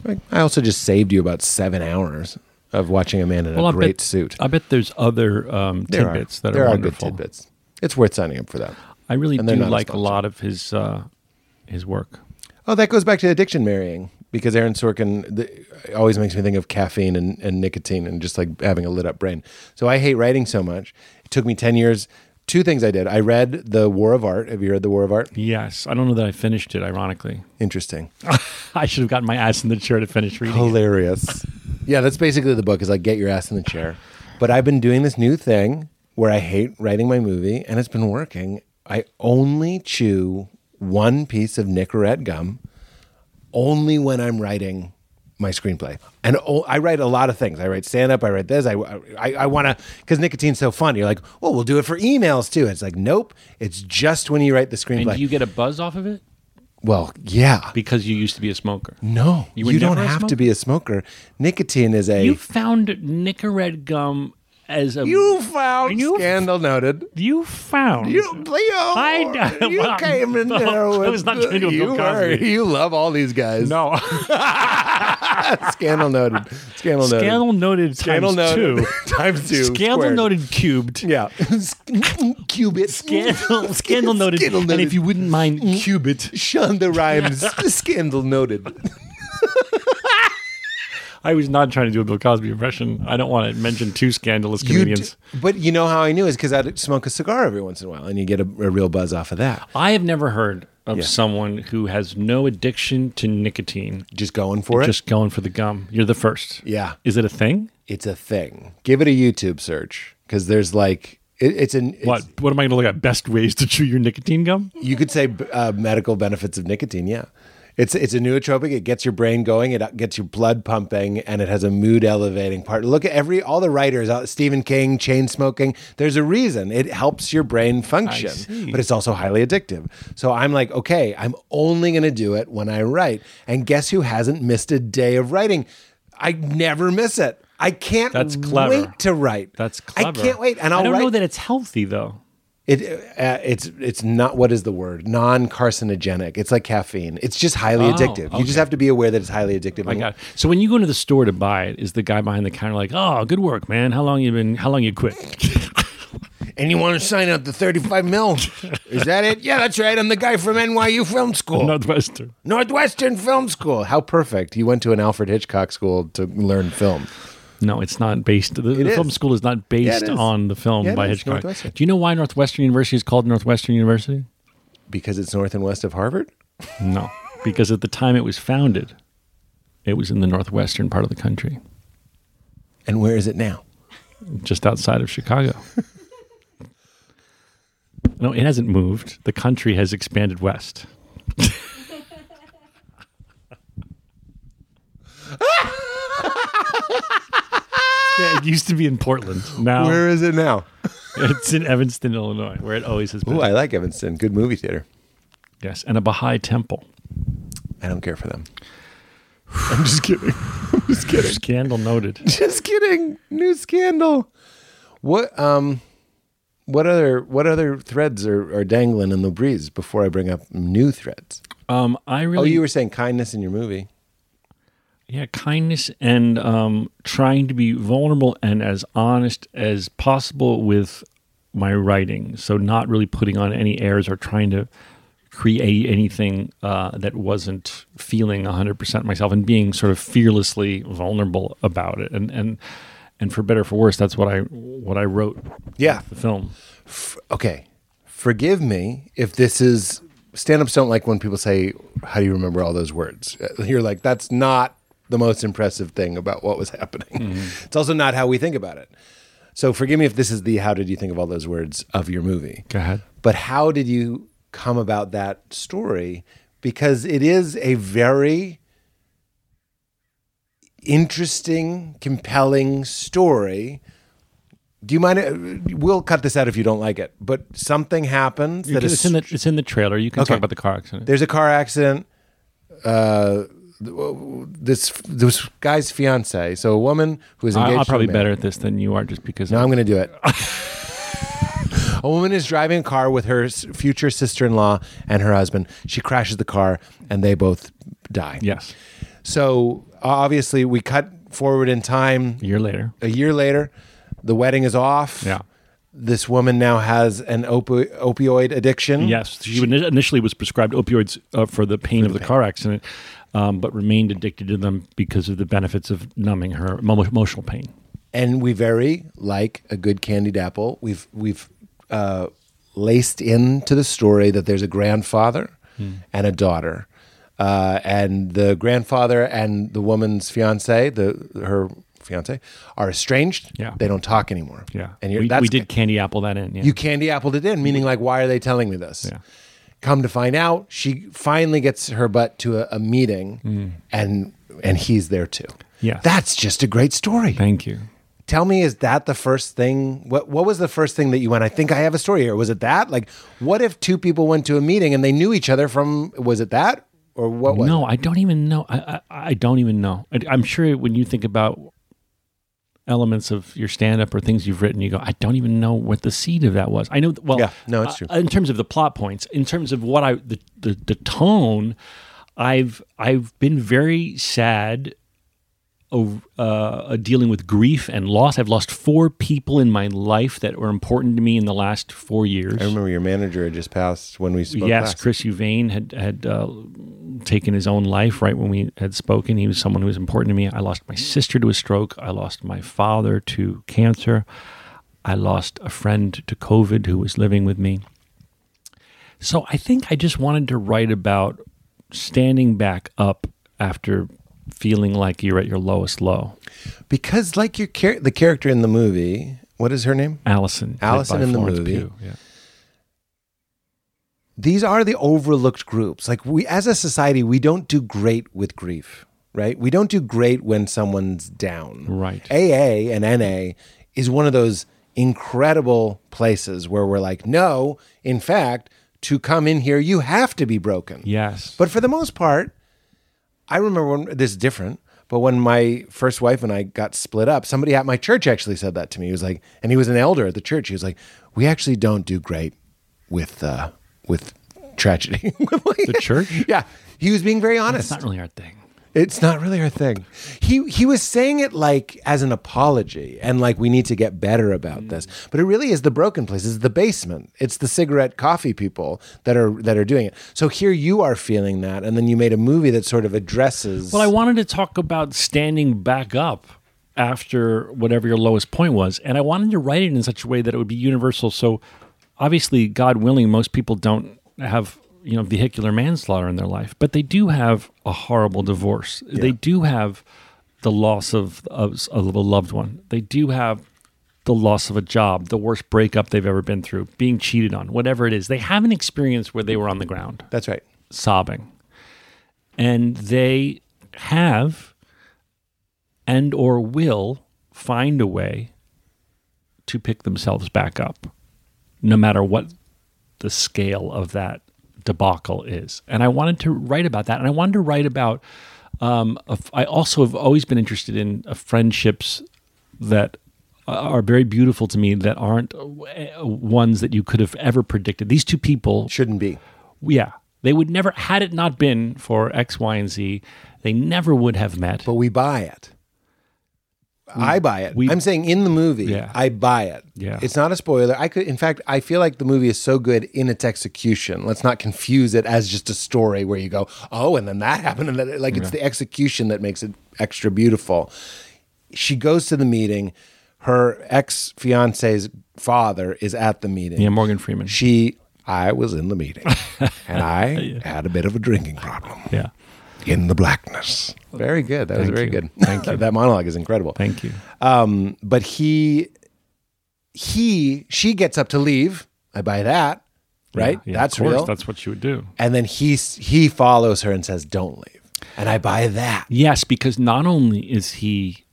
[SPEAKER 1] Like, I also just saved you about seven hours of watching a man in
[SPEAKER 3] Well,
[SPEAKER 1] a
[SPEAKER 3] I
[SPEAKER 1] great
[SPEAKER 3] bet,
[SPEAKER 1] suit.
[SPEAKER 3] I bet there's other um,
[SPEAKER 1] There
[SPEAKER 3] tidbits
[SPEAKER 1] are,
[SPEAKER 3] that
[SPEAKER 1] there
[SPEAKER 3] are
[SPEAKER 1] are
[SPEAKER 3] wonderful.
[SPEAKER 1] good tidbits. It's worth signing up for that.
[SPEAKER 3] I really
[SPEAKER 1] And they're
[SPEAKER 3] do
[SPEAKER 1] not a
[SPEAKER 3] like a
[SPEAKER 1] sponsor.
[SPEAKER 3] lot of his uh, his work.
[SPEAKER 1] Oh, that goes back to addiction marrying because Aaron Sorkin the, always makes me think of caffeine and, and nicotine and just like having a lit up brain. So I hate writing so much. It took me ten years. Two things I did. I read The War of Art. Have you read The War of Art?
[SPEAKER 3] Yes, I don't know that I finished it. Ironically,
[SPEAKER 1] Interesting.
[SPEAKER 3] I should have gotten my ass in the chair to finish reading. it.
[SPEAKER 1] hilarious. yeah, that's basically the book is like get your ass in the chair. But I've been doing this new thing where I hate writing my movie and it's been working. I only chew one piece of Nicorette gum only when I'm writing my screenplay. And oh, I write a lot of things. I write stand up, I write this. I, I, I want to, because nicotine's so fun. You're like, oh, we'll do it for emails too. It's like, nope. It's just when you write the
[SPEAKER 3] And
[SPEAKER 1] screenplay.
[SPEAKER 3] do you get a buzz off of it
[SPEAKER 1] well, yeah.
[SPEAKER 3] because you used to be a smoker?
[SPEAKER 1] No,
[SPEAKER 3] You
[SPEAKER 1] you,
[SPEAKER 3] were
[SPEAKER 1] don't
[SPEAKER 3] never a
[SPEAKER 1] have
[SPEAKER 3] smoker?
[SPEAKER 1] to be a smoker. Nicotine is a.
[SPEAKER 3] You found Nicorette gum as a
[SPEAKER 1] You found
[SPEAKER 3] You-
[SPEAKER 1] scandal noted.
[SPEAKER 3] You found
[SPEAKER 1] You, Leo,
[SPEAKER 3] I d-
[SPEAKER 1] you
[SPEAKER 3] well,
[SPEAKER 1] came in
[SPEAKER 3] no,
[SPEAKER 1] there
[SPEAKER 3] I
[SPEAKER 1] with.
[SPEAKER 3] was not trying to do a
[SPEAKER 1] you,
[SPEAKER 3] Bill Cosby.
[SPEAKER 1] you love all these guys.
[SPEAKER 3] no
[SPEAKER 1] scandal noted. Scandal noted.
[SPEAKER 3] scandal noted
[SPEAKER 1] Scandal
[SPEAKER 3] times
[SPEAKER 1] noted.
[SPEAKER 3] two.
[SPEAKER 1] times two.
[SPEAKER 3] Scandal
[SPEAKER 1] squared.
[SPEAKER 3] noted cubed.
[SPEAKER 1] Yeah. Cubit.
[SPEAKER 3] Scandal, scandal noted.
[SPEAKER 1] Scandal
[SPEAKER 3] And if you wouldn't mind, cubit.
[SPEAKER 1] Shonda Rhimes. scandal noted.
[SPEAKER 3] I was not trying to do a Bill Cosby impression. I don't want to mention two scandalous
[SPEAKER 1] You d-
[SPEAKER 3] comedians.
[SPEAKER 1] but you know how I knew is because I'd smoke a cigar every once in a while, and you get a, a real buzz off of that.
[SPEAKER 3] I have never heard of someone who has no addiction to nicotine,
[SPEAKER 1] Just going for it.
[SPEAKER 3] just going for the gum. You're the first.
[SPEAKER 1] yeah.
[SPEAKER 3] Is it a thing?
[SPEAKER 1] it's a thing. Give it a YouTube search because there's like it, it's an it's,
[SPEAKER 3] What? What am I going to look at? Best ways to chew your nicotine gum?
[SPEAKER 1] you could say uh, medical benefits of nicotine. Yeah, it's it's a nootropic. It gets your brain going. It uh, gets your blood pumping, and it has a mood elevating part. Look at every all the writers, uh, Stephen King, chain smoking. There's a reason it helps your brain function,
[SPEAKER 3] see.
[SPEAKER 1] but it's also highly addictive. So I'm like, okay, I'm only going to do it when I write. And guess who hasn't missed a day of writing? I never miss it. I can't
[SPEAKER 3] That's clever.
[SPEAKER 1] wait to write.
[SPEAKER 3] That's clever.
[SPEAKER 1] I can't wait, and I'll
[SPEAKER 3] I don't
[SPEAKER 1] write
[SPEAKER 3] know that it's healthy though.
[SPEAKER 1] it uh, it's it's not what is the word non carcinogenic. It's like caffeine. It's just highly
[SPEAKER 3] Oh,
[SPEAKER 1] addictive. You just have to be aware that it's highly addictive.
[SPEAKER 3] My God. So when you go into the store to buy it, is the guy behind the counter like, "Oh, good work, man. How long you been? How long you quit?"
[SPEAKER 1] and you want to sign up to 35 mil. Is that it? Yeah, that's right. I'm the guy from NYU Film School,
[SPEAKER 3] Northwestern.
[SPEAKER 1] Northwestern Film School. How perfect. He went to an Alfred Hitchcock school to learn film.
[SPEAKER 3] No, it's not based. The, the film
[SPEAKER 1] is.
[SPEAKER 3] school is not based
[SPEAKER 1] is.
[SPEAKER 3] on the film
[SPEAKER 1] Yeah, it
[SPEAKER 3] by
[SPEAKER 1] is,
[SPEAKER 3] Hitchcock.
[SPEAKER 1] Northwestern.
[SPEAKER 3] Do you know why Northwestern University is called Northwestern University?
[SPEAKER 1] Because it's north and west of Harvard?
[SPEAKER 3] No, because at the time it was founded, it was in the northwestern part of the country,
[SPEAKER 1] And where is it now?
[SPEAKER 3] just outside of Chicago. no, it hasn't moved. The country has expanded west. yeah, it used to be in Portland. Now
[SPEAKER 1] Where is it now?
[SPEAKER 3] it's in Evanston, Illinois, where it always has been.
[SPEAKER 1] Ooh, I like Evanston. Good movie theater.
[SPEAKER 3] Yes, and a Baha'i temple.
[SPEAKER 1] I don't care for them. I'm just kidding.
[SPEAKER 3] Just kidding. Scandal noted.
[SPEAKER 1] just kidding. New scandal. What um what other what other threads are, are dangling in the breeze before I bring up new threads?
[SPEAKER 3] Um, I
[SPEAKER 1] Oh,
[SPEAKER 3] really,
[SPEAKER 1] you were saying kindness in your movie.
[SPEAKER 3] yeah, kindness and um, trying to be vulnerable and as honest as possible with my writing. So not really putting on any airs or trying to create anything uh, that wasn't feeling 100% myself and being sort of fearlessly vulnerable about it. And and and for better or for worse, that's what I what I wrote
[SPEAKER 1] Yeah.
[SPEAKER 3] the film.
[SPEAKER 1] Okay. Forgive me if this is stand-ups don't like when people say, "How do you remember all those words?" Uh, You're like, "That's not the most impressive thing about what was happening." It's also not how we think about it. So forgive me if this is the "How did you think of all those words?" of your movie.
[SPEAKER 3] Go ahead.
[SPEAKER 1] but how did you come about that story? Because it is a very interesting, compelling story. Do you mind? uh, We'll cut this out if you don't like it. But something happens that
[SPEAKER 3] It's
[SPEAKER 1] is
[SPEAKER 3] in the it's in the trailer. You can
[SPEAKER 1] Okay.
[SPEAKER 3] talk about the car accident.
[SPEAKER 1] there's a car accident. Uh, this this guy's fiance, so a woman who is
[SPEAKER 3] I-
[SPEAKER 1] engaged.
[SPEAKER 3] I'll
[SPEAKER 1] to a
[SPEAKER 3] probably
[SPEAKER 1] man-
[SPEAKER 3] better at this than you are, just because.
[SPEAKER 1] No, I'm going to do it. a woman is driving a car with her s- future sister in law and her husband. She crashes the car and they both die.
[SPEAKER 3] yes,
[SPEAKER 1] So obviously, we cut forward in time
[SPEAKER 3] a year later.
[SPEAKER 1] a year later. The wedding is off.
[SPEAKER 3] Yeah.
[SPEAKER 1] This woman now has an opi- opioid addiction.
[SPEAKER 3] Yes, she ini- initially was prescribed opioids uh, for the pain of the car accident, um, but remained addicted to them because of the benefits of numbing her emo- emotional pain.
[SPEAKER 1] and we very like a good candied apple. We've we've uh, laced into the story that there's a grandfather
[SPEAKER 3] Hmm.
[SPEAKER 1] and a daughter, uh, and the grandfather and the woman's fiance, the her fiance, are estranged.
[SPEAKER 3] Yeah.
[SPEAKER 1] they don't talk anymore.
[SPEAKER 3] Yeah,
[SPEAKER 1] and you're,
[SPEAKER 3] we,
[SPEAKER 1] that's
[SPEAKER 3] we did candy apple that in. Yeah.
[SPEAKER 1] you candy appled it in, meaning like, why are they telling me this?
[SPEAKER 3] Yeah.
[SPEAKER 1] Come to find out, she finally gets her butt to a, a meeting,
[SPEAKER 3] Hmm.
[SPEAKER 1] and and he's there too.
[SPEAKER 3] Yes.
[SPEAKER 1] that's just a great story
[SPEAKER 3] Thank you.
[SPEAKER 1] tell me is that the first thing what what was the first thing that you went i think i have a story here was it that like what if two people went to a meeting and they knew each other from was it that or what was it?
[SPEAKER 3] No, I don't even know. I I, I don't even know. I, I'm sure when you think about elements of your stand up or things you've written, you go, I don't even know what the seed of that was. I know, well,
[SPEAKER 1] Yeah, no, it's
[SPEAKER 3] uh,
[SPEAKER 1] true.
[SPEAKER 3] in terms of the plot points, in terms of what I the the, the tone, I've I've been very sad. o- Uh, dealing with grief and loss, I've lost four people in my life that were important to me in the last four years.
[SPEAKER 1] i remember your manager had just passed when we spoke
[SPEAKER 3] Yes,
[SPEAKER 1] last.
[SPEAKER 3] Chris Uvain had had uh, taken his own life right when we had spoken. He was someone who was important to me. I lost my sister to a stroke. I lost my father to cancer. I lost a friend to COVID who was living with me. So I think I just wanted to write about standing back up after feeling like you're at your lowest low.
[SPEAKER 1] because like your char- the character in the movie what is her name
[SPEAKER 3] Allison, played
[SPEAKER 1] Allison
[SPEAKER 3] by
[SPEAKER 1] in the
[SPEAKER 3] Florence
[SPEAKER 1] movie.
[SPEAKER 3] Pugh. Yeah.
[SPEAKER 1] these are the overlooked groups. Like we as a society, we don't do great with grief, right? We don't do great when someone's down.
[SPEAKER 3] Right.
[SPEAKER 1] AA and NA is one of those incredible places where we're like, no, in fact, to come in here, you have to be broken.
[SPEAKER 3] Yes,
[SPEAKER 1] But for the most part, I remember when this is different. But when my first wife and I got split up, somebody at my church actually said that to me. He was like, and he was an elder at the church. He was like, "We actually don't do great with uh, with tragedy."
[SPEAKER 3] the church.
[SPEAKER 1] yeah, he was being very honest.
[SPEAKER 3] It's not really our thing.
[SPEAKER 1] It's not really our thing. He he was saying it like as an apology and like we need to get better about this. But it really is the broken place. It's the basement. It's the cigarette coffee people that are that are doing it. So here you are feeling that and then you made a movie that sort of addresses
[SPEAKER 3] Well, I wanted to talk about standing back up after whatever your lowest point was. And I wanted to write it in such a way that it would be universal. So obviously, God willing, most people don't have, you know, vehicular manslaughter in their life, but they do have a horrible divorce. They do have the loss of, of, of a loved one. They do have the loss of a job, the worst breakup they've ever been through, being cheated on, whatever it is. They have an experience where they were on the ground
[SPEAKER 1] That's right.
[SPEAKER 3] sobbing and they have and or will find a way to pick themselves back up no matter what the scale of that debacle is and i wanted to write about that and i wanted to write about um, a f- I also have always been interested in uh, friendships that are very beautiful to me that aren't uh, w- uh, ones that you could have ever predicted these two people
[SPEAKER 1] Shouldn't be.
[SPEAKER 3] yeah. They would never, had it not been for X, Y, and Z, they never would have met.
[SPEAKER 1] But we buy it. I buy it.
[SPEAKER 3] we-
[SPEAKER 1] I'm saying in the movie,
[SPEAKER 3] Yeah.
[SPEAKER 1] I buy it.
[SPEAKER 3] Yeah.
[SPEAKER 1] It's not a spoiler. I could in fact I feel like the movie is so good in its execution. Let's not confuse it as just a story where you go, "Oh, and then that happened and that like it's the execution that makes it extra beautiful." She goes to the meeting. Her ex-fiance's father is at the meeting.
[SPEAKER 3] Yeah, Morgan Freeman.
[SPEAKER 1] She I was in the meeting and I had a bit of a drinking problem
[SPEAKER 3] yeah.
[SPEAKER 1] in the blackness. Very good. That was very
[SPEAKER 3] you.
[SPEAKER 1] good. Thank you. that monologue is incredible.
[SPEAKER 3] Thank you.
[SPEAKER 1] Um, but he, he, she gets up to leave. I buy that, right?
[SPEAKER 3] Yeah,
[SPEAKER 1] that's
[SPEAKER 3] of course,
[SPEAKER 1] real.
[SPEAKER 3] That's what you would do.
[SPEAKER 1] and then he s- he follows her and says, "Don't leave." And I buy that.
[SPEAKER 3] Yes, because not only is he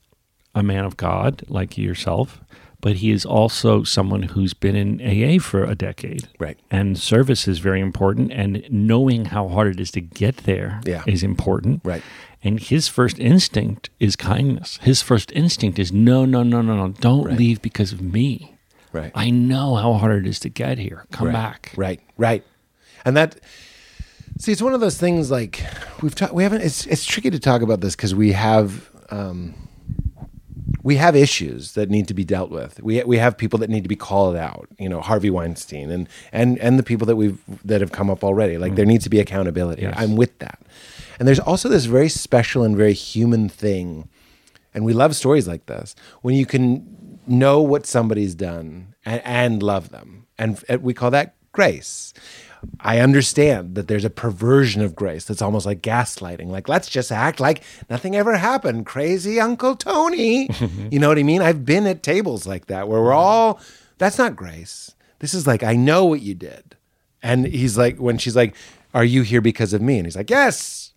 [SPEAKER 3] a man of God, like yourself, but he is also someone who's been in AA for a decade.
[SPEAKER 1] Right.
[SPEAKER 3] And service is very important. And knowing how hard it is to get there is
[SPEAKER 1] Yeah.
[SPEAKER 3] important.
[SPEAKER 1] Right.
[SPEAKER 3] And his first instinct is kindness. His first instinct is no, no, no, no, no, don't leave because of me.
[SPEAKER 1] Right.
[SPEAKER 3] I know how hard it is to get here. Come
[SPEAKER 1] Right.
[SPEAKER 3] back.
[SPEAKER 1] Right, right, and that. See, it's one of those things like we've ta- we haven't. It's it's tricky to talk about this because we have um, we have issues that need to be dealt with. We we have people that need to be called out. You know, Harvey Weinstein and and and the people that we've that have come up already. Like there needs to be accountability.
[SPEAKER 3] Yes.
[SPEAKER 1] I'm with that. And there's also this very special and very human thing and we love stories like this when you can know what somebody's done and, and love them and, and we call that grace i understand that there's a perversion of grace that's almost like gaslighting like let's just act like nothing ever happened crazy uncle tony you know what i mean i've been at tables like that where we're all that's not grace this is like i know what you did and he's like when she's like are you here because of me and he's like yes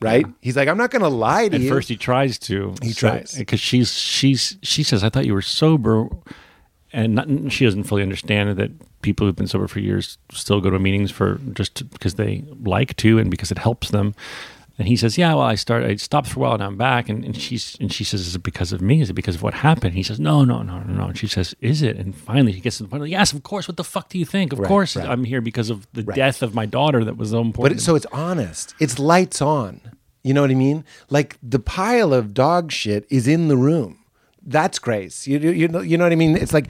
[SPEAKER 1] right he's like i'm not going to lie to
[SPEAKER 3] At
[SPEAKER 1] you
[SPEAKER 3] first, he tries to. He
[SPEAKER 1] tries.
[SPEAKER 3] because she's she's she says, "I thought you were sober," and not, she doesn't fully understand that people who've been sober for years still go to meetings for just to- because they like to and because it helps them. And he says, "Yeah, well, I start. I stopped for a while, and I'm back." And, and she's and she says, "Is it because of me? Is it because of what happened?" He says, "No, no, no, no, no." And she says, "Is it?" And finally, he gets to the point. Like, yes, of course. What the fuck do you think? Of course, I'm here because of the death of my daughter. That was so
[SPEAKER 1] But
[SPEAKER 3] important.
[SPEAKER 1] it, so it's honest. It's lights on. You know what I mean? Like the pile of dog shit is in the room. That's grace. You you you know, you know what I mean? It's like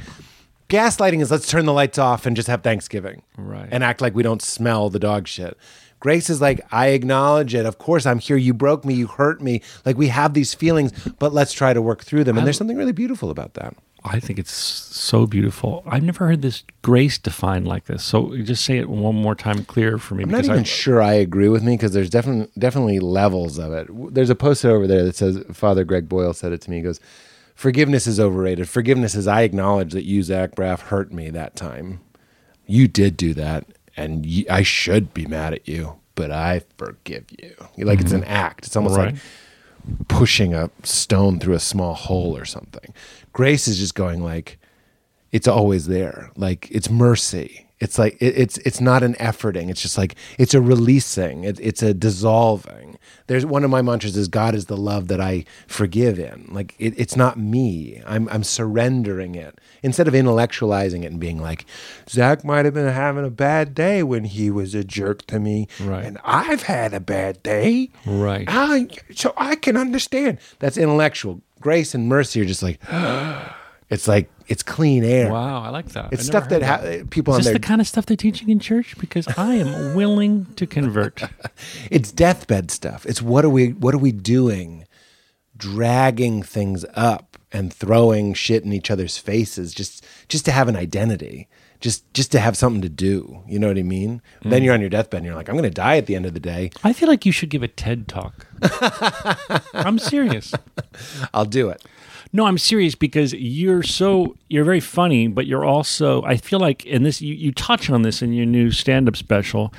[SPEAKER 1] gaslighting is let's turn the lights off and just have Thanksgiving.
[SPEAKER 3] Right.
[SPEAKER 1] And act like we don't smell the dog shit. Grace is like I acknowledge it. Of course I'm here. You broke me. You hurt me. Like we have these feelings, but let's try to work through them. And there's something really beautiful about that.
[SPEAKER 3] I think it's so beautiful. I've never heard this grace defined like this. So just say it one more time, clear for me.
[SPEAKER 1] I'm not even sure I agree with me because there's definitely definitely levels of it. W- There's a poster over there that says Father Greg Boyle said it to me. He goes, "Forgiveness is overrated. Forgiveness is I acknowledge that you Zach Braff hurt me that time. You did do that, and y I I should be mad at you, but I forgive you. Like it's an act. It's almost
[SPEAKER 3] Mm-hmm. Right.
[SPEAKER 1] like pushing a stone through a small hole or something. Grace is just going like, it's always there. Like it's mercy. It's like it, it's it's not an efforting. It's just like it's a releasing. It, it's a dissolving. There's one of my mantras is God is the love that I forgive in. Like it, it's not me. I'm I'm surrendering it instead of intellectualizing it and being like, Zach might have been having a bad day when he was a jerk to me,
[SPEAKER 3] Right.
[SPEAKER 1] and I've had a bad day,
[SPEAKER 3] Right.
[SPEAKER 1] I, so I can understand. That's intellectual. Grace and mercy are just like, it's like it's clean air.
[SPEAKER 3] Wow, I like that.
[SPEAKER 1] It's
[SPEAKER 3] I never
[SPEAKER 1] stuff that
[SPEAKER 3] heard
[SPEAKER 1] ha- uh, people
[SPEAKER 3] Is
[SPEAKER 1] on
[SPEAKER 3] this
[SPEAKER 1] their
[SPEAKER 3] the kind of stuff they're teaching in church? Because I am willing to convert.
[SPEAKER 1] it's deathbed stuff. It's what are we what are we doing? Dragging things up and throwing shit in each other's faces just just to have an identity. Just just to have something to do. You know what I mean?
[SPEAKER 3] Mm.
[SPEAKER 1] Then you're on your deathbed and you're like, I'm gonna die at the end of the day.
[SPEAKER 3] I feel like you should give a TED talk. I'm serious.
[SPEAKER 1] I'll do it.
[SPEAKER 3] No, I'm serious because you're so you're very funny, but you're also I feel like in this you, you touch on this in your new stand up special,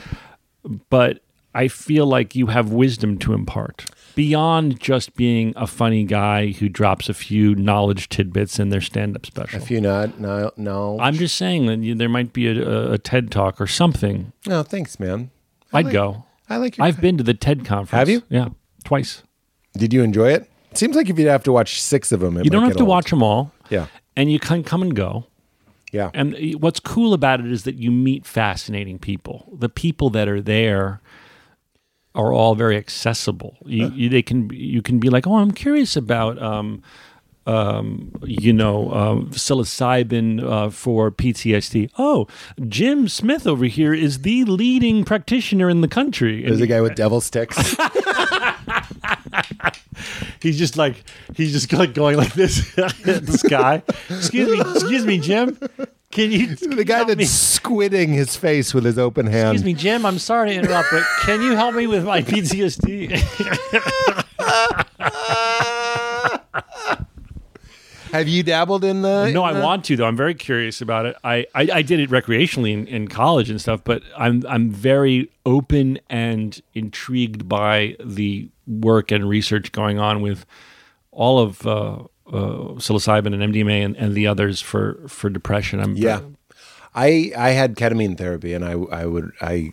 [SPEAKER 3] but I feel like you have wisdom to impart beyond just being a funny guy who drops a few knowledge tidbits in their stand up special.
[SPEAKER 1] If you not, no no.
[SPEAKER 3] I'm just saying that you, there might be a, a, a TED talk or something.
[SPEAKER 1] no, Oh, thanks, man.
[SPEAKER 3] I'd go.
[SPEAKER 1] I like your
[SPEAKER 3] I've been to the TED conference.
[SPEAKER 1] Have you?
[SPEAKER 3] Yeah, twice.
[SPEAKER 1] Did you enjoy it? Seems like if you'd have to watch six of them, it
[SPEAKER 3] You don't
[SPEAKER 1] might
[SPEAKER 3] have
[SPEAKER 1] get
[SPEAKER 3] to
[SPEAKER 1] old.
[SPEAKER 3] watch them all.
[SPEAKER 1] Yeah.
[SPEAKER 3] And you can come and go.
[SPEAKER 1] Yeah.
[SPEAKER 3] And what's cool about it is that you meet fascinating people. The people that are there are all very accessible. You,
[SPEAKER 1] Uh.
[SPEAKER 3] you they can you can be like, oh, I'm curious about. Um, um, you know, um, psilocybin uh, for PTSD. Oh, Jim Smith over here is the leading practitioner in the country. And
[SPEAKER 1] There's a guy with devil sticks.
[SPEAKER 3] he's just like he's just like going like this at the sky. Excuse me, excuse me, Jim. Can you
[SPEAKER 1] the guy that's squidding his face with his open hand.
[SPEAKER 3] Excuse me, Jim. I'm sorry to interrupt, but can you help me with my PTSD?
[SPEAKER 1] Have you dabbled in the?
[SPEAKER 3] no, I want to though. I'm very curious about it. I, I, I did it recreationally in, in college and stuff, but I'm I'm very open and intrigued by the work and research going on with all of uh, uh, psilocybin and MDMA and, and the others for for depression. I'm
[SPEAKER 1] Yeah, I I had ketamine therapy, and I I would I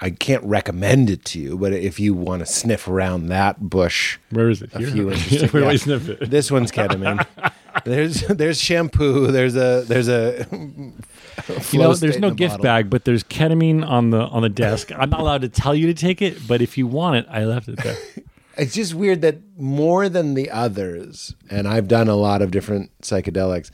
[SPEAKER 1] I can't recommend it to you, but if you want to sniff around that bush,
[SPEAKER 3] Where is it?
[SPEAKER 1] A
[SPEAKER 3] Here?
[SPEAKER 1] few interesting.
[SPEAKER 3] Where do I
[SPEAKER 1] yeah.
[SPEAKER 3] sniff it?
[SPEAKER 1] This one's ketamine. there's there's shampoo. There's a there's a.
[SPEAKER 3] You
[SPEAKER 1] flow
[SPEAKER 3] know,
[SPEAKER 1] state
[SPEAKER 3] there's
[SPEAKER 1] in
[SPEAKER 3] no
[SPEAKER 1] the
[SPEAKER 3] gift
[SPEAKER 1] bottle.
[SPEAKER 3] bag, but there's ketamine on the on the desk. I'm not allowed to tell you to take it, but if you want it, I left it there.
[SPEAKER 1] It's just weird that more than the others, and I've done a lot of different psychedelics,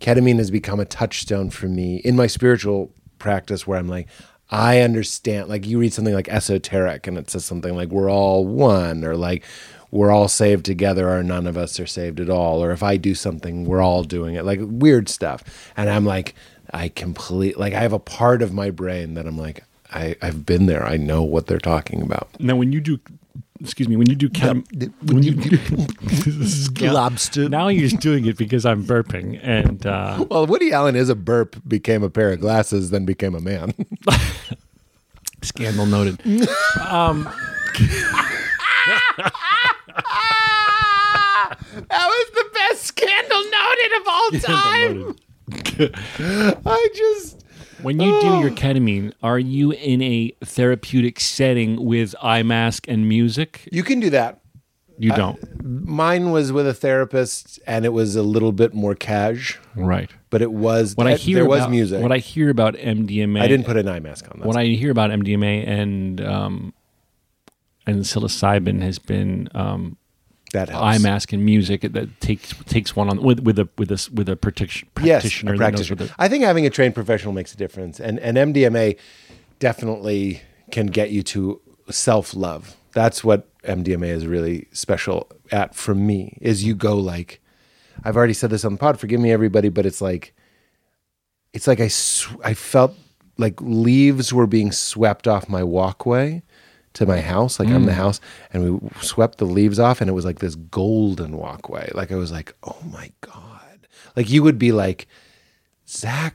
[SPEAKER 1] ketamine has become a touchstone for me in my spiritual practice where I'm like, I understand. Like, you read something like esoteric and it says something like, we're all one, or like, we're all saved together, or none of us are saved at all, or if I do something, we're all doing it, like weird stuff. And I'm like, I complete, like, I have a part of my brain that I'm like, I, I've been there. I know what they're talking about.
[SPEAKER 3] Now, when you do, excuse me, when you do ketam- when you do
[SPEAKER 1] Lobster.
[SPEAKER 3] Now you're just doing it because I'm burping, and uh,
[SPEAKER 1] Well, Woody Allen is a burp, became a pair of glasses, then became a man.
[SPEAKER 3] scandal noted. Um,
[SPEAKER 1] that was the best scandal noted of all
[SPEAKER 3] noted.
[SPEAKER 1] I just
[SPEAKER 3] When you do your ketamine, are you in a therapeutic setting with eye mask and music?
[SPEAKER 1] You can do that.
[SPEAKER 3] You don't,
[SPEAKER 1] Mine was with a therapist and it was a little bit more cash,
[SPEAKER 3] right?
[SPEAKER 1] but it was
[SPEAKER 3] What I hear
[SPEAKER 1] there
[SPEAKER 3] about,
[SPEAKER 1] was music.
[SPEAKER 3] What I hear about MDMA,
[SPEAKER 1] I didn't put an eye mask on that.
[SPEAKER 3] what I hear about MDMA and um, and psilocybin has been um,
[SPEAKER 1] that helps.
[SPEAKER 3] eye mask and music that takes takes one on with with a with a with a practic-
[SPEAKER 1] yes,
[SPEAKER 3] practitioner.
[SPEAKER 1] a
[SPEAKER 3] that knows
[SPEAKER 1] practitioner.
[SPEAKER 3] what they're-
[SPEAKER 1] I think having a trained professional makes a difference, and and MDMA definitely can get you to self love. That's what MDMA is really special at for me. Is you go like, I've already said this on the pod. Forgive me, everybody, but it's like, it's like I sw- I felt like leaves were being swept off my walkway to my house like I'm the house and we swept the leaves off and it was like this golden walkway like I was like oh my god like you would be like Zach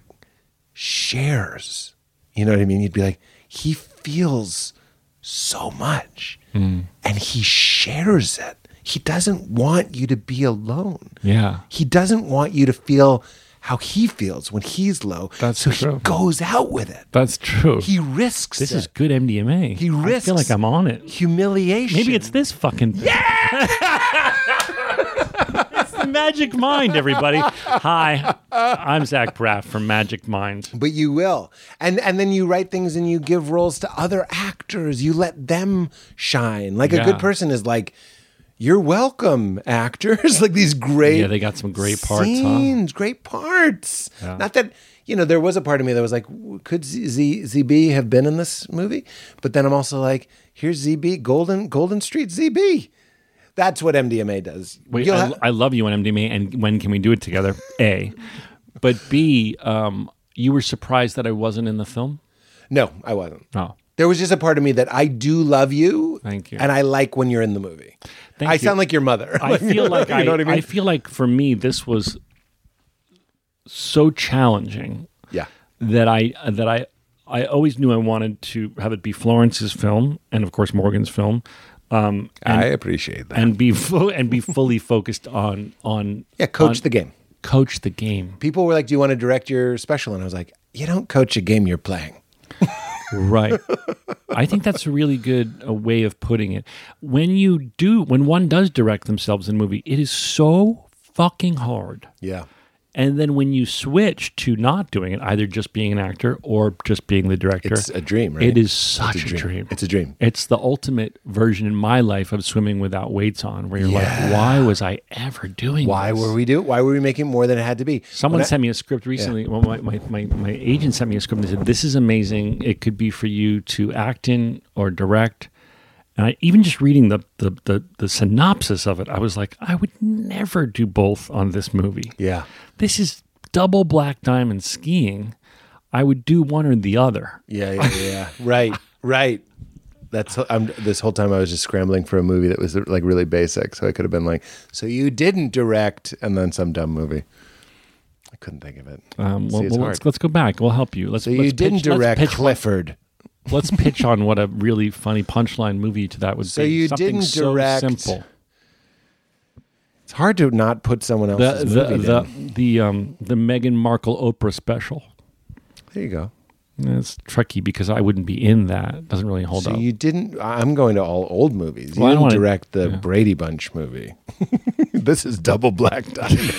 [SPEAKER 1] shares. You know what I mean? You'd be like, he feels so much
[SPEAKER 3] Hmm.
[SPEAKER 1] and he shares it. He doesn't want you to be alone.
[SPEAKER 3] Yeah.
[SPEAKER 1] He doesn't want you to feel how he feels when he's low.
[SPEAKER 4] That's
[SPEAKER 1] so he
[SPEAKER 4] true.
[SPEAKER 1] goes out with it.
[SPEAKER 4] That's true.
[SPEAKER 1] He risks
[SPEAKER 3] This
[SPEAKER 1] it.
[SPEAKER 3] is good MDMA.
[SPEAKER 1] He
[SPEAKER 3] I feel
[SPEAKER 1] risks-
[SPEAKER 3] like I'm on it.
[SPEAKER 1] humiliation.
[SPEAKER 3] Maybe it's this fucking. Yeah! it's the Magic Mind, everybody. Hi, I'm Zach Braff from Magic Mind.
[SPEAKER 1] but you will and and then you write things and you give roles to other actors you let them shine like a
[SPEAKER 4] Yeah.
[SPEAKER 1] good person is like you're welcome actors like these great
[SPEAKER 3] Yeah, they got some great parts, huh?
[SPEAKER 1] scenes great parts not that you know there was a part of me that was like w- could Z- Z- zb have been in this movie but then i'm also like here's zb golden golden street zb that's what mdma does
[SPEAKER 3] Wait,
[SPEAKER 1] You'll
[SPEAKER 3] I,
[SPEAKER 1] ha-
[SPEAKER 3] I love you on MDMA, and when can we do it together? A, but B, um, you were surprised that I wasn't in the film.
[SPEAKER 1] no i wasn't
[SPEAKER 3] Oh,
[SPEAKER 1] There was just a part of me that I do love you.
[SPEAKER 3] Thank you.
[SPEAKER 1] And I like when you're in the movie.
[SPEAKER 3] Thank
[SPEAKER 1] I
[SPEAKER 3] you.
[SPEAKER 1] sound like your mother.
[SPEAKER 3] I feel like
[SPEAKER 1] you
[SPEAKER 3] I,
[SPEAKER 1] know what I
[SPEAKER 3] I,
[SPEAKER 1] mean?
[SPEAKER 3] feel like for me this was so challenging
[SPEAKER 1] yeah.
[SPEAKER 3] that I that I I always knew I wanted to have it be Florence's film and of course Morgan's film um,
[SPEAKER 4] I appreciate that.
[SPEAKER 3] and be fu- and be fully focused on on
[SPEAKER 1] Yeah, coach
[SPEAKER 3] on-
[SPEAKER 1] the game.
[SPEAKER 3] coach the game
[SPEAKER 1] People were like, Do you want to direct your special? And I was like, You don't coach a game you're playing.
[SPEAKER 3] right I think that's a really good uh way of putting it when you do when one does direct themselves in a movie it is so fucking hard
[SPEAKER 1] Yeah.
[SPEAKER 3] And then when you switch to not doing it, either just being an actor or just being the director,
[SPEAKER 1] It's a dream, right?
[SPEAKER 3] it is such a, dream.
[SPEAKER 1] It's a dream.
[SPEAKER 3] It's the ultimate version in my life of swimming without weights on, where you're like, why was I ever doing
[SPEAKER 1] Why
[SPEAKER 3] this?
[SPEAKER 1] were we do? Why were we making more than it had to be?
[SPEAKER 3] Someone
[SPEAKER 1] When I-
[SPEAKER 3] sent me a script recently. Well, my, my, my, my agent sent me a script and said, This is amazing. It could be for you to act in or direct. And I, even just reading the, the, the, the synopsis of it, I was like, I would never do both on this movie
[SPEAKER 1] Yeah.
[SPEAKER 3] this is double black diamond skiing. I would do one or the other.
[SPEAKER 1] Yeah, yeah, yeah. right. Right. That's I'm this whole time I was just scrambling for a movie that was like really basic. So I could have been like, So you didn't direct and then some dumb movie. I couldn't think of it.
[SPEAKER 3] Um, well,
[SPEAKER 1] it's
[SPEAKER 3] well,
[SPEAKER 1] hard.
[SPEAKER 3] let's let's go back. We'll help you. Let's.
[SPEAKER 1] So
[SPEAKER 3] let's
[SPEAKER 1] you didn't
[SPEAKER 3] pitch, let's
[SPEAKER 1] direct
[SPEAKER 3] pitch-
[SPEAKER 1] Clifford.
[SPEAKER 3] Let's pitch, on what a really funny punchline movie to that would
[SPEAKER 1] So
[SPEAKER 3] be.
[SPEAKER 1] you
[SPEAKER 3] Something
[SPEAKER 1] didn't
[SPEAKER 3] so
[SPEAKER 1] direct
[SPEAKER 3] Simple.
[SPEAKER 1] It's hard to not put someone
[SPEAKER 3] The
[SPEAKER 1] else's
[SPEAKER 3] the
[SPEAKER 1] movie
[SPEAKER 3] the,
[SPEAKER 1] down.
[SPEAKER 3] the um the Meghan Markle Oprah special.
[SPEAKER 1] There you go.
[SPEAKER 3] It's tricky because I wouldn't be in that. It doesn't really hold
[SPEAKER 1] So
[SPEAKER 3] up.
[SPEAKER 1] you didn't. I- I'm going to all old movies. You
[SPEAKER 3] Well, I
[SPEAKER 1] didn't
[SPEAKER 3] don't wanna-
[SPEAKER 1] direct the Brady Bunch movie. this is double black diamond.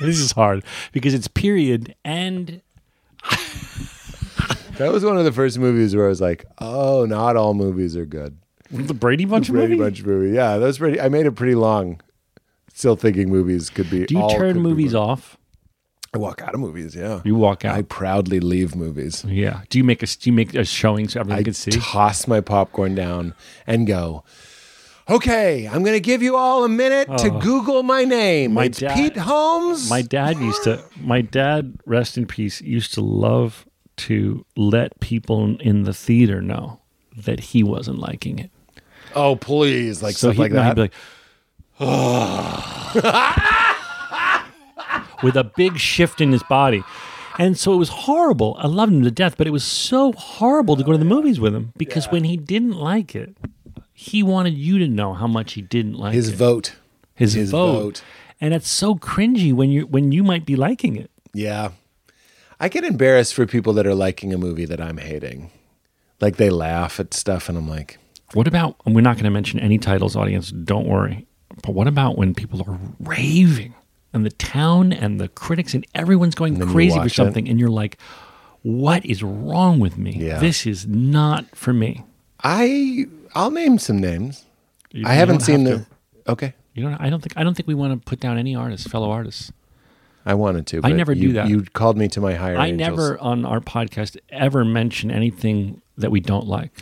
[SPEAKER 3] this is hard because it's period and
[SPEAKER 1] that was one of the first movies where I was like, "Oh, not all movies are good."
[SPEAKER 3] the Brady Bunch
[SPEAKER 1] Brady
[SPEAKER 3] movie.
[SPEAKER 1] Bunch movie. Yeah, that was pretty. I made it pretty long. Still thinking movies could be.
[SPEAKER 3] Do you
[SPEAKER 1] all could
[SPEAKER 3] turn
[SPEAKER 1] be
[SPEAKER 3] movies
[SPEAKER 1] good.
[SPEAKER 3] off?
[SPEAKER 1] I walk out of movies. Yeah,
[SPEAKER 3] You walk out.
[SPEAKER 1] I proudly leave movies.
[SPEAKER 3] Yeah. Do you make a do you make a showing so everyone
[SPEAKER 1] I
[SPEAKER 3] can see?
[SPEAKER 1] toss my popcorn down and go. Okay, I'm going to give you all a minute to
[SPEAKER 3] Oh.
[SPEAKER 1] Google my name.
[SPEAKER 3] My
[SPEAKER 1] it's
[SPEAKER 3] dad-
[SPEAKER 1] Pete Holmes.
[SPEAKER 3] my dad used to. My dad, rest in peace, used to love to let people in the theater know that he wasn't liking it.
[SPEAKER 1] oh, please, like stuff
[SPEAKER 3] he,
[SPEAKER 1] like
[SPEAKER 3] no, he'd
[SPEAKER 1] that.
[SPEAKER 3] be like, with a big shift in his body. And so it was horrible. I loved him to death, but it was so horrible to go to the movies with him because when he didn't like it, he wanted you to know how much he didn't like
[SPEAKER 1] His
[SPEAKER 3] it.
[SPEAKER 1] vote.
[SPEAKER 3] his,
[SPEAKER 1] His
[SPEAKER 3] vote.
[SPEAKER 1] vote.
[SPEAKER 3] And it's so cringy when you when you might be liking it.
[SPEAKER 1] Yeah. I get embarrassed for people that are liking a movie that I'm hating. Like they laugh at stuff and I'm like,
[SPEAKER 3] What about and we're not going to mention any titles, audience? Don't worry. But what about when people are raving and the town and the critics and everyone's going
[SPEAKER 1] you
[SPEAKER 3] crazy for
[SPEAKER 1] watch it.
[SPEAKER 3] something, and you're like, "What is wrong with me?
[SPEAKER 1] Yeah.
[SPEAKER 3] This is not for me."
[SPEAKER 1] I I'll name some names.
[SPEAKER 3] You-
[SPEAKER 1] I
[SPEAKER 3] you
[SPEAKER 1] haven't
[SPEAKER 3] don't
[SPEAKER 1] seen
[SPEAKER 3] have
[SPEAKER 1] the
[SPEAKER 3] to.
[SPEAKER 1] Okay.
[SPEAKER 3] You don't. I don't think. I don't think we want to put down any artists, fellow artists.
[SPEAKER 1] I wanted to.
[SPEAKER 3] I
[SPEAKER 1] But
[SPEAKER 3] never
[SPEAKER 1] you,
[SPEAKER 3] do that.
[SPEAKER 1] You called me to my higher
[SPEAKER 3] I
[SPEAKER 1] angels.
[SPEAKER 3] never on our podcast ever mention anything that we don't like.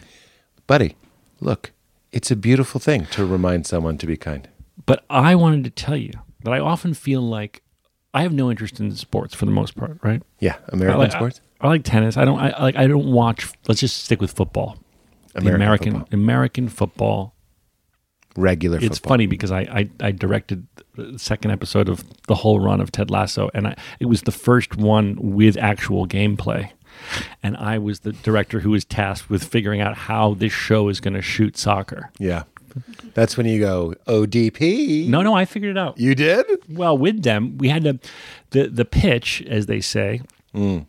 [SPEAKER 1] Buddy, look, it's a beautiful thing to remind someone to be kind.
[SPEAKER 3] But I wanted to tell you that I often feel like I have no interest in sports for the most part, right?
[SPEAKER 1] Yeah, American
[SPEAKER 3] I like,
[SPEAKER 1] sports.
[SPEAKER 3] I, I like tennis. I don't. I I like. I don't watch. Let's just stick with football. The
[SPEAKER 1] American
[SPEAKER 3] American
[SPEAKER 1] football.
[SPEAKER 3] American football.
[SPEAKER 1] Regular
[SPEAKER 3] It's
[SPEAKER 1] football.
[SPEAKER 3] funny because I, I I directed the second episode of the whole run of Ted Lasso, and I, it was the first one with actual gameplay. And I was the director who was tasked with figuring out how this show is going to shoot soccer.
[SPEAKER 1] Yeah.
[SPEAKER 4] That's when you go ODP.
[SPEAKER 3] No, no, I figured it out.
[SPEAKER 4] You did?
[SPEAKER 3] Well, with them, we had to the the pitch, as they say, the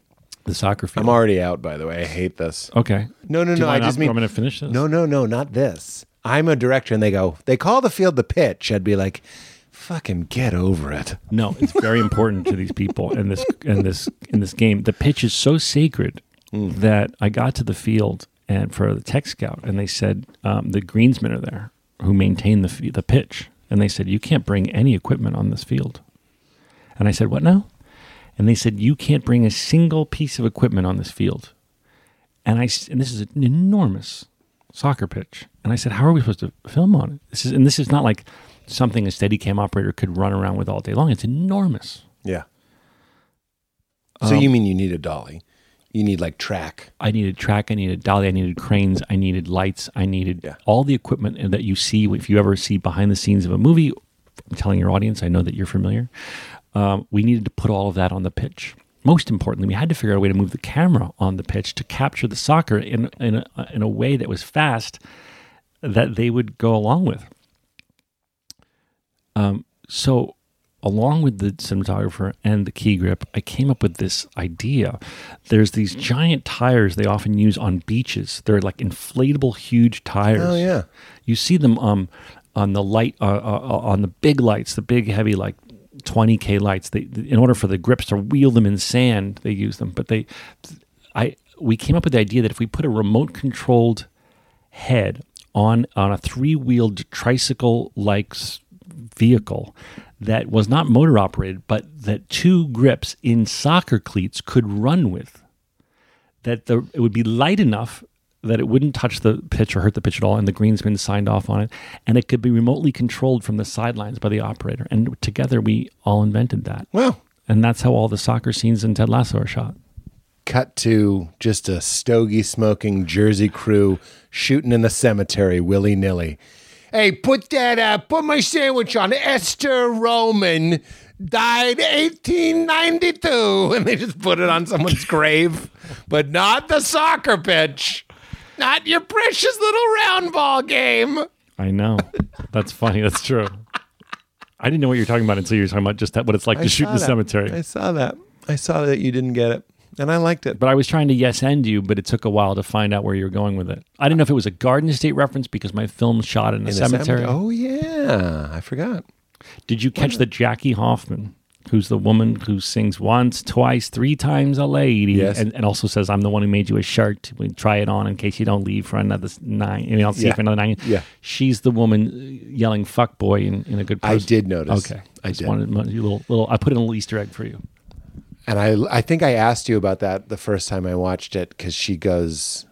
[SPEAKER 3] soccer field.
[SPEAKER 4] Mm. I'm already out, by the way. I hate this.
[SPEAKER 3] okay.
[SPEAKER 4] No, no,
[SPEAKER 3] Do you
[SPEAKER 4] no. I
[SPEAKER 3] wanna-
[SPEAKER 4] just mean
[SPEAKER 3] I'm going to finish this.
[SPEAKER 4] No, no, no, not this. I'm a director, and they go. They call the field the pitch. I'd be like, "Fucking get over it."
[SPEAKER 3] No, it's very important to these people in this in this in this game. The pitch is so sacred that I got to the field and for the tech scout, and they said um, the greensmen are there who maintain the f- the pitch, and they said you can't bring any equipment on this field. And I said, what now? And they said you can't bring a single piece of equipment on this field. And I s- and this is an enormous soccer pitch. And I said, how are we supposed to film on it? This is and this is not like something a Steadicam operator could run around with all day long. It's enormous.
[SPEAKER 4] Yeah. Um, So you mean you need a dolly? You need like track.
[SPEAKER 3] I needed track, I needed dolly, I needed cranes, I needed lights, I needed
[SPEAKER 4] Yeah.
[SPEAKER 3] all the equipment that you see if you ever see behind the scenes of a movie. I'm telling your audience, I know that you're familiar. Um, we needed to put all of that on the pitch. Most importantly, we had to figure out a way to move the camera on the pitch to capture the soccer in in a, in a way that was fast that they would go along with. Um, so, along with the cinematographer and the key grip, I came up with this idea. There's these giant tires they often use on beaches. They're like inflatable, huge tires.
[SPEAKER 4] Oh yeah.
[SPEAKER 3] You see them um, on the light uh, uh, uh, on the big lights, the big heavy like 20k lights. They in order for the grips to wheel them in sand, they use them. But they, I we came up with the idea that if we put a remote controlled head on on a three wheeled tricycle like vehicle that was not motor operated, but that two grips in soccer cleats could run with that the it would be light enough that it wouldn't touch the pitch or hurt the pitch at all, and the greensman signed off on it, and it could be remotely controlled from the sidelines by the operator. And together, we all invented that,
[SPEAKER 4] Well,
[SPEAKER 3] and that's how all the soccer scenes in Ted Lasso are shot.
[SPEAKER 4] cut to just a stogie smoking Jersey crew shooting in the cemetery willy nilly. Hey, put that uh, put my sandwich on Esther Roman. Died 1892, and they just put it on someone's grave, but not the soccer pitch, not your precious little round ball game.
[SPEAKER 3] I know, that's funny. That's true. I didn't know what you were talking about until you were talking about just that, what it's like to shoot in the cemetery.
[SPEAKER 4] I saw that. I saw that you didn't get it, and I liked it.
[SPEAKER 3] but I was trying to yes end you, but it took a while to find out where you were going with it. I didn't know if it was a Garden State reference because my film shot in a cemetery.
[SPEAKER 4] Oh yeah, I forgot.
[SPEAKER 3] Did you catch the Jackie Hoffman, who's the woman who sings once, twice, three times a lady,
[SPEAKER 4] Yes.
[SPEAKER 3] and, and also says, "I'm the one who made you a shirt. We try it on in case you don't leave for another s- nine. You know, see
[SPEAKER 4] Yeah.
[SPEAKER 3] for another nine.
[SPEAKER 4] Yeah.
[SPEAKER 3] she's the woman uh, yelling "fuck boy" in, in a good.
[SPEAKER 4] I
[SPEAKER 3] Person.
[SPEAKER 4] did notice.
[SPEAKER 3] Okay,
[SPEAKER 4] I
[SPEAKER 3] just
[SPEAKER 4] did.
[SPEAKER 3] wanted my- you little little. I put in a little Easter egg for you.
[SPEAKER 4] And I, I think I asked you about that the first time I watched it because she goes,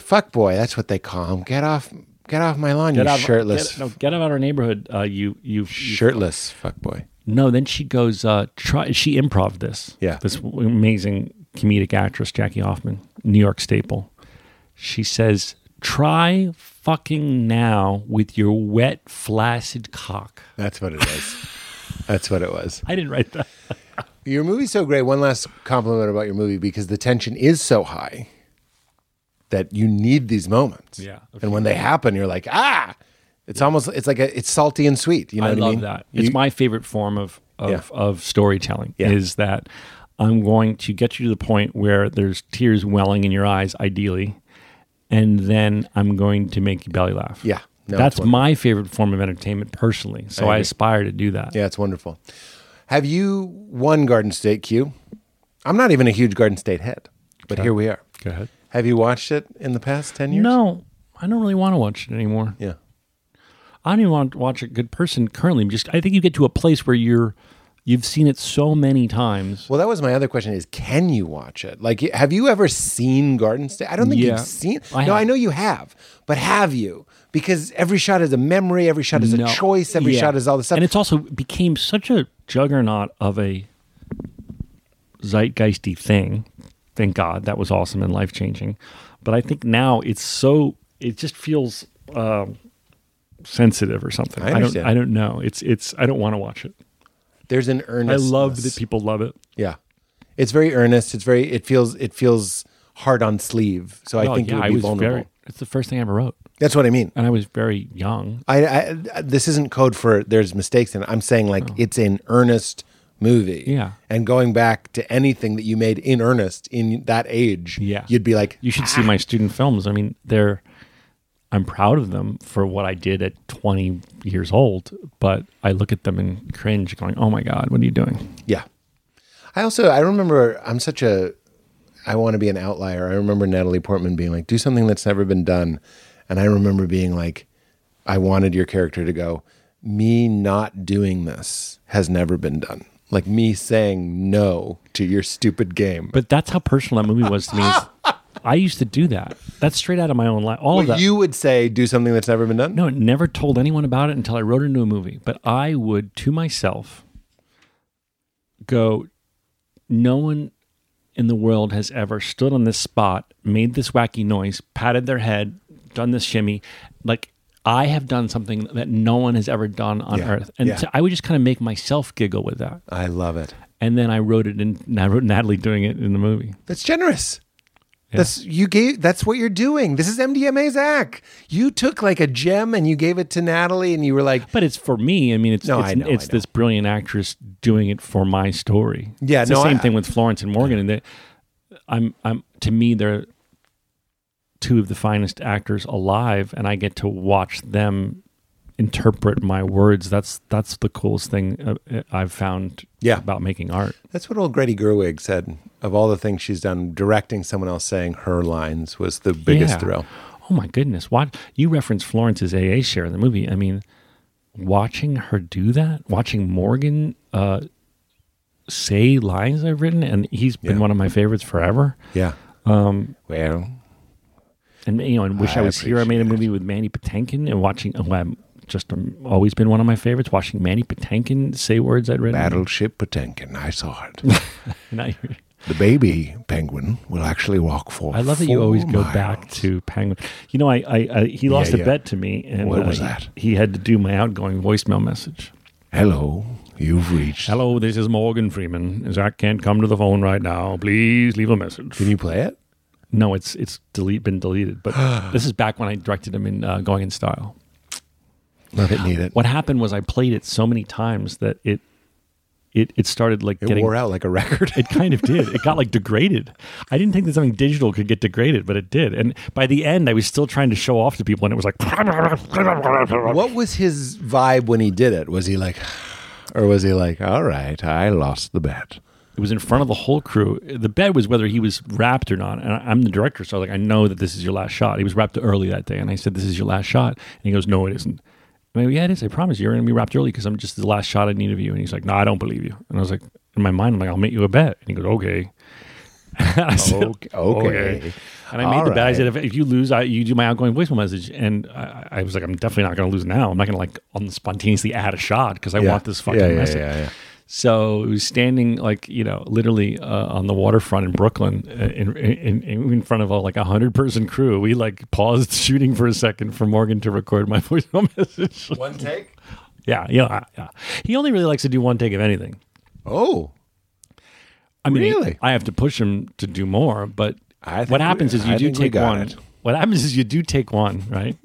[SPEAKER 4] "Fuck boy," that's what they call him. Get off, get off my lawn, you
[SPEAKER 3] out of-
[SPEAKER 4] shirtless,
[SPEAKER 3] Get, no, get out of our neighborhood. Uh, you you you
[SPEAKER 4] shirtless fuck boy.
[SPEAKER 3] No, then she goes, uh, try, she improv this.
[SPEAKER 4] Yeah.
[SPEAKER 3] This w- amazing comedic actress, Jackie Hoffman, New York staple. She says, try fucking now with your wet, flaccid cock.
[SPEAKER 4] That's what it is. that's what it was.
[SPEAKER 3] I didn't write that.
[SPEAKER 4] Your movie's so great. One last compliment about your movie because the tension is so high that you need these moments.
[SPEAKER 3] Yeah.
[SPEAKER 4] And when they happen, you're like, ah, it's almost it's like a, it's salty and sweet. You know
[SPEAKER 3] I
[SPEAKER 4] what
[SPEAKER 3] love
[SPEAKER 4] I mean?
[SPEAKER 3] that.
[SPEAKER 4] You-
[SPEAKER 3] It's my favorite form of of,
[SPEAKER 4] Yeah.
[SPEAKER 3] of storytelling
[SPEAKER 4] Yeah.
[SPEAKER 3] is that I'm going to get you to the point where there's tears welling in your eyes, ideally, and then I'm going to make you belly laugh.
[SPEAKER 4] Yeah. No, it's
[SPEAKER 3] That's
[SPEAKER 4] wonderful.
[SPEAKER 3] my favorite form of entertainment personally. So I,
[SPEAKER 4] agree.
[SPEAKER 3] aspire to do that.
[SPEAKER 4] Yeah, it's wonderful. Have you won Garden State Q? I'm not even a huge Garden State head, but here we are.
[SPEAKER 3] Go ahead.
[SPEAKER 4] Have you watched it in the past 10 years?
[SPEAKER 3] No, I don't really want to watch it anymore.
[SPEAKER 4] Yeah.
[SPEAKER 3] I don't even want to watch a good person currently. I'm just I think you get to a place where you're you've seen it so many times.
[SPEAKER 4] Well, that was my other question is can you watch it? Like have you ever seen Garden State? I don't think
[SPEAKER 3] Yeah.
[SPEAKER 4] you've seen
[SPEAKER 3] I
[SPEAKER 4] No,
[SPEAKER 3] have.
[SPEAKER 4] I know you have. But have you? Because every shot is a memory, every shot is a
[SPEAKER 3] No.
[SPEAKER 4] choice, every
[SPEAKER 3] Yeah.
[SPEAKER 4] shot is all this stuff.
[SPEAKER 3] And it's also became such a juggernaut of a zeitgeisty thing. Thank God that was awesome and life changing. But I think now it's so it just feels um, sensitive or something.
[SPEAKER 4] I
[SPEAKER 3] don't
[SPEAKER 4] understand.
[SPEAKER 3] I don't know. It's it's I don't want to watch it.
[SPEAKER 4] There's an
[SPEAKER 3] I
[SPEAKER 4] earnestness.
[SPEAKER 3] love that people love it.
[SPEAKER 4] Yeah. It's very earnest. It's very it feels it feels hard on sleeve. So I
[SPEAKER 3] Oh,
[SPEAKER 4] think it would be vulnerable.
[SPEAKER 3] Very, it's the first thing I ever wrote.
[SPEAKER 4] That's what I mean.
[SPEAKER 3] and I was very young.
[SPEAKER 4] I, I this isn't code for there's mistakes in. it. I'm saying like it's an earnest movie.
[SPEAKER 3] Yeah.
[SPEAKER 4] And going back to anything that you made in earnest in that age,
[SPEAKER 3] Yeah.
[SPEAKER 4] you'd be like,
[SPEAKER 3] You should see my student films. I mean, they're I'm proud of them for what I did at 20 years old, but I look at them and cringe, going, "Oh my god, what are you doing?"
[SPEAKER 4] yeah. I also I remember I'm such a I want to be an outlier. I remember Natalie Portman being like, do something that's never been done, and I remember being like, I wanted your character to go, me not doing this has never been done. Like me saying no to your stupid game.
[SPEAKER 3] But that's how personal that movie was to me. is I used to do that. That's straight out of my own life. All of
[SPEAKER 4] Well,
[SPEAKER 3] that.
[SPEAKER 4] you would say do something that's never been done.
[SPEAKER 3] no, I never told anyone about it until I wrote it into a movie. But I would, to myself, go, no one in the world has ever stood on this spot, made this wacky noise, patted their head, done this shimmy. Like, I have done something that no one has ever done on
[SPEAKER 4] Yeah.
[SPEAKER 3] earth. And
[SPEAKER 4] Yeah.
[SPEAKER 3] so I would just kind of make myself giggle with that.
[SPEAKER 4] I love it.
[SPEAKER 3] And then I wrote it in, and I wrote Natalie doing it in the movie.
[SPEAKER 4] That's generous. That's you gave. That's what you're doing. This is MDMA Zach. You took like a gem and you gave it to Natalie, and you were like,
[SPEAKER 3] But it's for me. I mean, it's
[SPEAKER 4] No,
[SPEAKER 3] it's,
[SPEAKER 4] I know,
[SPEAKER 3] it's
[SPEAKER 4] I know.
[SPEAKER 3] this brilliant actress doing it for my story.
[SPEAKER 4] Yeah,
[SPEAKER 3] it's
[SPEAKER 4] no,
[SPEAKER 3] the same
[SPEAKER 4] I-
[SPEAKER 3] thing with Florence and Morgan. And they, I'm I'm to me they're two of the finest actors alive, and I get to watch them interpret my words. That's that's the coolest thing uh, I've found.
[SPEAKER 4] Yeah.
[SPEAKER 3] about making art.
[SPEAKER 4] "That's what old Grady Gerwig said." Of all the things she's done, directing someone else saying her lines was the biggest
[SPEAKER 3] Yeah.
[SPEAKER 4] thrill.
[SPEAKER 3] Oh my goodness! Why you reference Florence's AA share in the movie? I mean, watching her do that, watching Morgan uh, say lines I've written, and he's been
[SPEAKER 4] Yeah.
[SPEAKER 3] one of my favorites forever.
[SPEAKER 4] Yeah. Um. Well.
[SPEAKER 3] And you know, and wish I,
[SPEAKER 4] I
[SPEAKER 3] was here. I made a movie with Manny Patinkin, and watching who I'm just um, always been one of my favorites. Watching Manny Patinkin say words I'd written.
[SPEAKER 4] Battleship Potemkin. I saw it.
[SPEAKER 3] And I,
[SPEAKER 4] the baby penguin will actually walk for.
[SPEAKER 3] I love that you
[SPEAKER 4] four
[SPEAKER 3] always go
[SPEAKER 4] miles.
[SPEAKER 3] back to Penguin. You know, I, I, I he lost
[SPEAKER 4] yeah.
[SPEAKER 3] a bet to me, and
[SPEAKER 4] What
[SPEAKER 3] uh,
[SPEAKER 4] was that?
[SPEAKER 3] He had to do my outgoing voicemail message.
[SPEAKER 4] Hello, you've reached.
[SPEAKER 3] Hello, this is Morgan Freeman. Zach can't come to the phone right now. Please leave a message.
[SPEAKER 4] Can you play it?
[SPEAKER 3] No, it's it's delete been deleted. But this is back when I directed him in uh, Going in Style.
[SPEAKER 4] Love it. Need it.
[SPEAKER 3] What happened was I played it so many times that it it it started like
[SPEAKER 4] It
[SPEAKER 3] getting
[SPEAKER 4] wore out like a record.
[SPEAKER 3] it kind of did. It got like degraded. I didn't think that something digital could get degraded, but it did. And by the end, I was still trying to show off to people, and it was like
[SPEAKER 4] What was his vibe when he did it? Was he like, or was he like, all right, I lost the bet?
[SPEAKER 3] It was in front of the whole crew. The bet was whether he was wrapped or not. And I- I'm the director, so I was like, I know that this is your last shot. He was wrapped early that day, and I said, This is your last shot. And he goes, No, it isn't. And I go, Yeah, it is. I promise you, you're going to be wrapped early because I'm just the last shot I need of you. And he's like, No, I don't believe you. And I was like, In my mind, I'm like, I'll make you a bet. And he goes, Okay. And I said,
[SPEAKER 4] Okay. okay.
[SPEAKER 3] And I made
[SPEAKER 4] All
[SPEAKER 3] the bet. I
[SPEAKER 4] right.
[SPEAKER 3] said, if, if you lose, I, you do my outgoing voicemail message. And I, I was like, I'm definitely not going to lose now. I'm not going to like un- spontaneously add a shot because I want this fucking
[SPEAKER 4] yeah, yeah,
[SPEAKER 3] message.
[SPEAKER 4] Yeah, yeah.
[SPEAKER 3] So it was standing like you know, literally uh, on the waterfront in Brooklyn, uh, in, in, in in front of a, like a hundred person crew. We like paused shooting for a second for Morgan to record my voicemail message.
[SPEAKER 4] One take.
[SPEAKER 3] yeah, yeah, yeah. He only really likes to do one take of anything.
[SPEAKER 4] Oh,
[SPEAKER 3] I mean,
[SPEAKER 4] Really?
[SPEAKER 3] I have to push him to do more. But
[SPEAKER 4] I think
[SPEAKER 3] what happens
[SPEAKER 4] we-
[SPEAKER 3] is you
[SPEAKER 4] I
[SPEAKER 3] do
[SPEAKER 4] think we
[SPEAKER 3] take
[SPEAKER 4] got
[SPEAKER 3] one.
[SPEAKER 4] it.
[SPEAKER 3] What happens is you do take one, right?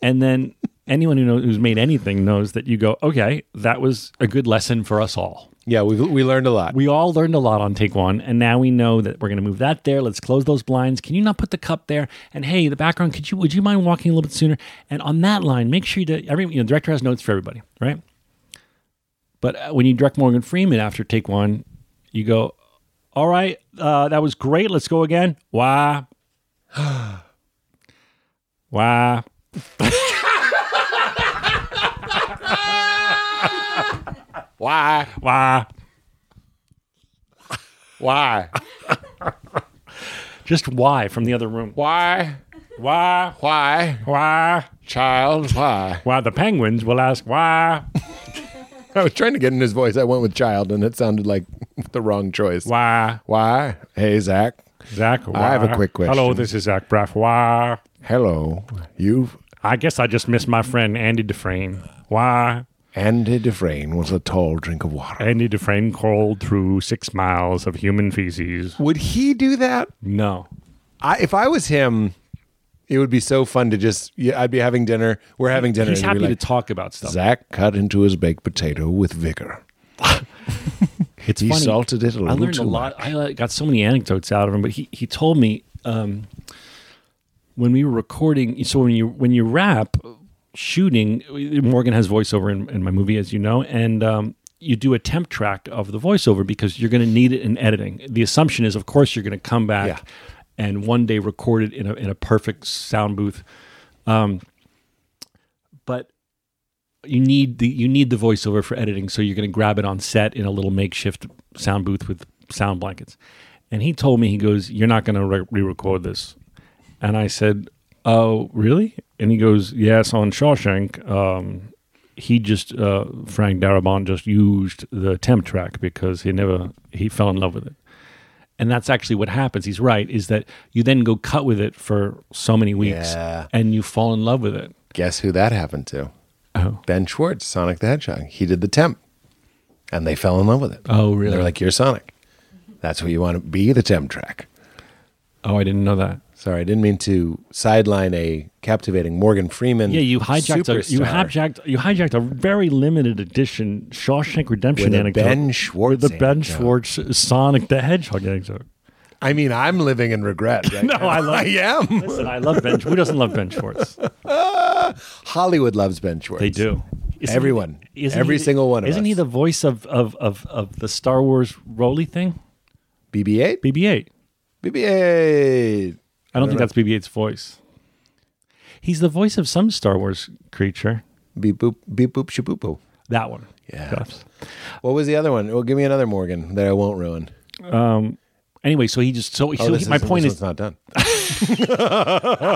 [SPEAKER 3] and then anyone who knows who's made anything knows that you go, okay, that was a good lesson for us all.
[SPEAKER 4] yeah. We we learned a lot.
[SPEAKER 3] We all learned a lot on take one, and now we know that we're going to move that there. Let's close those blinds. Can you not put the cup there? And hey, the background, could you would you mind walking a little bit sooner? And on that line, make sure you do, every you know director has notes for everybody, right? But uh, when you direct Morgan Freeman after take one, you go, all right, uh, that was great. Let's go again. Why? Why?
[SPEAKER 4] Why?
[SPEAKER 3] Why?
[SPEAKER 4] Why?
[SPEAKER 3] Just why from the other room?
[SPEAKER 4] Why?
[SPEAKER 3] Why?
[SPEAKER 4] Why?
[SPEAKER 3] Why?
[SPEAKER 4] Child? Why?
[SPEAKER 3] Why the penguins will ask why?
[SPEAKER 4] I was trying to get in his voice. I went with child, and it sounded like the wrong choice.
[SPEAKER 3] Why?
[SPEAKER 4] Why? Hey, Zach.
[SPEAKER 3] Zach,
[SPEAKER 4] I have a
[SPEAKER 3] why?
[SPEAKER 4] quick question.
[SPEAKER 3] Hello, this is Zach Braff. Why?
[SPEAKER 4] Hello. You've
[SPEAKER 3] I guess I just missed my friend Andy Dufresne. Why?
[SPEAKER 4] Andy Dufresne was a tall drink of water.
[SPEAKER 3] Andy Dufresne crawled through six miles of human feces.
[SPEAKER 4] Would he do that?
[SPEAKER 3] No.
[SPEAKER 4] I, if I was him, It would be so fun to just. Yeah, I'd be having dinner. We're having dinner.
[SPEAKER 3] He's
[SPEAKER 4] and
[SPEAKER 3] happy
[SPEAKER 4] we'd be
[SPEAKER 3] to
[SPEAKER 4] like,
[SPEAKER 3] talk about stuff.
[SPEAKER 4] Zach cut into his baked potato with vigor.
[SPEAKER 3] It's
[SPEAKER 4] He
[SPEAKER 3] funny.
[SPEAKER 4] salted it a
[SPEAKER 3] I
[SPEAKER 4] little
[SPEAKER 3] learned
[SPEAKER 4] too
[SPEAKER 3] a lot. I uh, got so many anecdotes out of him, but he, he told me um, when we were recording. So when you when you rap shooting, Morgan has voiceover in, in my movie, as you know, and um, you do a temp track of the voiceover because you're going to need it in editing. The assumption is, of course, you're going to come back
[SPEAKER 4] Yeah.
[SPEAKER 3] and one day record it in a in a perfect sound booth, um, but you need the you need the voiceover for editing, so you're going to grab it on set in a little makeshift sound booth with sound blankets. And he told me he goes, "You're not going to re- re-record this," and I said, "Oh, really?" And he goes, "Yes, on Shawshank." Um, he just uh, Frank Darabont just used the temp track because he never he fell in love with it, and that's actually what happens. He's right is that you then go cut with it for so many weeks
[SPEAKER 4] Yeah.
[SPEAKER 3] and you fall in love with it.
[SPEAKER 4] Guess who that happened to?
[SPEAKER 3] Oh.
[SPEAKER 4] Ben Schwartz, Sonic the Hedgehog. He did the temp, and they fell in love with it.
[SPEAKER 3] Oh, really?
[SPEAKER 4] They're like, "You're Sonic. That's what you want to be." The temp track.
[SPEAKER 3] Oh, I didn't know that.
[SPEAKER 4] Sorry, I didn't mean to sideline a captivating Morgan Freeman.
[SPEAKER 3] Yeah, you hijacked
[SPEAKER 4] superstar
[SPEAKER 3] a, you hijacked you hijacked a very limited edition Shawshank Redemption
[SPEAKER 4] With a
[SPEAKER 3] anecdote.
[SPEAKER 4] Ben Schwartz
[SPEAKER 3] with the Ben
[SPEAKER 4] anecdote.
[SPEAKER 3] Schwartz uh, Sonic the Hedgehog anecdote.
[SPEAKER 4] I mean, I'm living in regret. Right
[SPEAKER 3] No, I love-
[SPEAKER 4] I am.
[SPEAKER 3] Listen, I love Ben. Who doesn't love Ben Schwartz?
[SPEAKER 4] Hollywood loves Ben Schwartz.
[SPEAKER 3] They do. Isn't
[SPEAKER 4] Everyone.
[SPEAKER 3] he- isn't
[SPEAKER 4] Every
[SPEAKER 3] he the-
[SPEAKER 4] single one of
[SPEAKER 3] Isn't he
[SPEAKER 4] us.
[SPEAKER 3] the voice of of of, of the Star Wars Roly thing?
[SPEAKER 4] BB-8.
[SPEAKER 3] BB-8.
[SPEAKER 4] BB-8.
[SPEAKER 3] I don't think that's BB-8's voice. He's the voice of some Star Wars creature.
[SPEAKER 4] Beep boop. Beep boop. Shaboopoo.
[SPEAKER 3] That one.
[SPEAKER 4] Yeah.
[SPEAKER 3] Yes.
[SPEAKER 4] What was the other one? Well, give me another Morgan that I won't ruin.
[SPEAKER 3] Anyway, so he just so,
[SPEAKER 4] Oh,
[SPEAKER 3] so
[SPEAKER 4] this
[SPEAKER 3] he, my
[SPEAKER 4] is-
[SPEAKER 3] point
[SPEAKER 4] this
[SPEAKER 3] is
[SPEAKER 4] one's not done.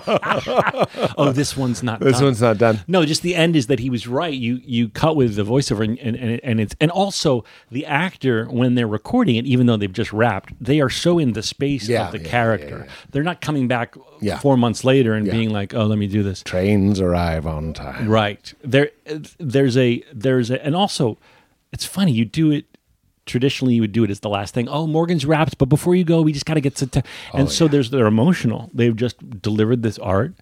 [SPEAKER 3] oh this one's not
[SPEAKER 4] This
[SPEAKER 3] done.
[SPEAKER 4] one's not done.
[SPEAKER 3] No, just the end is that he was right. You you cut with the voiceover and and, and, and it's and also the actor when they're recording it, even though they've just wrapped, they are so in the space
[SPEAKER 4] Yeah,
[SPEAKER 3] of the
[SPEAKER 4] yeah, yeah,
[SPEAKER 3] character. They're not coming back
[SPEAKER 4] Yeah.
[SPEAKER 3] four months later and being like, "Oh, let me do this."
[SPEAKER 4] Trains arrive on time.
[SPEAKER 3] Right there, there's a there's a and also, it's funny you do it. Traditionally, you would do it as the last thing. Oh, Morgan's wrapped, but before you go, we just got to get to. T-.
[SPEAKER 4] Oh,
[SPEAKER 3] And so there's they're emotional. They've just delivered this art,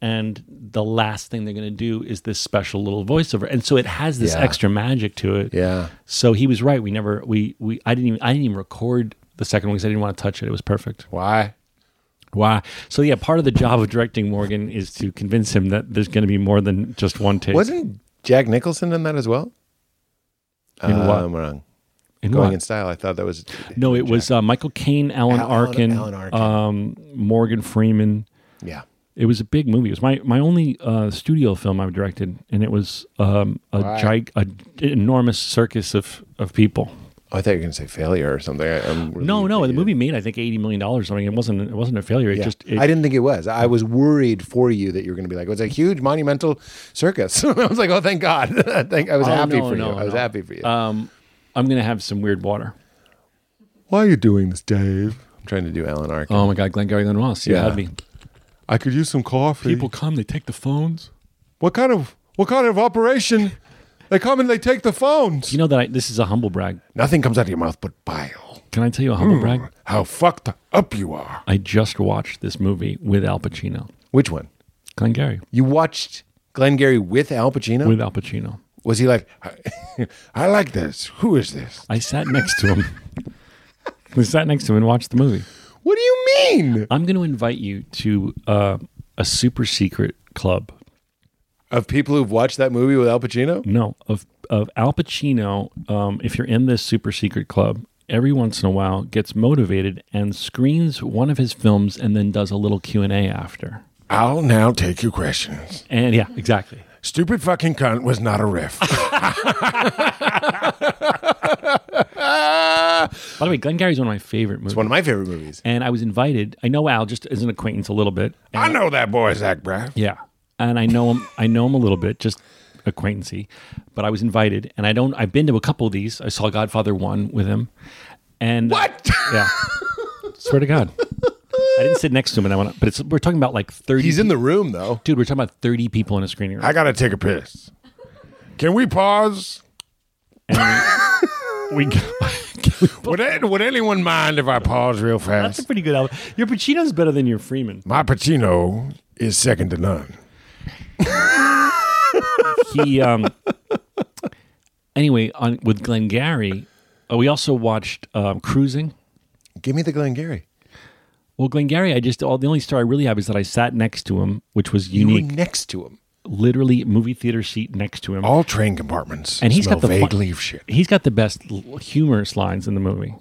[SPEAKER 3] and the last thing they're going to do is this special little voiceover. And so it has this
[SPEAKER 4] Yeah.
[SPEAKER 3] extra magic to it.
[SPEAKER 4] Yeah.
[SPEAKER 3] So he was right. We never we we I didn't even I didn't even record the second one because I didn't want to touch it. It was perfect.
[SPEAKER 4] Why?
[SPEAKER 3] Wow. So yeah, part of the job of directing Morgan is to convince him that there's going to be more than just one take.
[SPEAKER 4] Wasn't Jack Nicholson in that as well?
[SPEAKER 3] In what?
[SPEAKER 4] I'm wrong.
[SPEAKER 3] In
[SPEAKER 4] Um, Going
[SPEAKER 3] what?
[SPEAKER 4] in style. I thought that was
[SPEAKER 3] no, it was uh, Michael Caine, Alan
[SPEAKER 4] Alan-
[SPEAKER 3] Arkin,
[SPEAKER 4] Alan Arkin.
[SPEAKER 3] Um, Morgan Freeman.
[SPEAKER 4] yeah.
[SPEAKER 3] It was a big movie. It was my my only uh, studio film I've directed, and it was um, a
[SPEAKER 4] Right.
[SPEAKER 3] gig- a enormous circus of of people.
[SPEAKER 4] Oh, I thought you were going to say failure or something. I, I'm really
[SPEAKER 3] No, no, the movie made I think eighty million dollars. I mean, it wasn't it wasn't a failure. It
[SPEAKER 4] Yeah.
[SPEAKER 3] just it,
[SPEAKER 4] I didn't think it was. I was worried for you that you were going to be like, it was a huge monumental circus. I was like, oh, thank God. thank, I was
[SPEAKER 3] Oh,
[SPEAKER 4] happy
[SPEAKER 3] no,
[SPEAKER 4] for
[SPEAKER 3] no,
[SPEAKER 4] you. I was
[SPEAKER 3] no.
[SPEAKER 4] happy for you.
[SPEAKER 3] Um, I'm gonna have some weird water.
[SPEAKER 4] Why are you doing this, Dave? I'm trying to do Alan Arkin.
[SPEAKER 3] Oh my God, Glengarry Glen Ross, you
[SPEAKER 4] Yeah.
[SPEAKER 3] had me.
[SPEAKER 4] I could use some coffee.
[SPEAKER 3] People come, they take the phones.
[SPEAKER 4] what kind of what kind of operation? They come and they take the phones.
[SPEAKER 3] You know that I, this is a humble brag.
[SPEAKER 4] Nothing comes out of your mouth but bile.
[SPEAKER 3] Can I tell you a
[SPEAKER 4] Hmm.
[SPEAKER 3] humble brag?
[SPEAKER 4] How fucked up you are.
[SPEAKER 3] I just watched this movie with Al Pacino.
[SPEAKER 4] Which one?
[SPEAKER 3] Glengarry
[SPEAKER 4] You watched Glengarry with Al Pacino?
[SPEAKER 3] with Al Pacino.
[SPEAKER 4] was he like, I like this. Who is this?
[SPEAKER 3] I sat next to him. I sat next to him and watched the movie.
[SPEAKER 4] What do you mean?
[SPEAKER 3] I'm going to invite you to uh, a super secret club.
[SPEAKER 4] Of people who've watched that movie with Al Pacino?
[SPEAKER 3] No, of of Al Pacino. Um, if you're in this super secret club, every once in a while gets motivated and screens one of his films and then does a little Q and A after.
[SPEAKER 4] I'll now take your questions.
[SPEAKER 3] And yeah, exactly.
[SPEAKER 4] Stupid fucking cunt was not a riff. it's
[SPEAKER 3] By the way, Glengarry's one of my favorite movies.
[SPEAKER 4] one of my favorite movies.
[SPEAKER 3] and I was invited. I know Al just as an acquaintance a little bit. And-
[SPEAKER 4] I know that boy, Zach Braff.
[SPEAKER 3] Yeah, and I know him. I know him a little bit, just acquaintancy. But I was invited, and I don't. I've been to a couple of these. I saw Godfather One with him, and
[SPEAKER 4] What?
[SPEAKER 3] Yeah, swear to God, I didn't sit next to him, and I want. But it's, we're talking about like thirty.
[SPEAKER 4] He's in the room, though.
[SPEAKER 3] dude. We're talking about thirty people in a screening room.
[SPEAKER 4] I gotta take a piss. Can we pause?
[SPEAKER 3] we,
[SPEAKER 4] Would, a- would anyone mind if I pause real
[SPEAKER 3] that's a
[SPEAKER 4] fast?
[SPEAKER 3] pretty good album. Your Pacino's better than your Freeman.
[SPEAKER 4] My Pacino
[SPEAKER 1] is second to none.
[SPEAKER 3] he um anyway on with glengarry uh, we also watched um, cruising
[SPEAKER 1] Give me the Glengarry.
[SPEAKER 3] well glengarry i just all the only story i really have is that i sat next to him which was
[SPEAKER 1] You were
[SPEAKER 3] unique
[SPEAKER 1] next to him.
[SPEAKER 3] literally movie theater seat next to him
[SPEAKER 1] All train compartments.
[SPEAKER 3] and he's
[SPEAKER 1] Oh, smell
[SPEAKER 3] got the fu-
[SPEAKER 1] vaguely of shit.
[SPEAKER 3] he's got the best l- humorous lines in the movie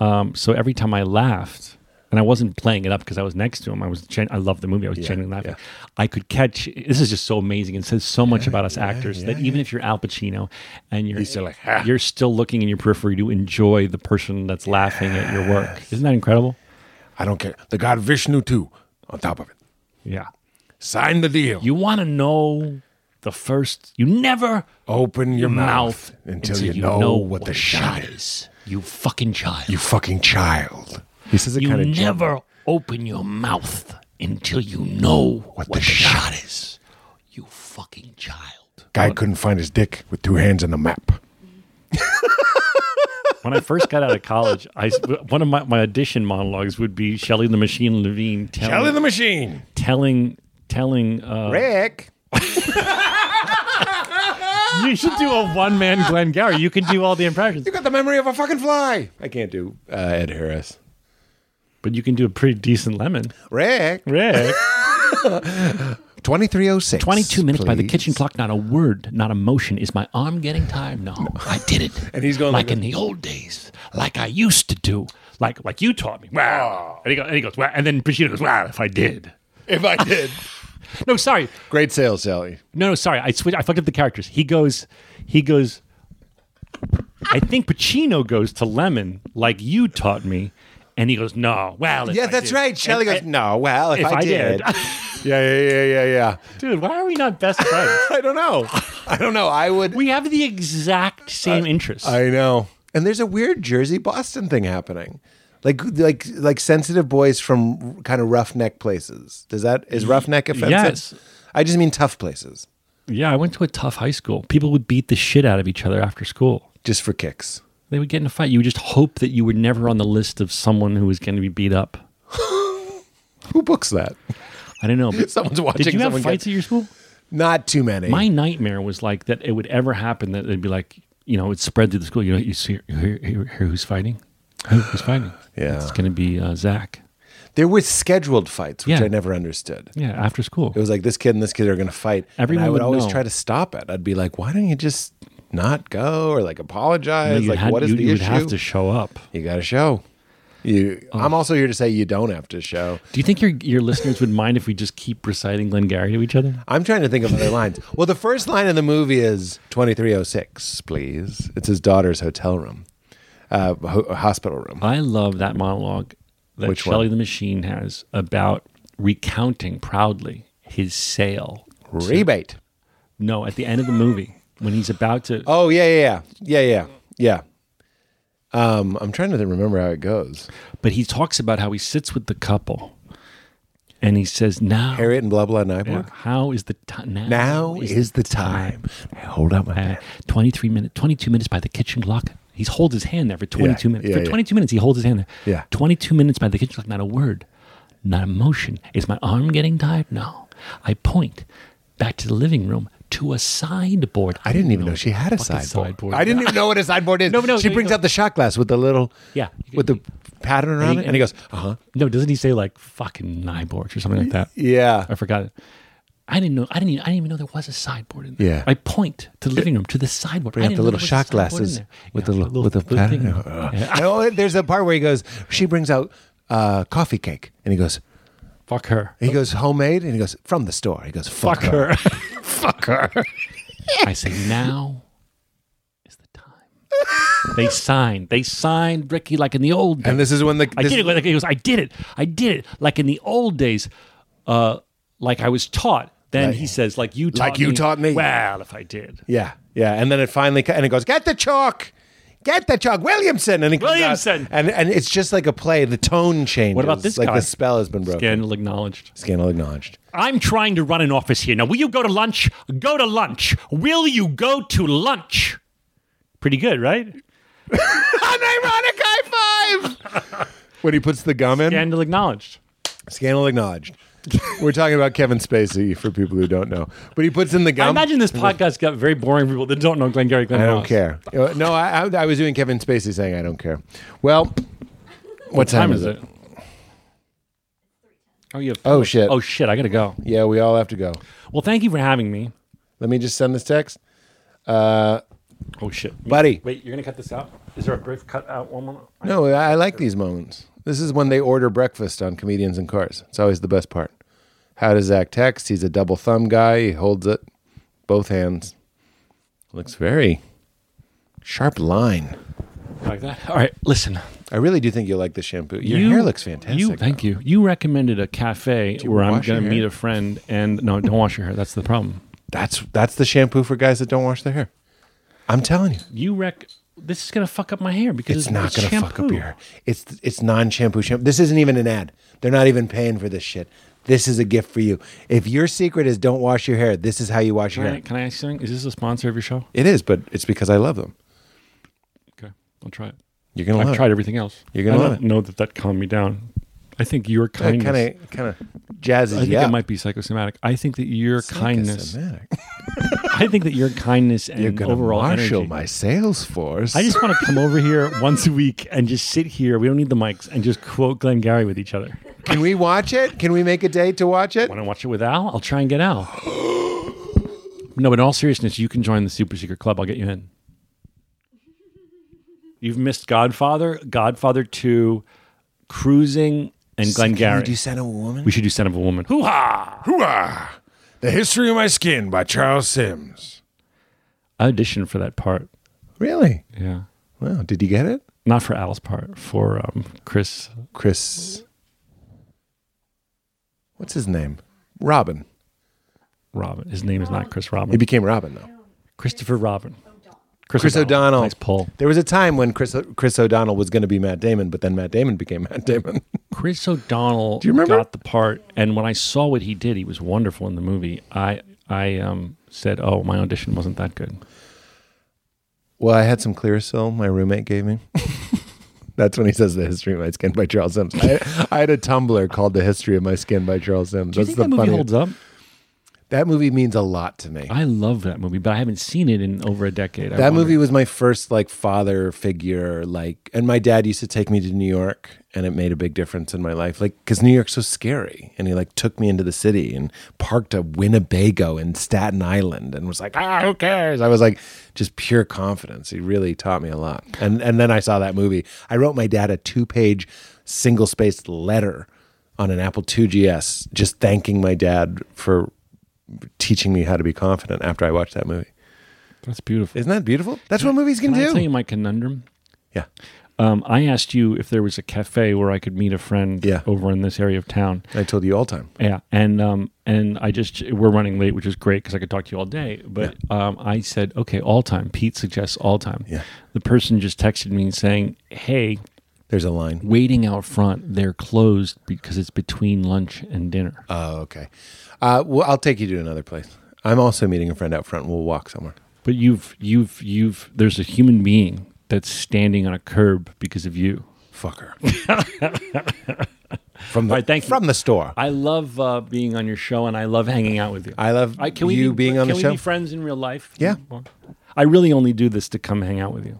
[SPEAKER 3] um so every time i laughed and I wasn't playing it up because I was next to him. I was. Gen- I loved the movie. I was genuinely laughing. I could catch. This is just so amazing and says so much about us actors that even if you're Al Pacino and you're
[SPEAKER 1] He's still like, "Ha."
[SPEAKER 3] you're still looking in your periphery to enjoy the person that's laughing at your work. Isn't that incredible?
[SPEAKER 1] I don't care. The god Vishnu too. On top of it,
[SPEAKER 3] Yeah.
[SPEAKER 1] sign the deal.
[SPEAKER 3] You want to know the first. You never
[SPEAKER 1] Open your mouth,
[SPEAKER 3] mouth
[SPEAKER 1] until, you, know, what, the shot is.
[SPEAKER 3] You fucking child.
[SPEAKER 1] You fucking child. He says it kind of
[SPEAKER 3] never open your mouth until you know what,
[SPEAKER 1] the shot
[SPEAKER 3] is. You fucking child.
[SPEAKER 1] guy couldn't find his dick with two hands on the map.
[SPEAKER 3] When I first got out of college, I s- one of my, my audition monologues would be Shelley the Machine Levine telling
[SPEAKER 1] the machine.
[SPEAKER 3] telling telling uh,
[SPEAKER 1] Rick.
[SPEAKER 3] you should do a one man Glenn Gary. You can do all the impressions,
[SPEAKER 1] You got the memory of a fucking fly. I can't do uh, Ed Harris.
[SPEAKER 3] but you can do a pretty decent lemon.
[SPEAKER 1] Rick.
[SPEAKER 3] Rick.
[SPEAKER 1] 2306.
[SPEAKER 3] 22 minutes by the
[SPEAKER 1] please.
[SPEAKER 3] kitchen clock, not a word, not a motion. Is my arm getting tired? No, I did it.
[SPEAKER 1] And he's going
[SPEAKER 3] like,
[SPEAKER 1] like
[SPEAKER 3] in the old days, like I used to do, like like you taught me. Wow. And he, go, and he goes, wow. And then Pacino goes, wow, if I did.
[SPEAKER 1] If I did.
[SPEAKER 3] No, sorry.
[SPEAKER 1] Great sales, Sally.
[SPEAKER 3] No, no, sorry. I switched. I fucked up the characters. He goes, he goes, I think Pacino goes to Lemon, like you taught me. And he goes, no, well, if I did."
[SPEAKER 1] Shelly goes, no, well,
[SPEAKER 3] If I did.
[SPEAKER 1] yeah, yeah, yeah, yeah, yeah.
[SPEAKER 3] Dude, why are we not best friends?
[SPEAKER 1] I don't know. I don't know. I would.
[SPEAKER 3] we have the exact same interests.
[SPEAKER 1] I know. And there's a weird Jersey Boston thing happening. Like, like, like sensitive boys from kind of roughneck places. Does that is roughneck offensive?
[SPEAKER 3] yes.
[SPEAKER 1] I just mean tough places,
[SPEAKER 3] Yeah, I went to a tough high school. People would beat the shit out of each other after school.
[SPEAKER 1] just for kicks.
[SPEAKER 3] They would get in a fight. You would just hope that you were never on the list of someone who was going to be beat up.
[SPEAKER 1] Who books that?
[SPEAKER 3] I don't know. but-
[SPEAKER 1] Someone's watching.
[SPEAKER 3] Did you have
[SPEAKER 1] someone
[SPEAKER 3] fights
[SPEAKER 1] Get,
[SPEAKER 3] at your school?
[SPEAKER 1] not too many.
[SPEAKER 3] My nightmare was like that it would ever happen that it'd be like, you know, it spread through the school. You know, you see, you hear, hear, hear who's fighting? Who- Who's fighting?
[SPEAKER 1] Yeah.
[SPEAKER 3] It's going to be uh, Zach.
[SPEAKER 1] there were scheduled fights, which
[SPEAKER 3] Yeah.
[SPEAKER 1] I never understood.
[SPEAKER 3] Yeah, after school.
[SPEAKER 1] It was like this kid and this kid are going to fight. and
[SPEAKER 3] Everyone
[SPEAKER 1] I would,
[SPEAKER 3] would
[SPEAKER 1] always
[SPEAKER 3] know.
[SPEAKER 1] try to stop it. I'd be like, why don't you just not go or like apologize?
[SPEAKER 3] you
[SPEAKER 1] like,
[SPEAKER 3] had-
[SPEAKER 1] what is
[SPEAKER 3] you,
[SPEAKER 1] the
[SPEAKER 3] you would
[SPEAKER 1] issue?
[SPEAKER 3] have to Oh. show up.
[SPEAKER 1] you got to show. You. I'm also here to say you don't have to show.
[SPEAKER 3] Do you think your your listeners would mind if we just keep reciting Glengarry to each other?
[SPEAKER 1] I'm trying to think of other lines. Well, the first line in the movie is 2306, please. It's his daughter's hotel room, uh, ho- hospital room.
[SPEAKER 3] I love that monologue that
[SPEAKER 1] Which
[SPEAKER 3] Shelley
[SPEAKER 1] one?
[SPEAKER 3] the Machine has about recounting proudly his sale.
[SPEAKER 1] Rebate.
[SPEAKER 3] No, at the end of the movie when he's about to.
[SPEAKER 1] Oh yeah, yeah, yeah, yeah, yeah, yeah. Um, I'm trying to remember how it goes.
[SPEAKER 3] But he talks about how he sits with the couple, and he says, "Now,
[SPEAKER 1] Harriet and blah blah Nyborg.
[SPEAKER 3] yeah, how is the time? Now,
[SPEAKER 1] Now is, the time. Hold up, my
[SPEAKER 3] Uh, Twenty-three minutes, twenty-two minutes by the kitchen clock." He's hold his hand there for twenty-two minutes.
[SPEAKER 1] yeah,
[SPEAKER 3] for
[SPEAKER 1] yeah.
[SPEAKER 3] twenty-two minutes, he holds his hand there.
[SPEAKER 1] Yeah.
[SPEAKER 3] twenty-two minutes by the kitchen clock. Not a word, not a motion. Is my arm getting tired? No. I point back to the living room to a sideboard.
[SPEAKER 1] I didn't even know she had a
[SPEAKER 3] Fucking
[SPEAKER 1] sideboard.
[SPEAKER 3] sideboard.
[SPEAKER 1] I didn't even know what a sideboard is.
[SPEAKER 3] No, no,
[SPEAKER 1] she
[SPEAKER 3] no,
[SPEAKER 1] brings
[SPEAKER 3] no.
[SPEAKER 1] out the shot glass with the little
[SPEAKER 3] Yeah.
[SPEAKER 1] with the pattern around it, and he goes, uh huh,
[SPEAKER 3] "Uh-huh." No, doesn't he say like fucking Nyborg or something like that?
[SPEAKER 1] yeah.
[SPEAKER 3] I forgot it. I didn't know. I didn't. Even, I didn't even know there was a sideboard in there.
[SPEAKER 1] Yeah.
[SPEAKER 3] I point to the living room to the sideboard.
[SPEAKER 1] Bring
[SPEAKER 3] I
[SPEAKER 1] out
[SPEAKER 3] didn't
[SPEAKER 1] the
[SPEAKER 3] know
[SPEAKER 1] little
[SPEAKER 3] there was a
[SPEAKER 1] shot
[SPEAKER 3] sideboard in
[SPEAKER 1] glasses
[SPEAKER 3] there.
[SPEAKER 1] with
[SPEAKER 3] Yeah,
[SPEAKER 1] the little, with the
[SPEAKER 3] little
[SPEAKER 1] pattern.
[SPEAKER 3] thing.
[SPEAKER 1] Uh, oh, there's a part where he goes, she brings out uh, coffee cake, and he goes,
[SPEAKER 3] Fuck her.
[SPEAKER 1] he goes homemade, and he goes from the store. He goes, fuck,
[SPEAKER 3] Fuck her. Fuck her. I say now is the time. they signed. They signed Ricky like in the old days.
[SPEAKER 1] And this is when the
[SPEAKER 3] I
[SPEAKER 1] this-
[SPEAKER 3] did it. Like, he goes, I did it. I did it. Like in the old days, uh, like I was taught. Then he says, like you taught
[SPEAKER 1] Like you taught me.
[SPEAKER 3] Well, if I did.
[SPEAKER 1] Yeah, yeah, and then it finally co- and it goes, get the chalk, get the chalk, Williamson, and it comes out.
[SPEAKER 3] Williamson!
[SPEAKER 1] and and it's just like a play. The tone changes.
[SPEAKER 3] about this
[SPEAKER 1] Like
[SPEAKER 3] guy?
[SPEAKER 1] the spell has been broken.
[SPEAKER 3] Scandal acknowledged.
[SPEAKER 1] Scandal acknowledged.
[SPEAKER 3] I'm trying to run an office here. Now, will you go to lunch? Go to lunch. Will you go to lunch? Pretty good, right?
[SPEAKER 1] Unironic high five. when he puts the gum in,
[SPEAKER 3] Scandal acknowledged.
[SPEAKER 1] scandal acknowledged. We're talking about Kevin Spacey for people who don't know. But he puts in the
[SPEAKER 3] I
[SPEAKER 1] gum.
[SPEAKER 3] imagine this podcast got very boring for people that don't know Glengarry Glen
[SPEAKER 1] I don't
[SPEAKER 3] Ross.
[SPEAKER 1] care. Uh, No, I, I, I was doing Kevin Spacey saying I don't care. Well, what
[SPEAKER 3] What
[SPEAKER 1] time, is it?
[SPEAKER 3] Oh, you have,
[SPEAKER 1] Oh, shit.
[SPEAKER 3] oh shit! I gotta go.
[SPEAKER 1] Yeah, we all have to go.
[SPEAKER 3] Well, thank you for having me.
[SPEAKER 1] Let me just send this text.
[SPEAKER 3] Oh shit,
[SPEAKER 1] Buddy.
[SPEAKER 3] Wait, you're gonna cut this out? Is there a brief cut out? One moment.
[SPEAKER 1] No, Oh, I I like these moments. This is when they order breakfast on comedians and cars. It's always the best part. How does Zach text? He's a double thumb guy. He holds it, both hands. Looks very sharp line.
[SPEAKER 3] Like that. All right. Listen.
[SPEAKER 1] I really do think you'll like this shampoo. Your hair looks fantastic.
[SPEAKER 3] You, thank you. You recommended a cafe where I'm
[SPEAKER 1] wash your
[SPEAKER 3] gonna meet
[SPEAKER 1] hair?
[SPEAKER 3] a friend, and no, don't wash your hair. That's the problem.
[SPEAKER 1] That's that's the shampoo for guys that don't wash their hair. I'm telling you,
[SPEAKER 3] You rec. This is gonna fuck up my hair because
[SPEAKER 1] it's,
[SPEAKER 3] it's,
[SPEAKER 1] not
[SPEAKER 3] it's
[SPEAKER 1] gonna
[SPEAKER 3] shampoo.
[SPEAKER 1] fuck up your hair. It's it's non-shampoo shampoo. This isn't even an ad. They're not even paying for this shit. This is a gift for you. If your secret is don't wash your hair, this is how you wash your
[SPEAKER 3] Can I,
[SPEAKER 1] hair.
[SPEAKER 3] can I ask you something? Is this a sponsor of your show?
[SPEAKER 1] It is, but it's because I love them.
[SPEAKER 3] Okay, I'll try it.
[SPEAKER 1] You're gonna
[SPEAKER 3] I've
[SPEAKER 1] love
[SPEAKER 3] tried
[SPEAKER 1] it.
[SPEAKER 3] everything else.
[SPEAKER 1] You're gonna
[SPEAKER 3] I
[SPEAKER 1] love
[SPEAKER 3] don't
[SPEAKER 1] it.
[SPEAKER 3] know that that calmed me down. I think your
[SPEAKER 1] That
[SPEAKER 3] kindness.
[SPEAKER 1] kind of kind of jazzes
[SPEAKER 3] I think
[SPEAKER 1] you
[SPEAKER 3] it
[SPEAKER 1] up.
[SPEAKER 3] might be psychosomatic. I think that your kindness.
[SPEAKER 1] Psychosomatic.
[SPEAKER 3] I think that your kindness and
[SPEAKER 1] You're gonna
[SPEAKER 3] overall
[SPEAKER 1] marshal
[SPEAKER 3] energy.
[SPEAKER 1] my sales force.
[SPEAKER 3] I just want to come over here once a week and just sit here. We don't need the mics and just quote Glenn Gary with each other.
[SPEAKER 1] Can we watch it? Can we make a date to watch it?
[SPEAKER 3] Want to watch it with Al? I'll try and get Al. no, but in all seriousness, you can join the Super Secret Club. I'll get you in. You've missed Godfather, Godfather 2, Cruising, and Glenn Gary.
[SPEAKER 1] Did you send a woman?
[SPEAKER 3] we should do Son of a Woman. Hoo ha!
[SPEAKER 1] Hooah! The History of My Skin by Charles Sims.
[SPEAKER 3] I auditioned for that part.
[SPEAKER 1] Really?
[SPEAKER 3] Yeah.
[SPEAKER 1] Wow. Did you get it?
[SPEAKER 3] Not for Al's part, for um, Chris.
[SPEAKER 1] Chris. What's his name? Robin.
[SPEAKER 3] Robin. His name is not Chris Robin.
[SPEAKER 1] He became Robin though.
[SPEAKER 3] Christopher Robin.
[SPEAKER 1] Chris O'Donnell.
[SPEAKER 3] Thanks, Paul.
[SPEAKER 1] There was a time when Chris Chris O'Donnell was going to be Matt Damon, but then Matt Damon became Matt Damon.
[SPEAKER 3] Chris O'Donnell
[SPEAKER 1] you remember?
[SPEAKER 3] got the part, and when I saw what he did, he was wonderful in the movie. I I um, said, "Oh, my audition wasn't that good."
[SPEAKER 1] well, I had some Clearasil my roommate gave me. That's when he says the history of my skin by Charles Sims. I, I had a Tumblr called "The History of My Skin" by Charles Sims.
[SPEAKER 3] Do you
[SPEAKER 1] That's
[SPEAKER 3] think
[SPEAKER 1] the
[SPEAKER 3] that movie
[SPEAKER 1] funniest-
[SPEAKER 3] holds up?
[SPEAKER 1] That movie means a lot to me.
[SPEAKER 3] I love that movie, but I haven't seen it in over a decade. I
[SPEAKER 1] that
[SPEAKER 3] wonder-
[SPEAKER 1] movie was my first like father figure like and my dad used to take me to new york and it made a big difference in my life like because new york's so scary and he like took me into the city and parked a winnebago in staten island and was like ah who cares i was like just pure confidence he really taught me a lot and and then i saw that movie i wrote my dad a two-page single-spaced letter on an apple iigs just thanking my dad for teaching me how to be confident after i watched that movie
[SPEAKER 3] That's beautiful.
[SPEAKER 1] isn't that beautiful? That's what movies can,
[SPEAKER 3] Can I
[SPEAKER 1] do.
[SPEAKER 3] tell you my conundrum?
[SPEAKER 1] yeah.
[SPEAKER 3] Um, I asked you if there was a cafe where I could meet a friend
[SPEAKER 1] Yeah.
[SPEAKER 3] over in this area of town.
[SPEAKER 1] I told you all time.
[SPEAKER 3] Yeah, and um, and I just we're running late, which is great because I could talk to you all day. But um, I said, okay, all time. Pete suggests all time.
[SPEAKER 1] Yeah.
[SPEAKER 3] The person just texted me saying, hey,
[SPEAKER 1] There's a line.
[SPEAKER 3] waiting out front, they're closed because it's between lunch and dinner.
[SPEAKER 1] Oh, okay. Uh, well, I'll take you to another place. I'm also meeting a friend out front. We'll walk somewhere.
[SPEAKER 3] but you've you've you've there's a human being that's standing on a curb because of you.
[SPEAKER 1] Fucker. from the,
[SPEAKER 3] All right, thank you.
[SPEAKER 1] from the store. I,
[SPEAKER 3] I love uh, being on your show, and I love hanging out with you.
[SPEAKER 1] love
[SPEAKER 3] I, can we
[SPEAKER 1] you
[SPEAKER 3] be,
[SPEAKER 1] being on
[SPEAKER 3] can
[SPEAKER 1] the
[SPEAKER 3] we
[SPEAKER 1] show.
[SPEAKER 3] be friends in real life?
[SPEAKER 1] Yeah.
[SPEAKER 3] I really only do this to come hang out with you.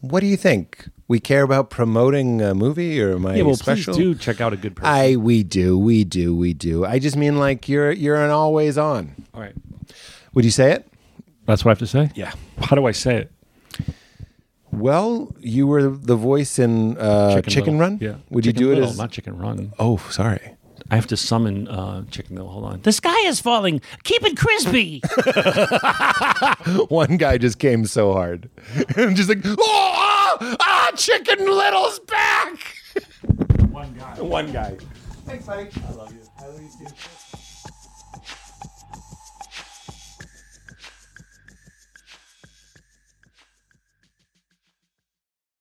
[SPEAKER 1] what do you think? We care about promoting a movie or my
[SPEAKER 3] Yeah, well,
[SPEAKER 1] special?
[SPEAKER 3] please do check out a good person.
[SPEAKER 1] I we do we do we do. I just mean like you're you're an always on.
[SPEAKER 3] All right.
[SPEAKER 1] Would you say it?
[SPEAKER 3] That's what I have to say?
[SPEAKER 1] Yeah.
[SPEAKER 3] How do I say it?
[SPEAKER 1] Well, you were the voice in uh, Chicken, Run.
[SPEAKER 3] Little. Yeah.
[SPEAKER 1] Would
[SPEAKER 3] Chicken
[SPEAKER 1] you do
[SPEAKER 3] Little,
[SPEAKER 1] it as?
[SPEAKER 3] not Chicken Run.
[SPEAKER 1] oh, sorry.
[SPEAKER 3] I have to summon uh, Chicken Little. Hold on. The sky is falling. Keep it crispy.
[SPEAKER 1] One guy just came so hard. I'm just like, oh, ah, ah, Chicken Little's back.
[SPEAKER 6] One guy.
[SPEAKER 1] One guy.
[SPEAKER 6] I love you. I love you too.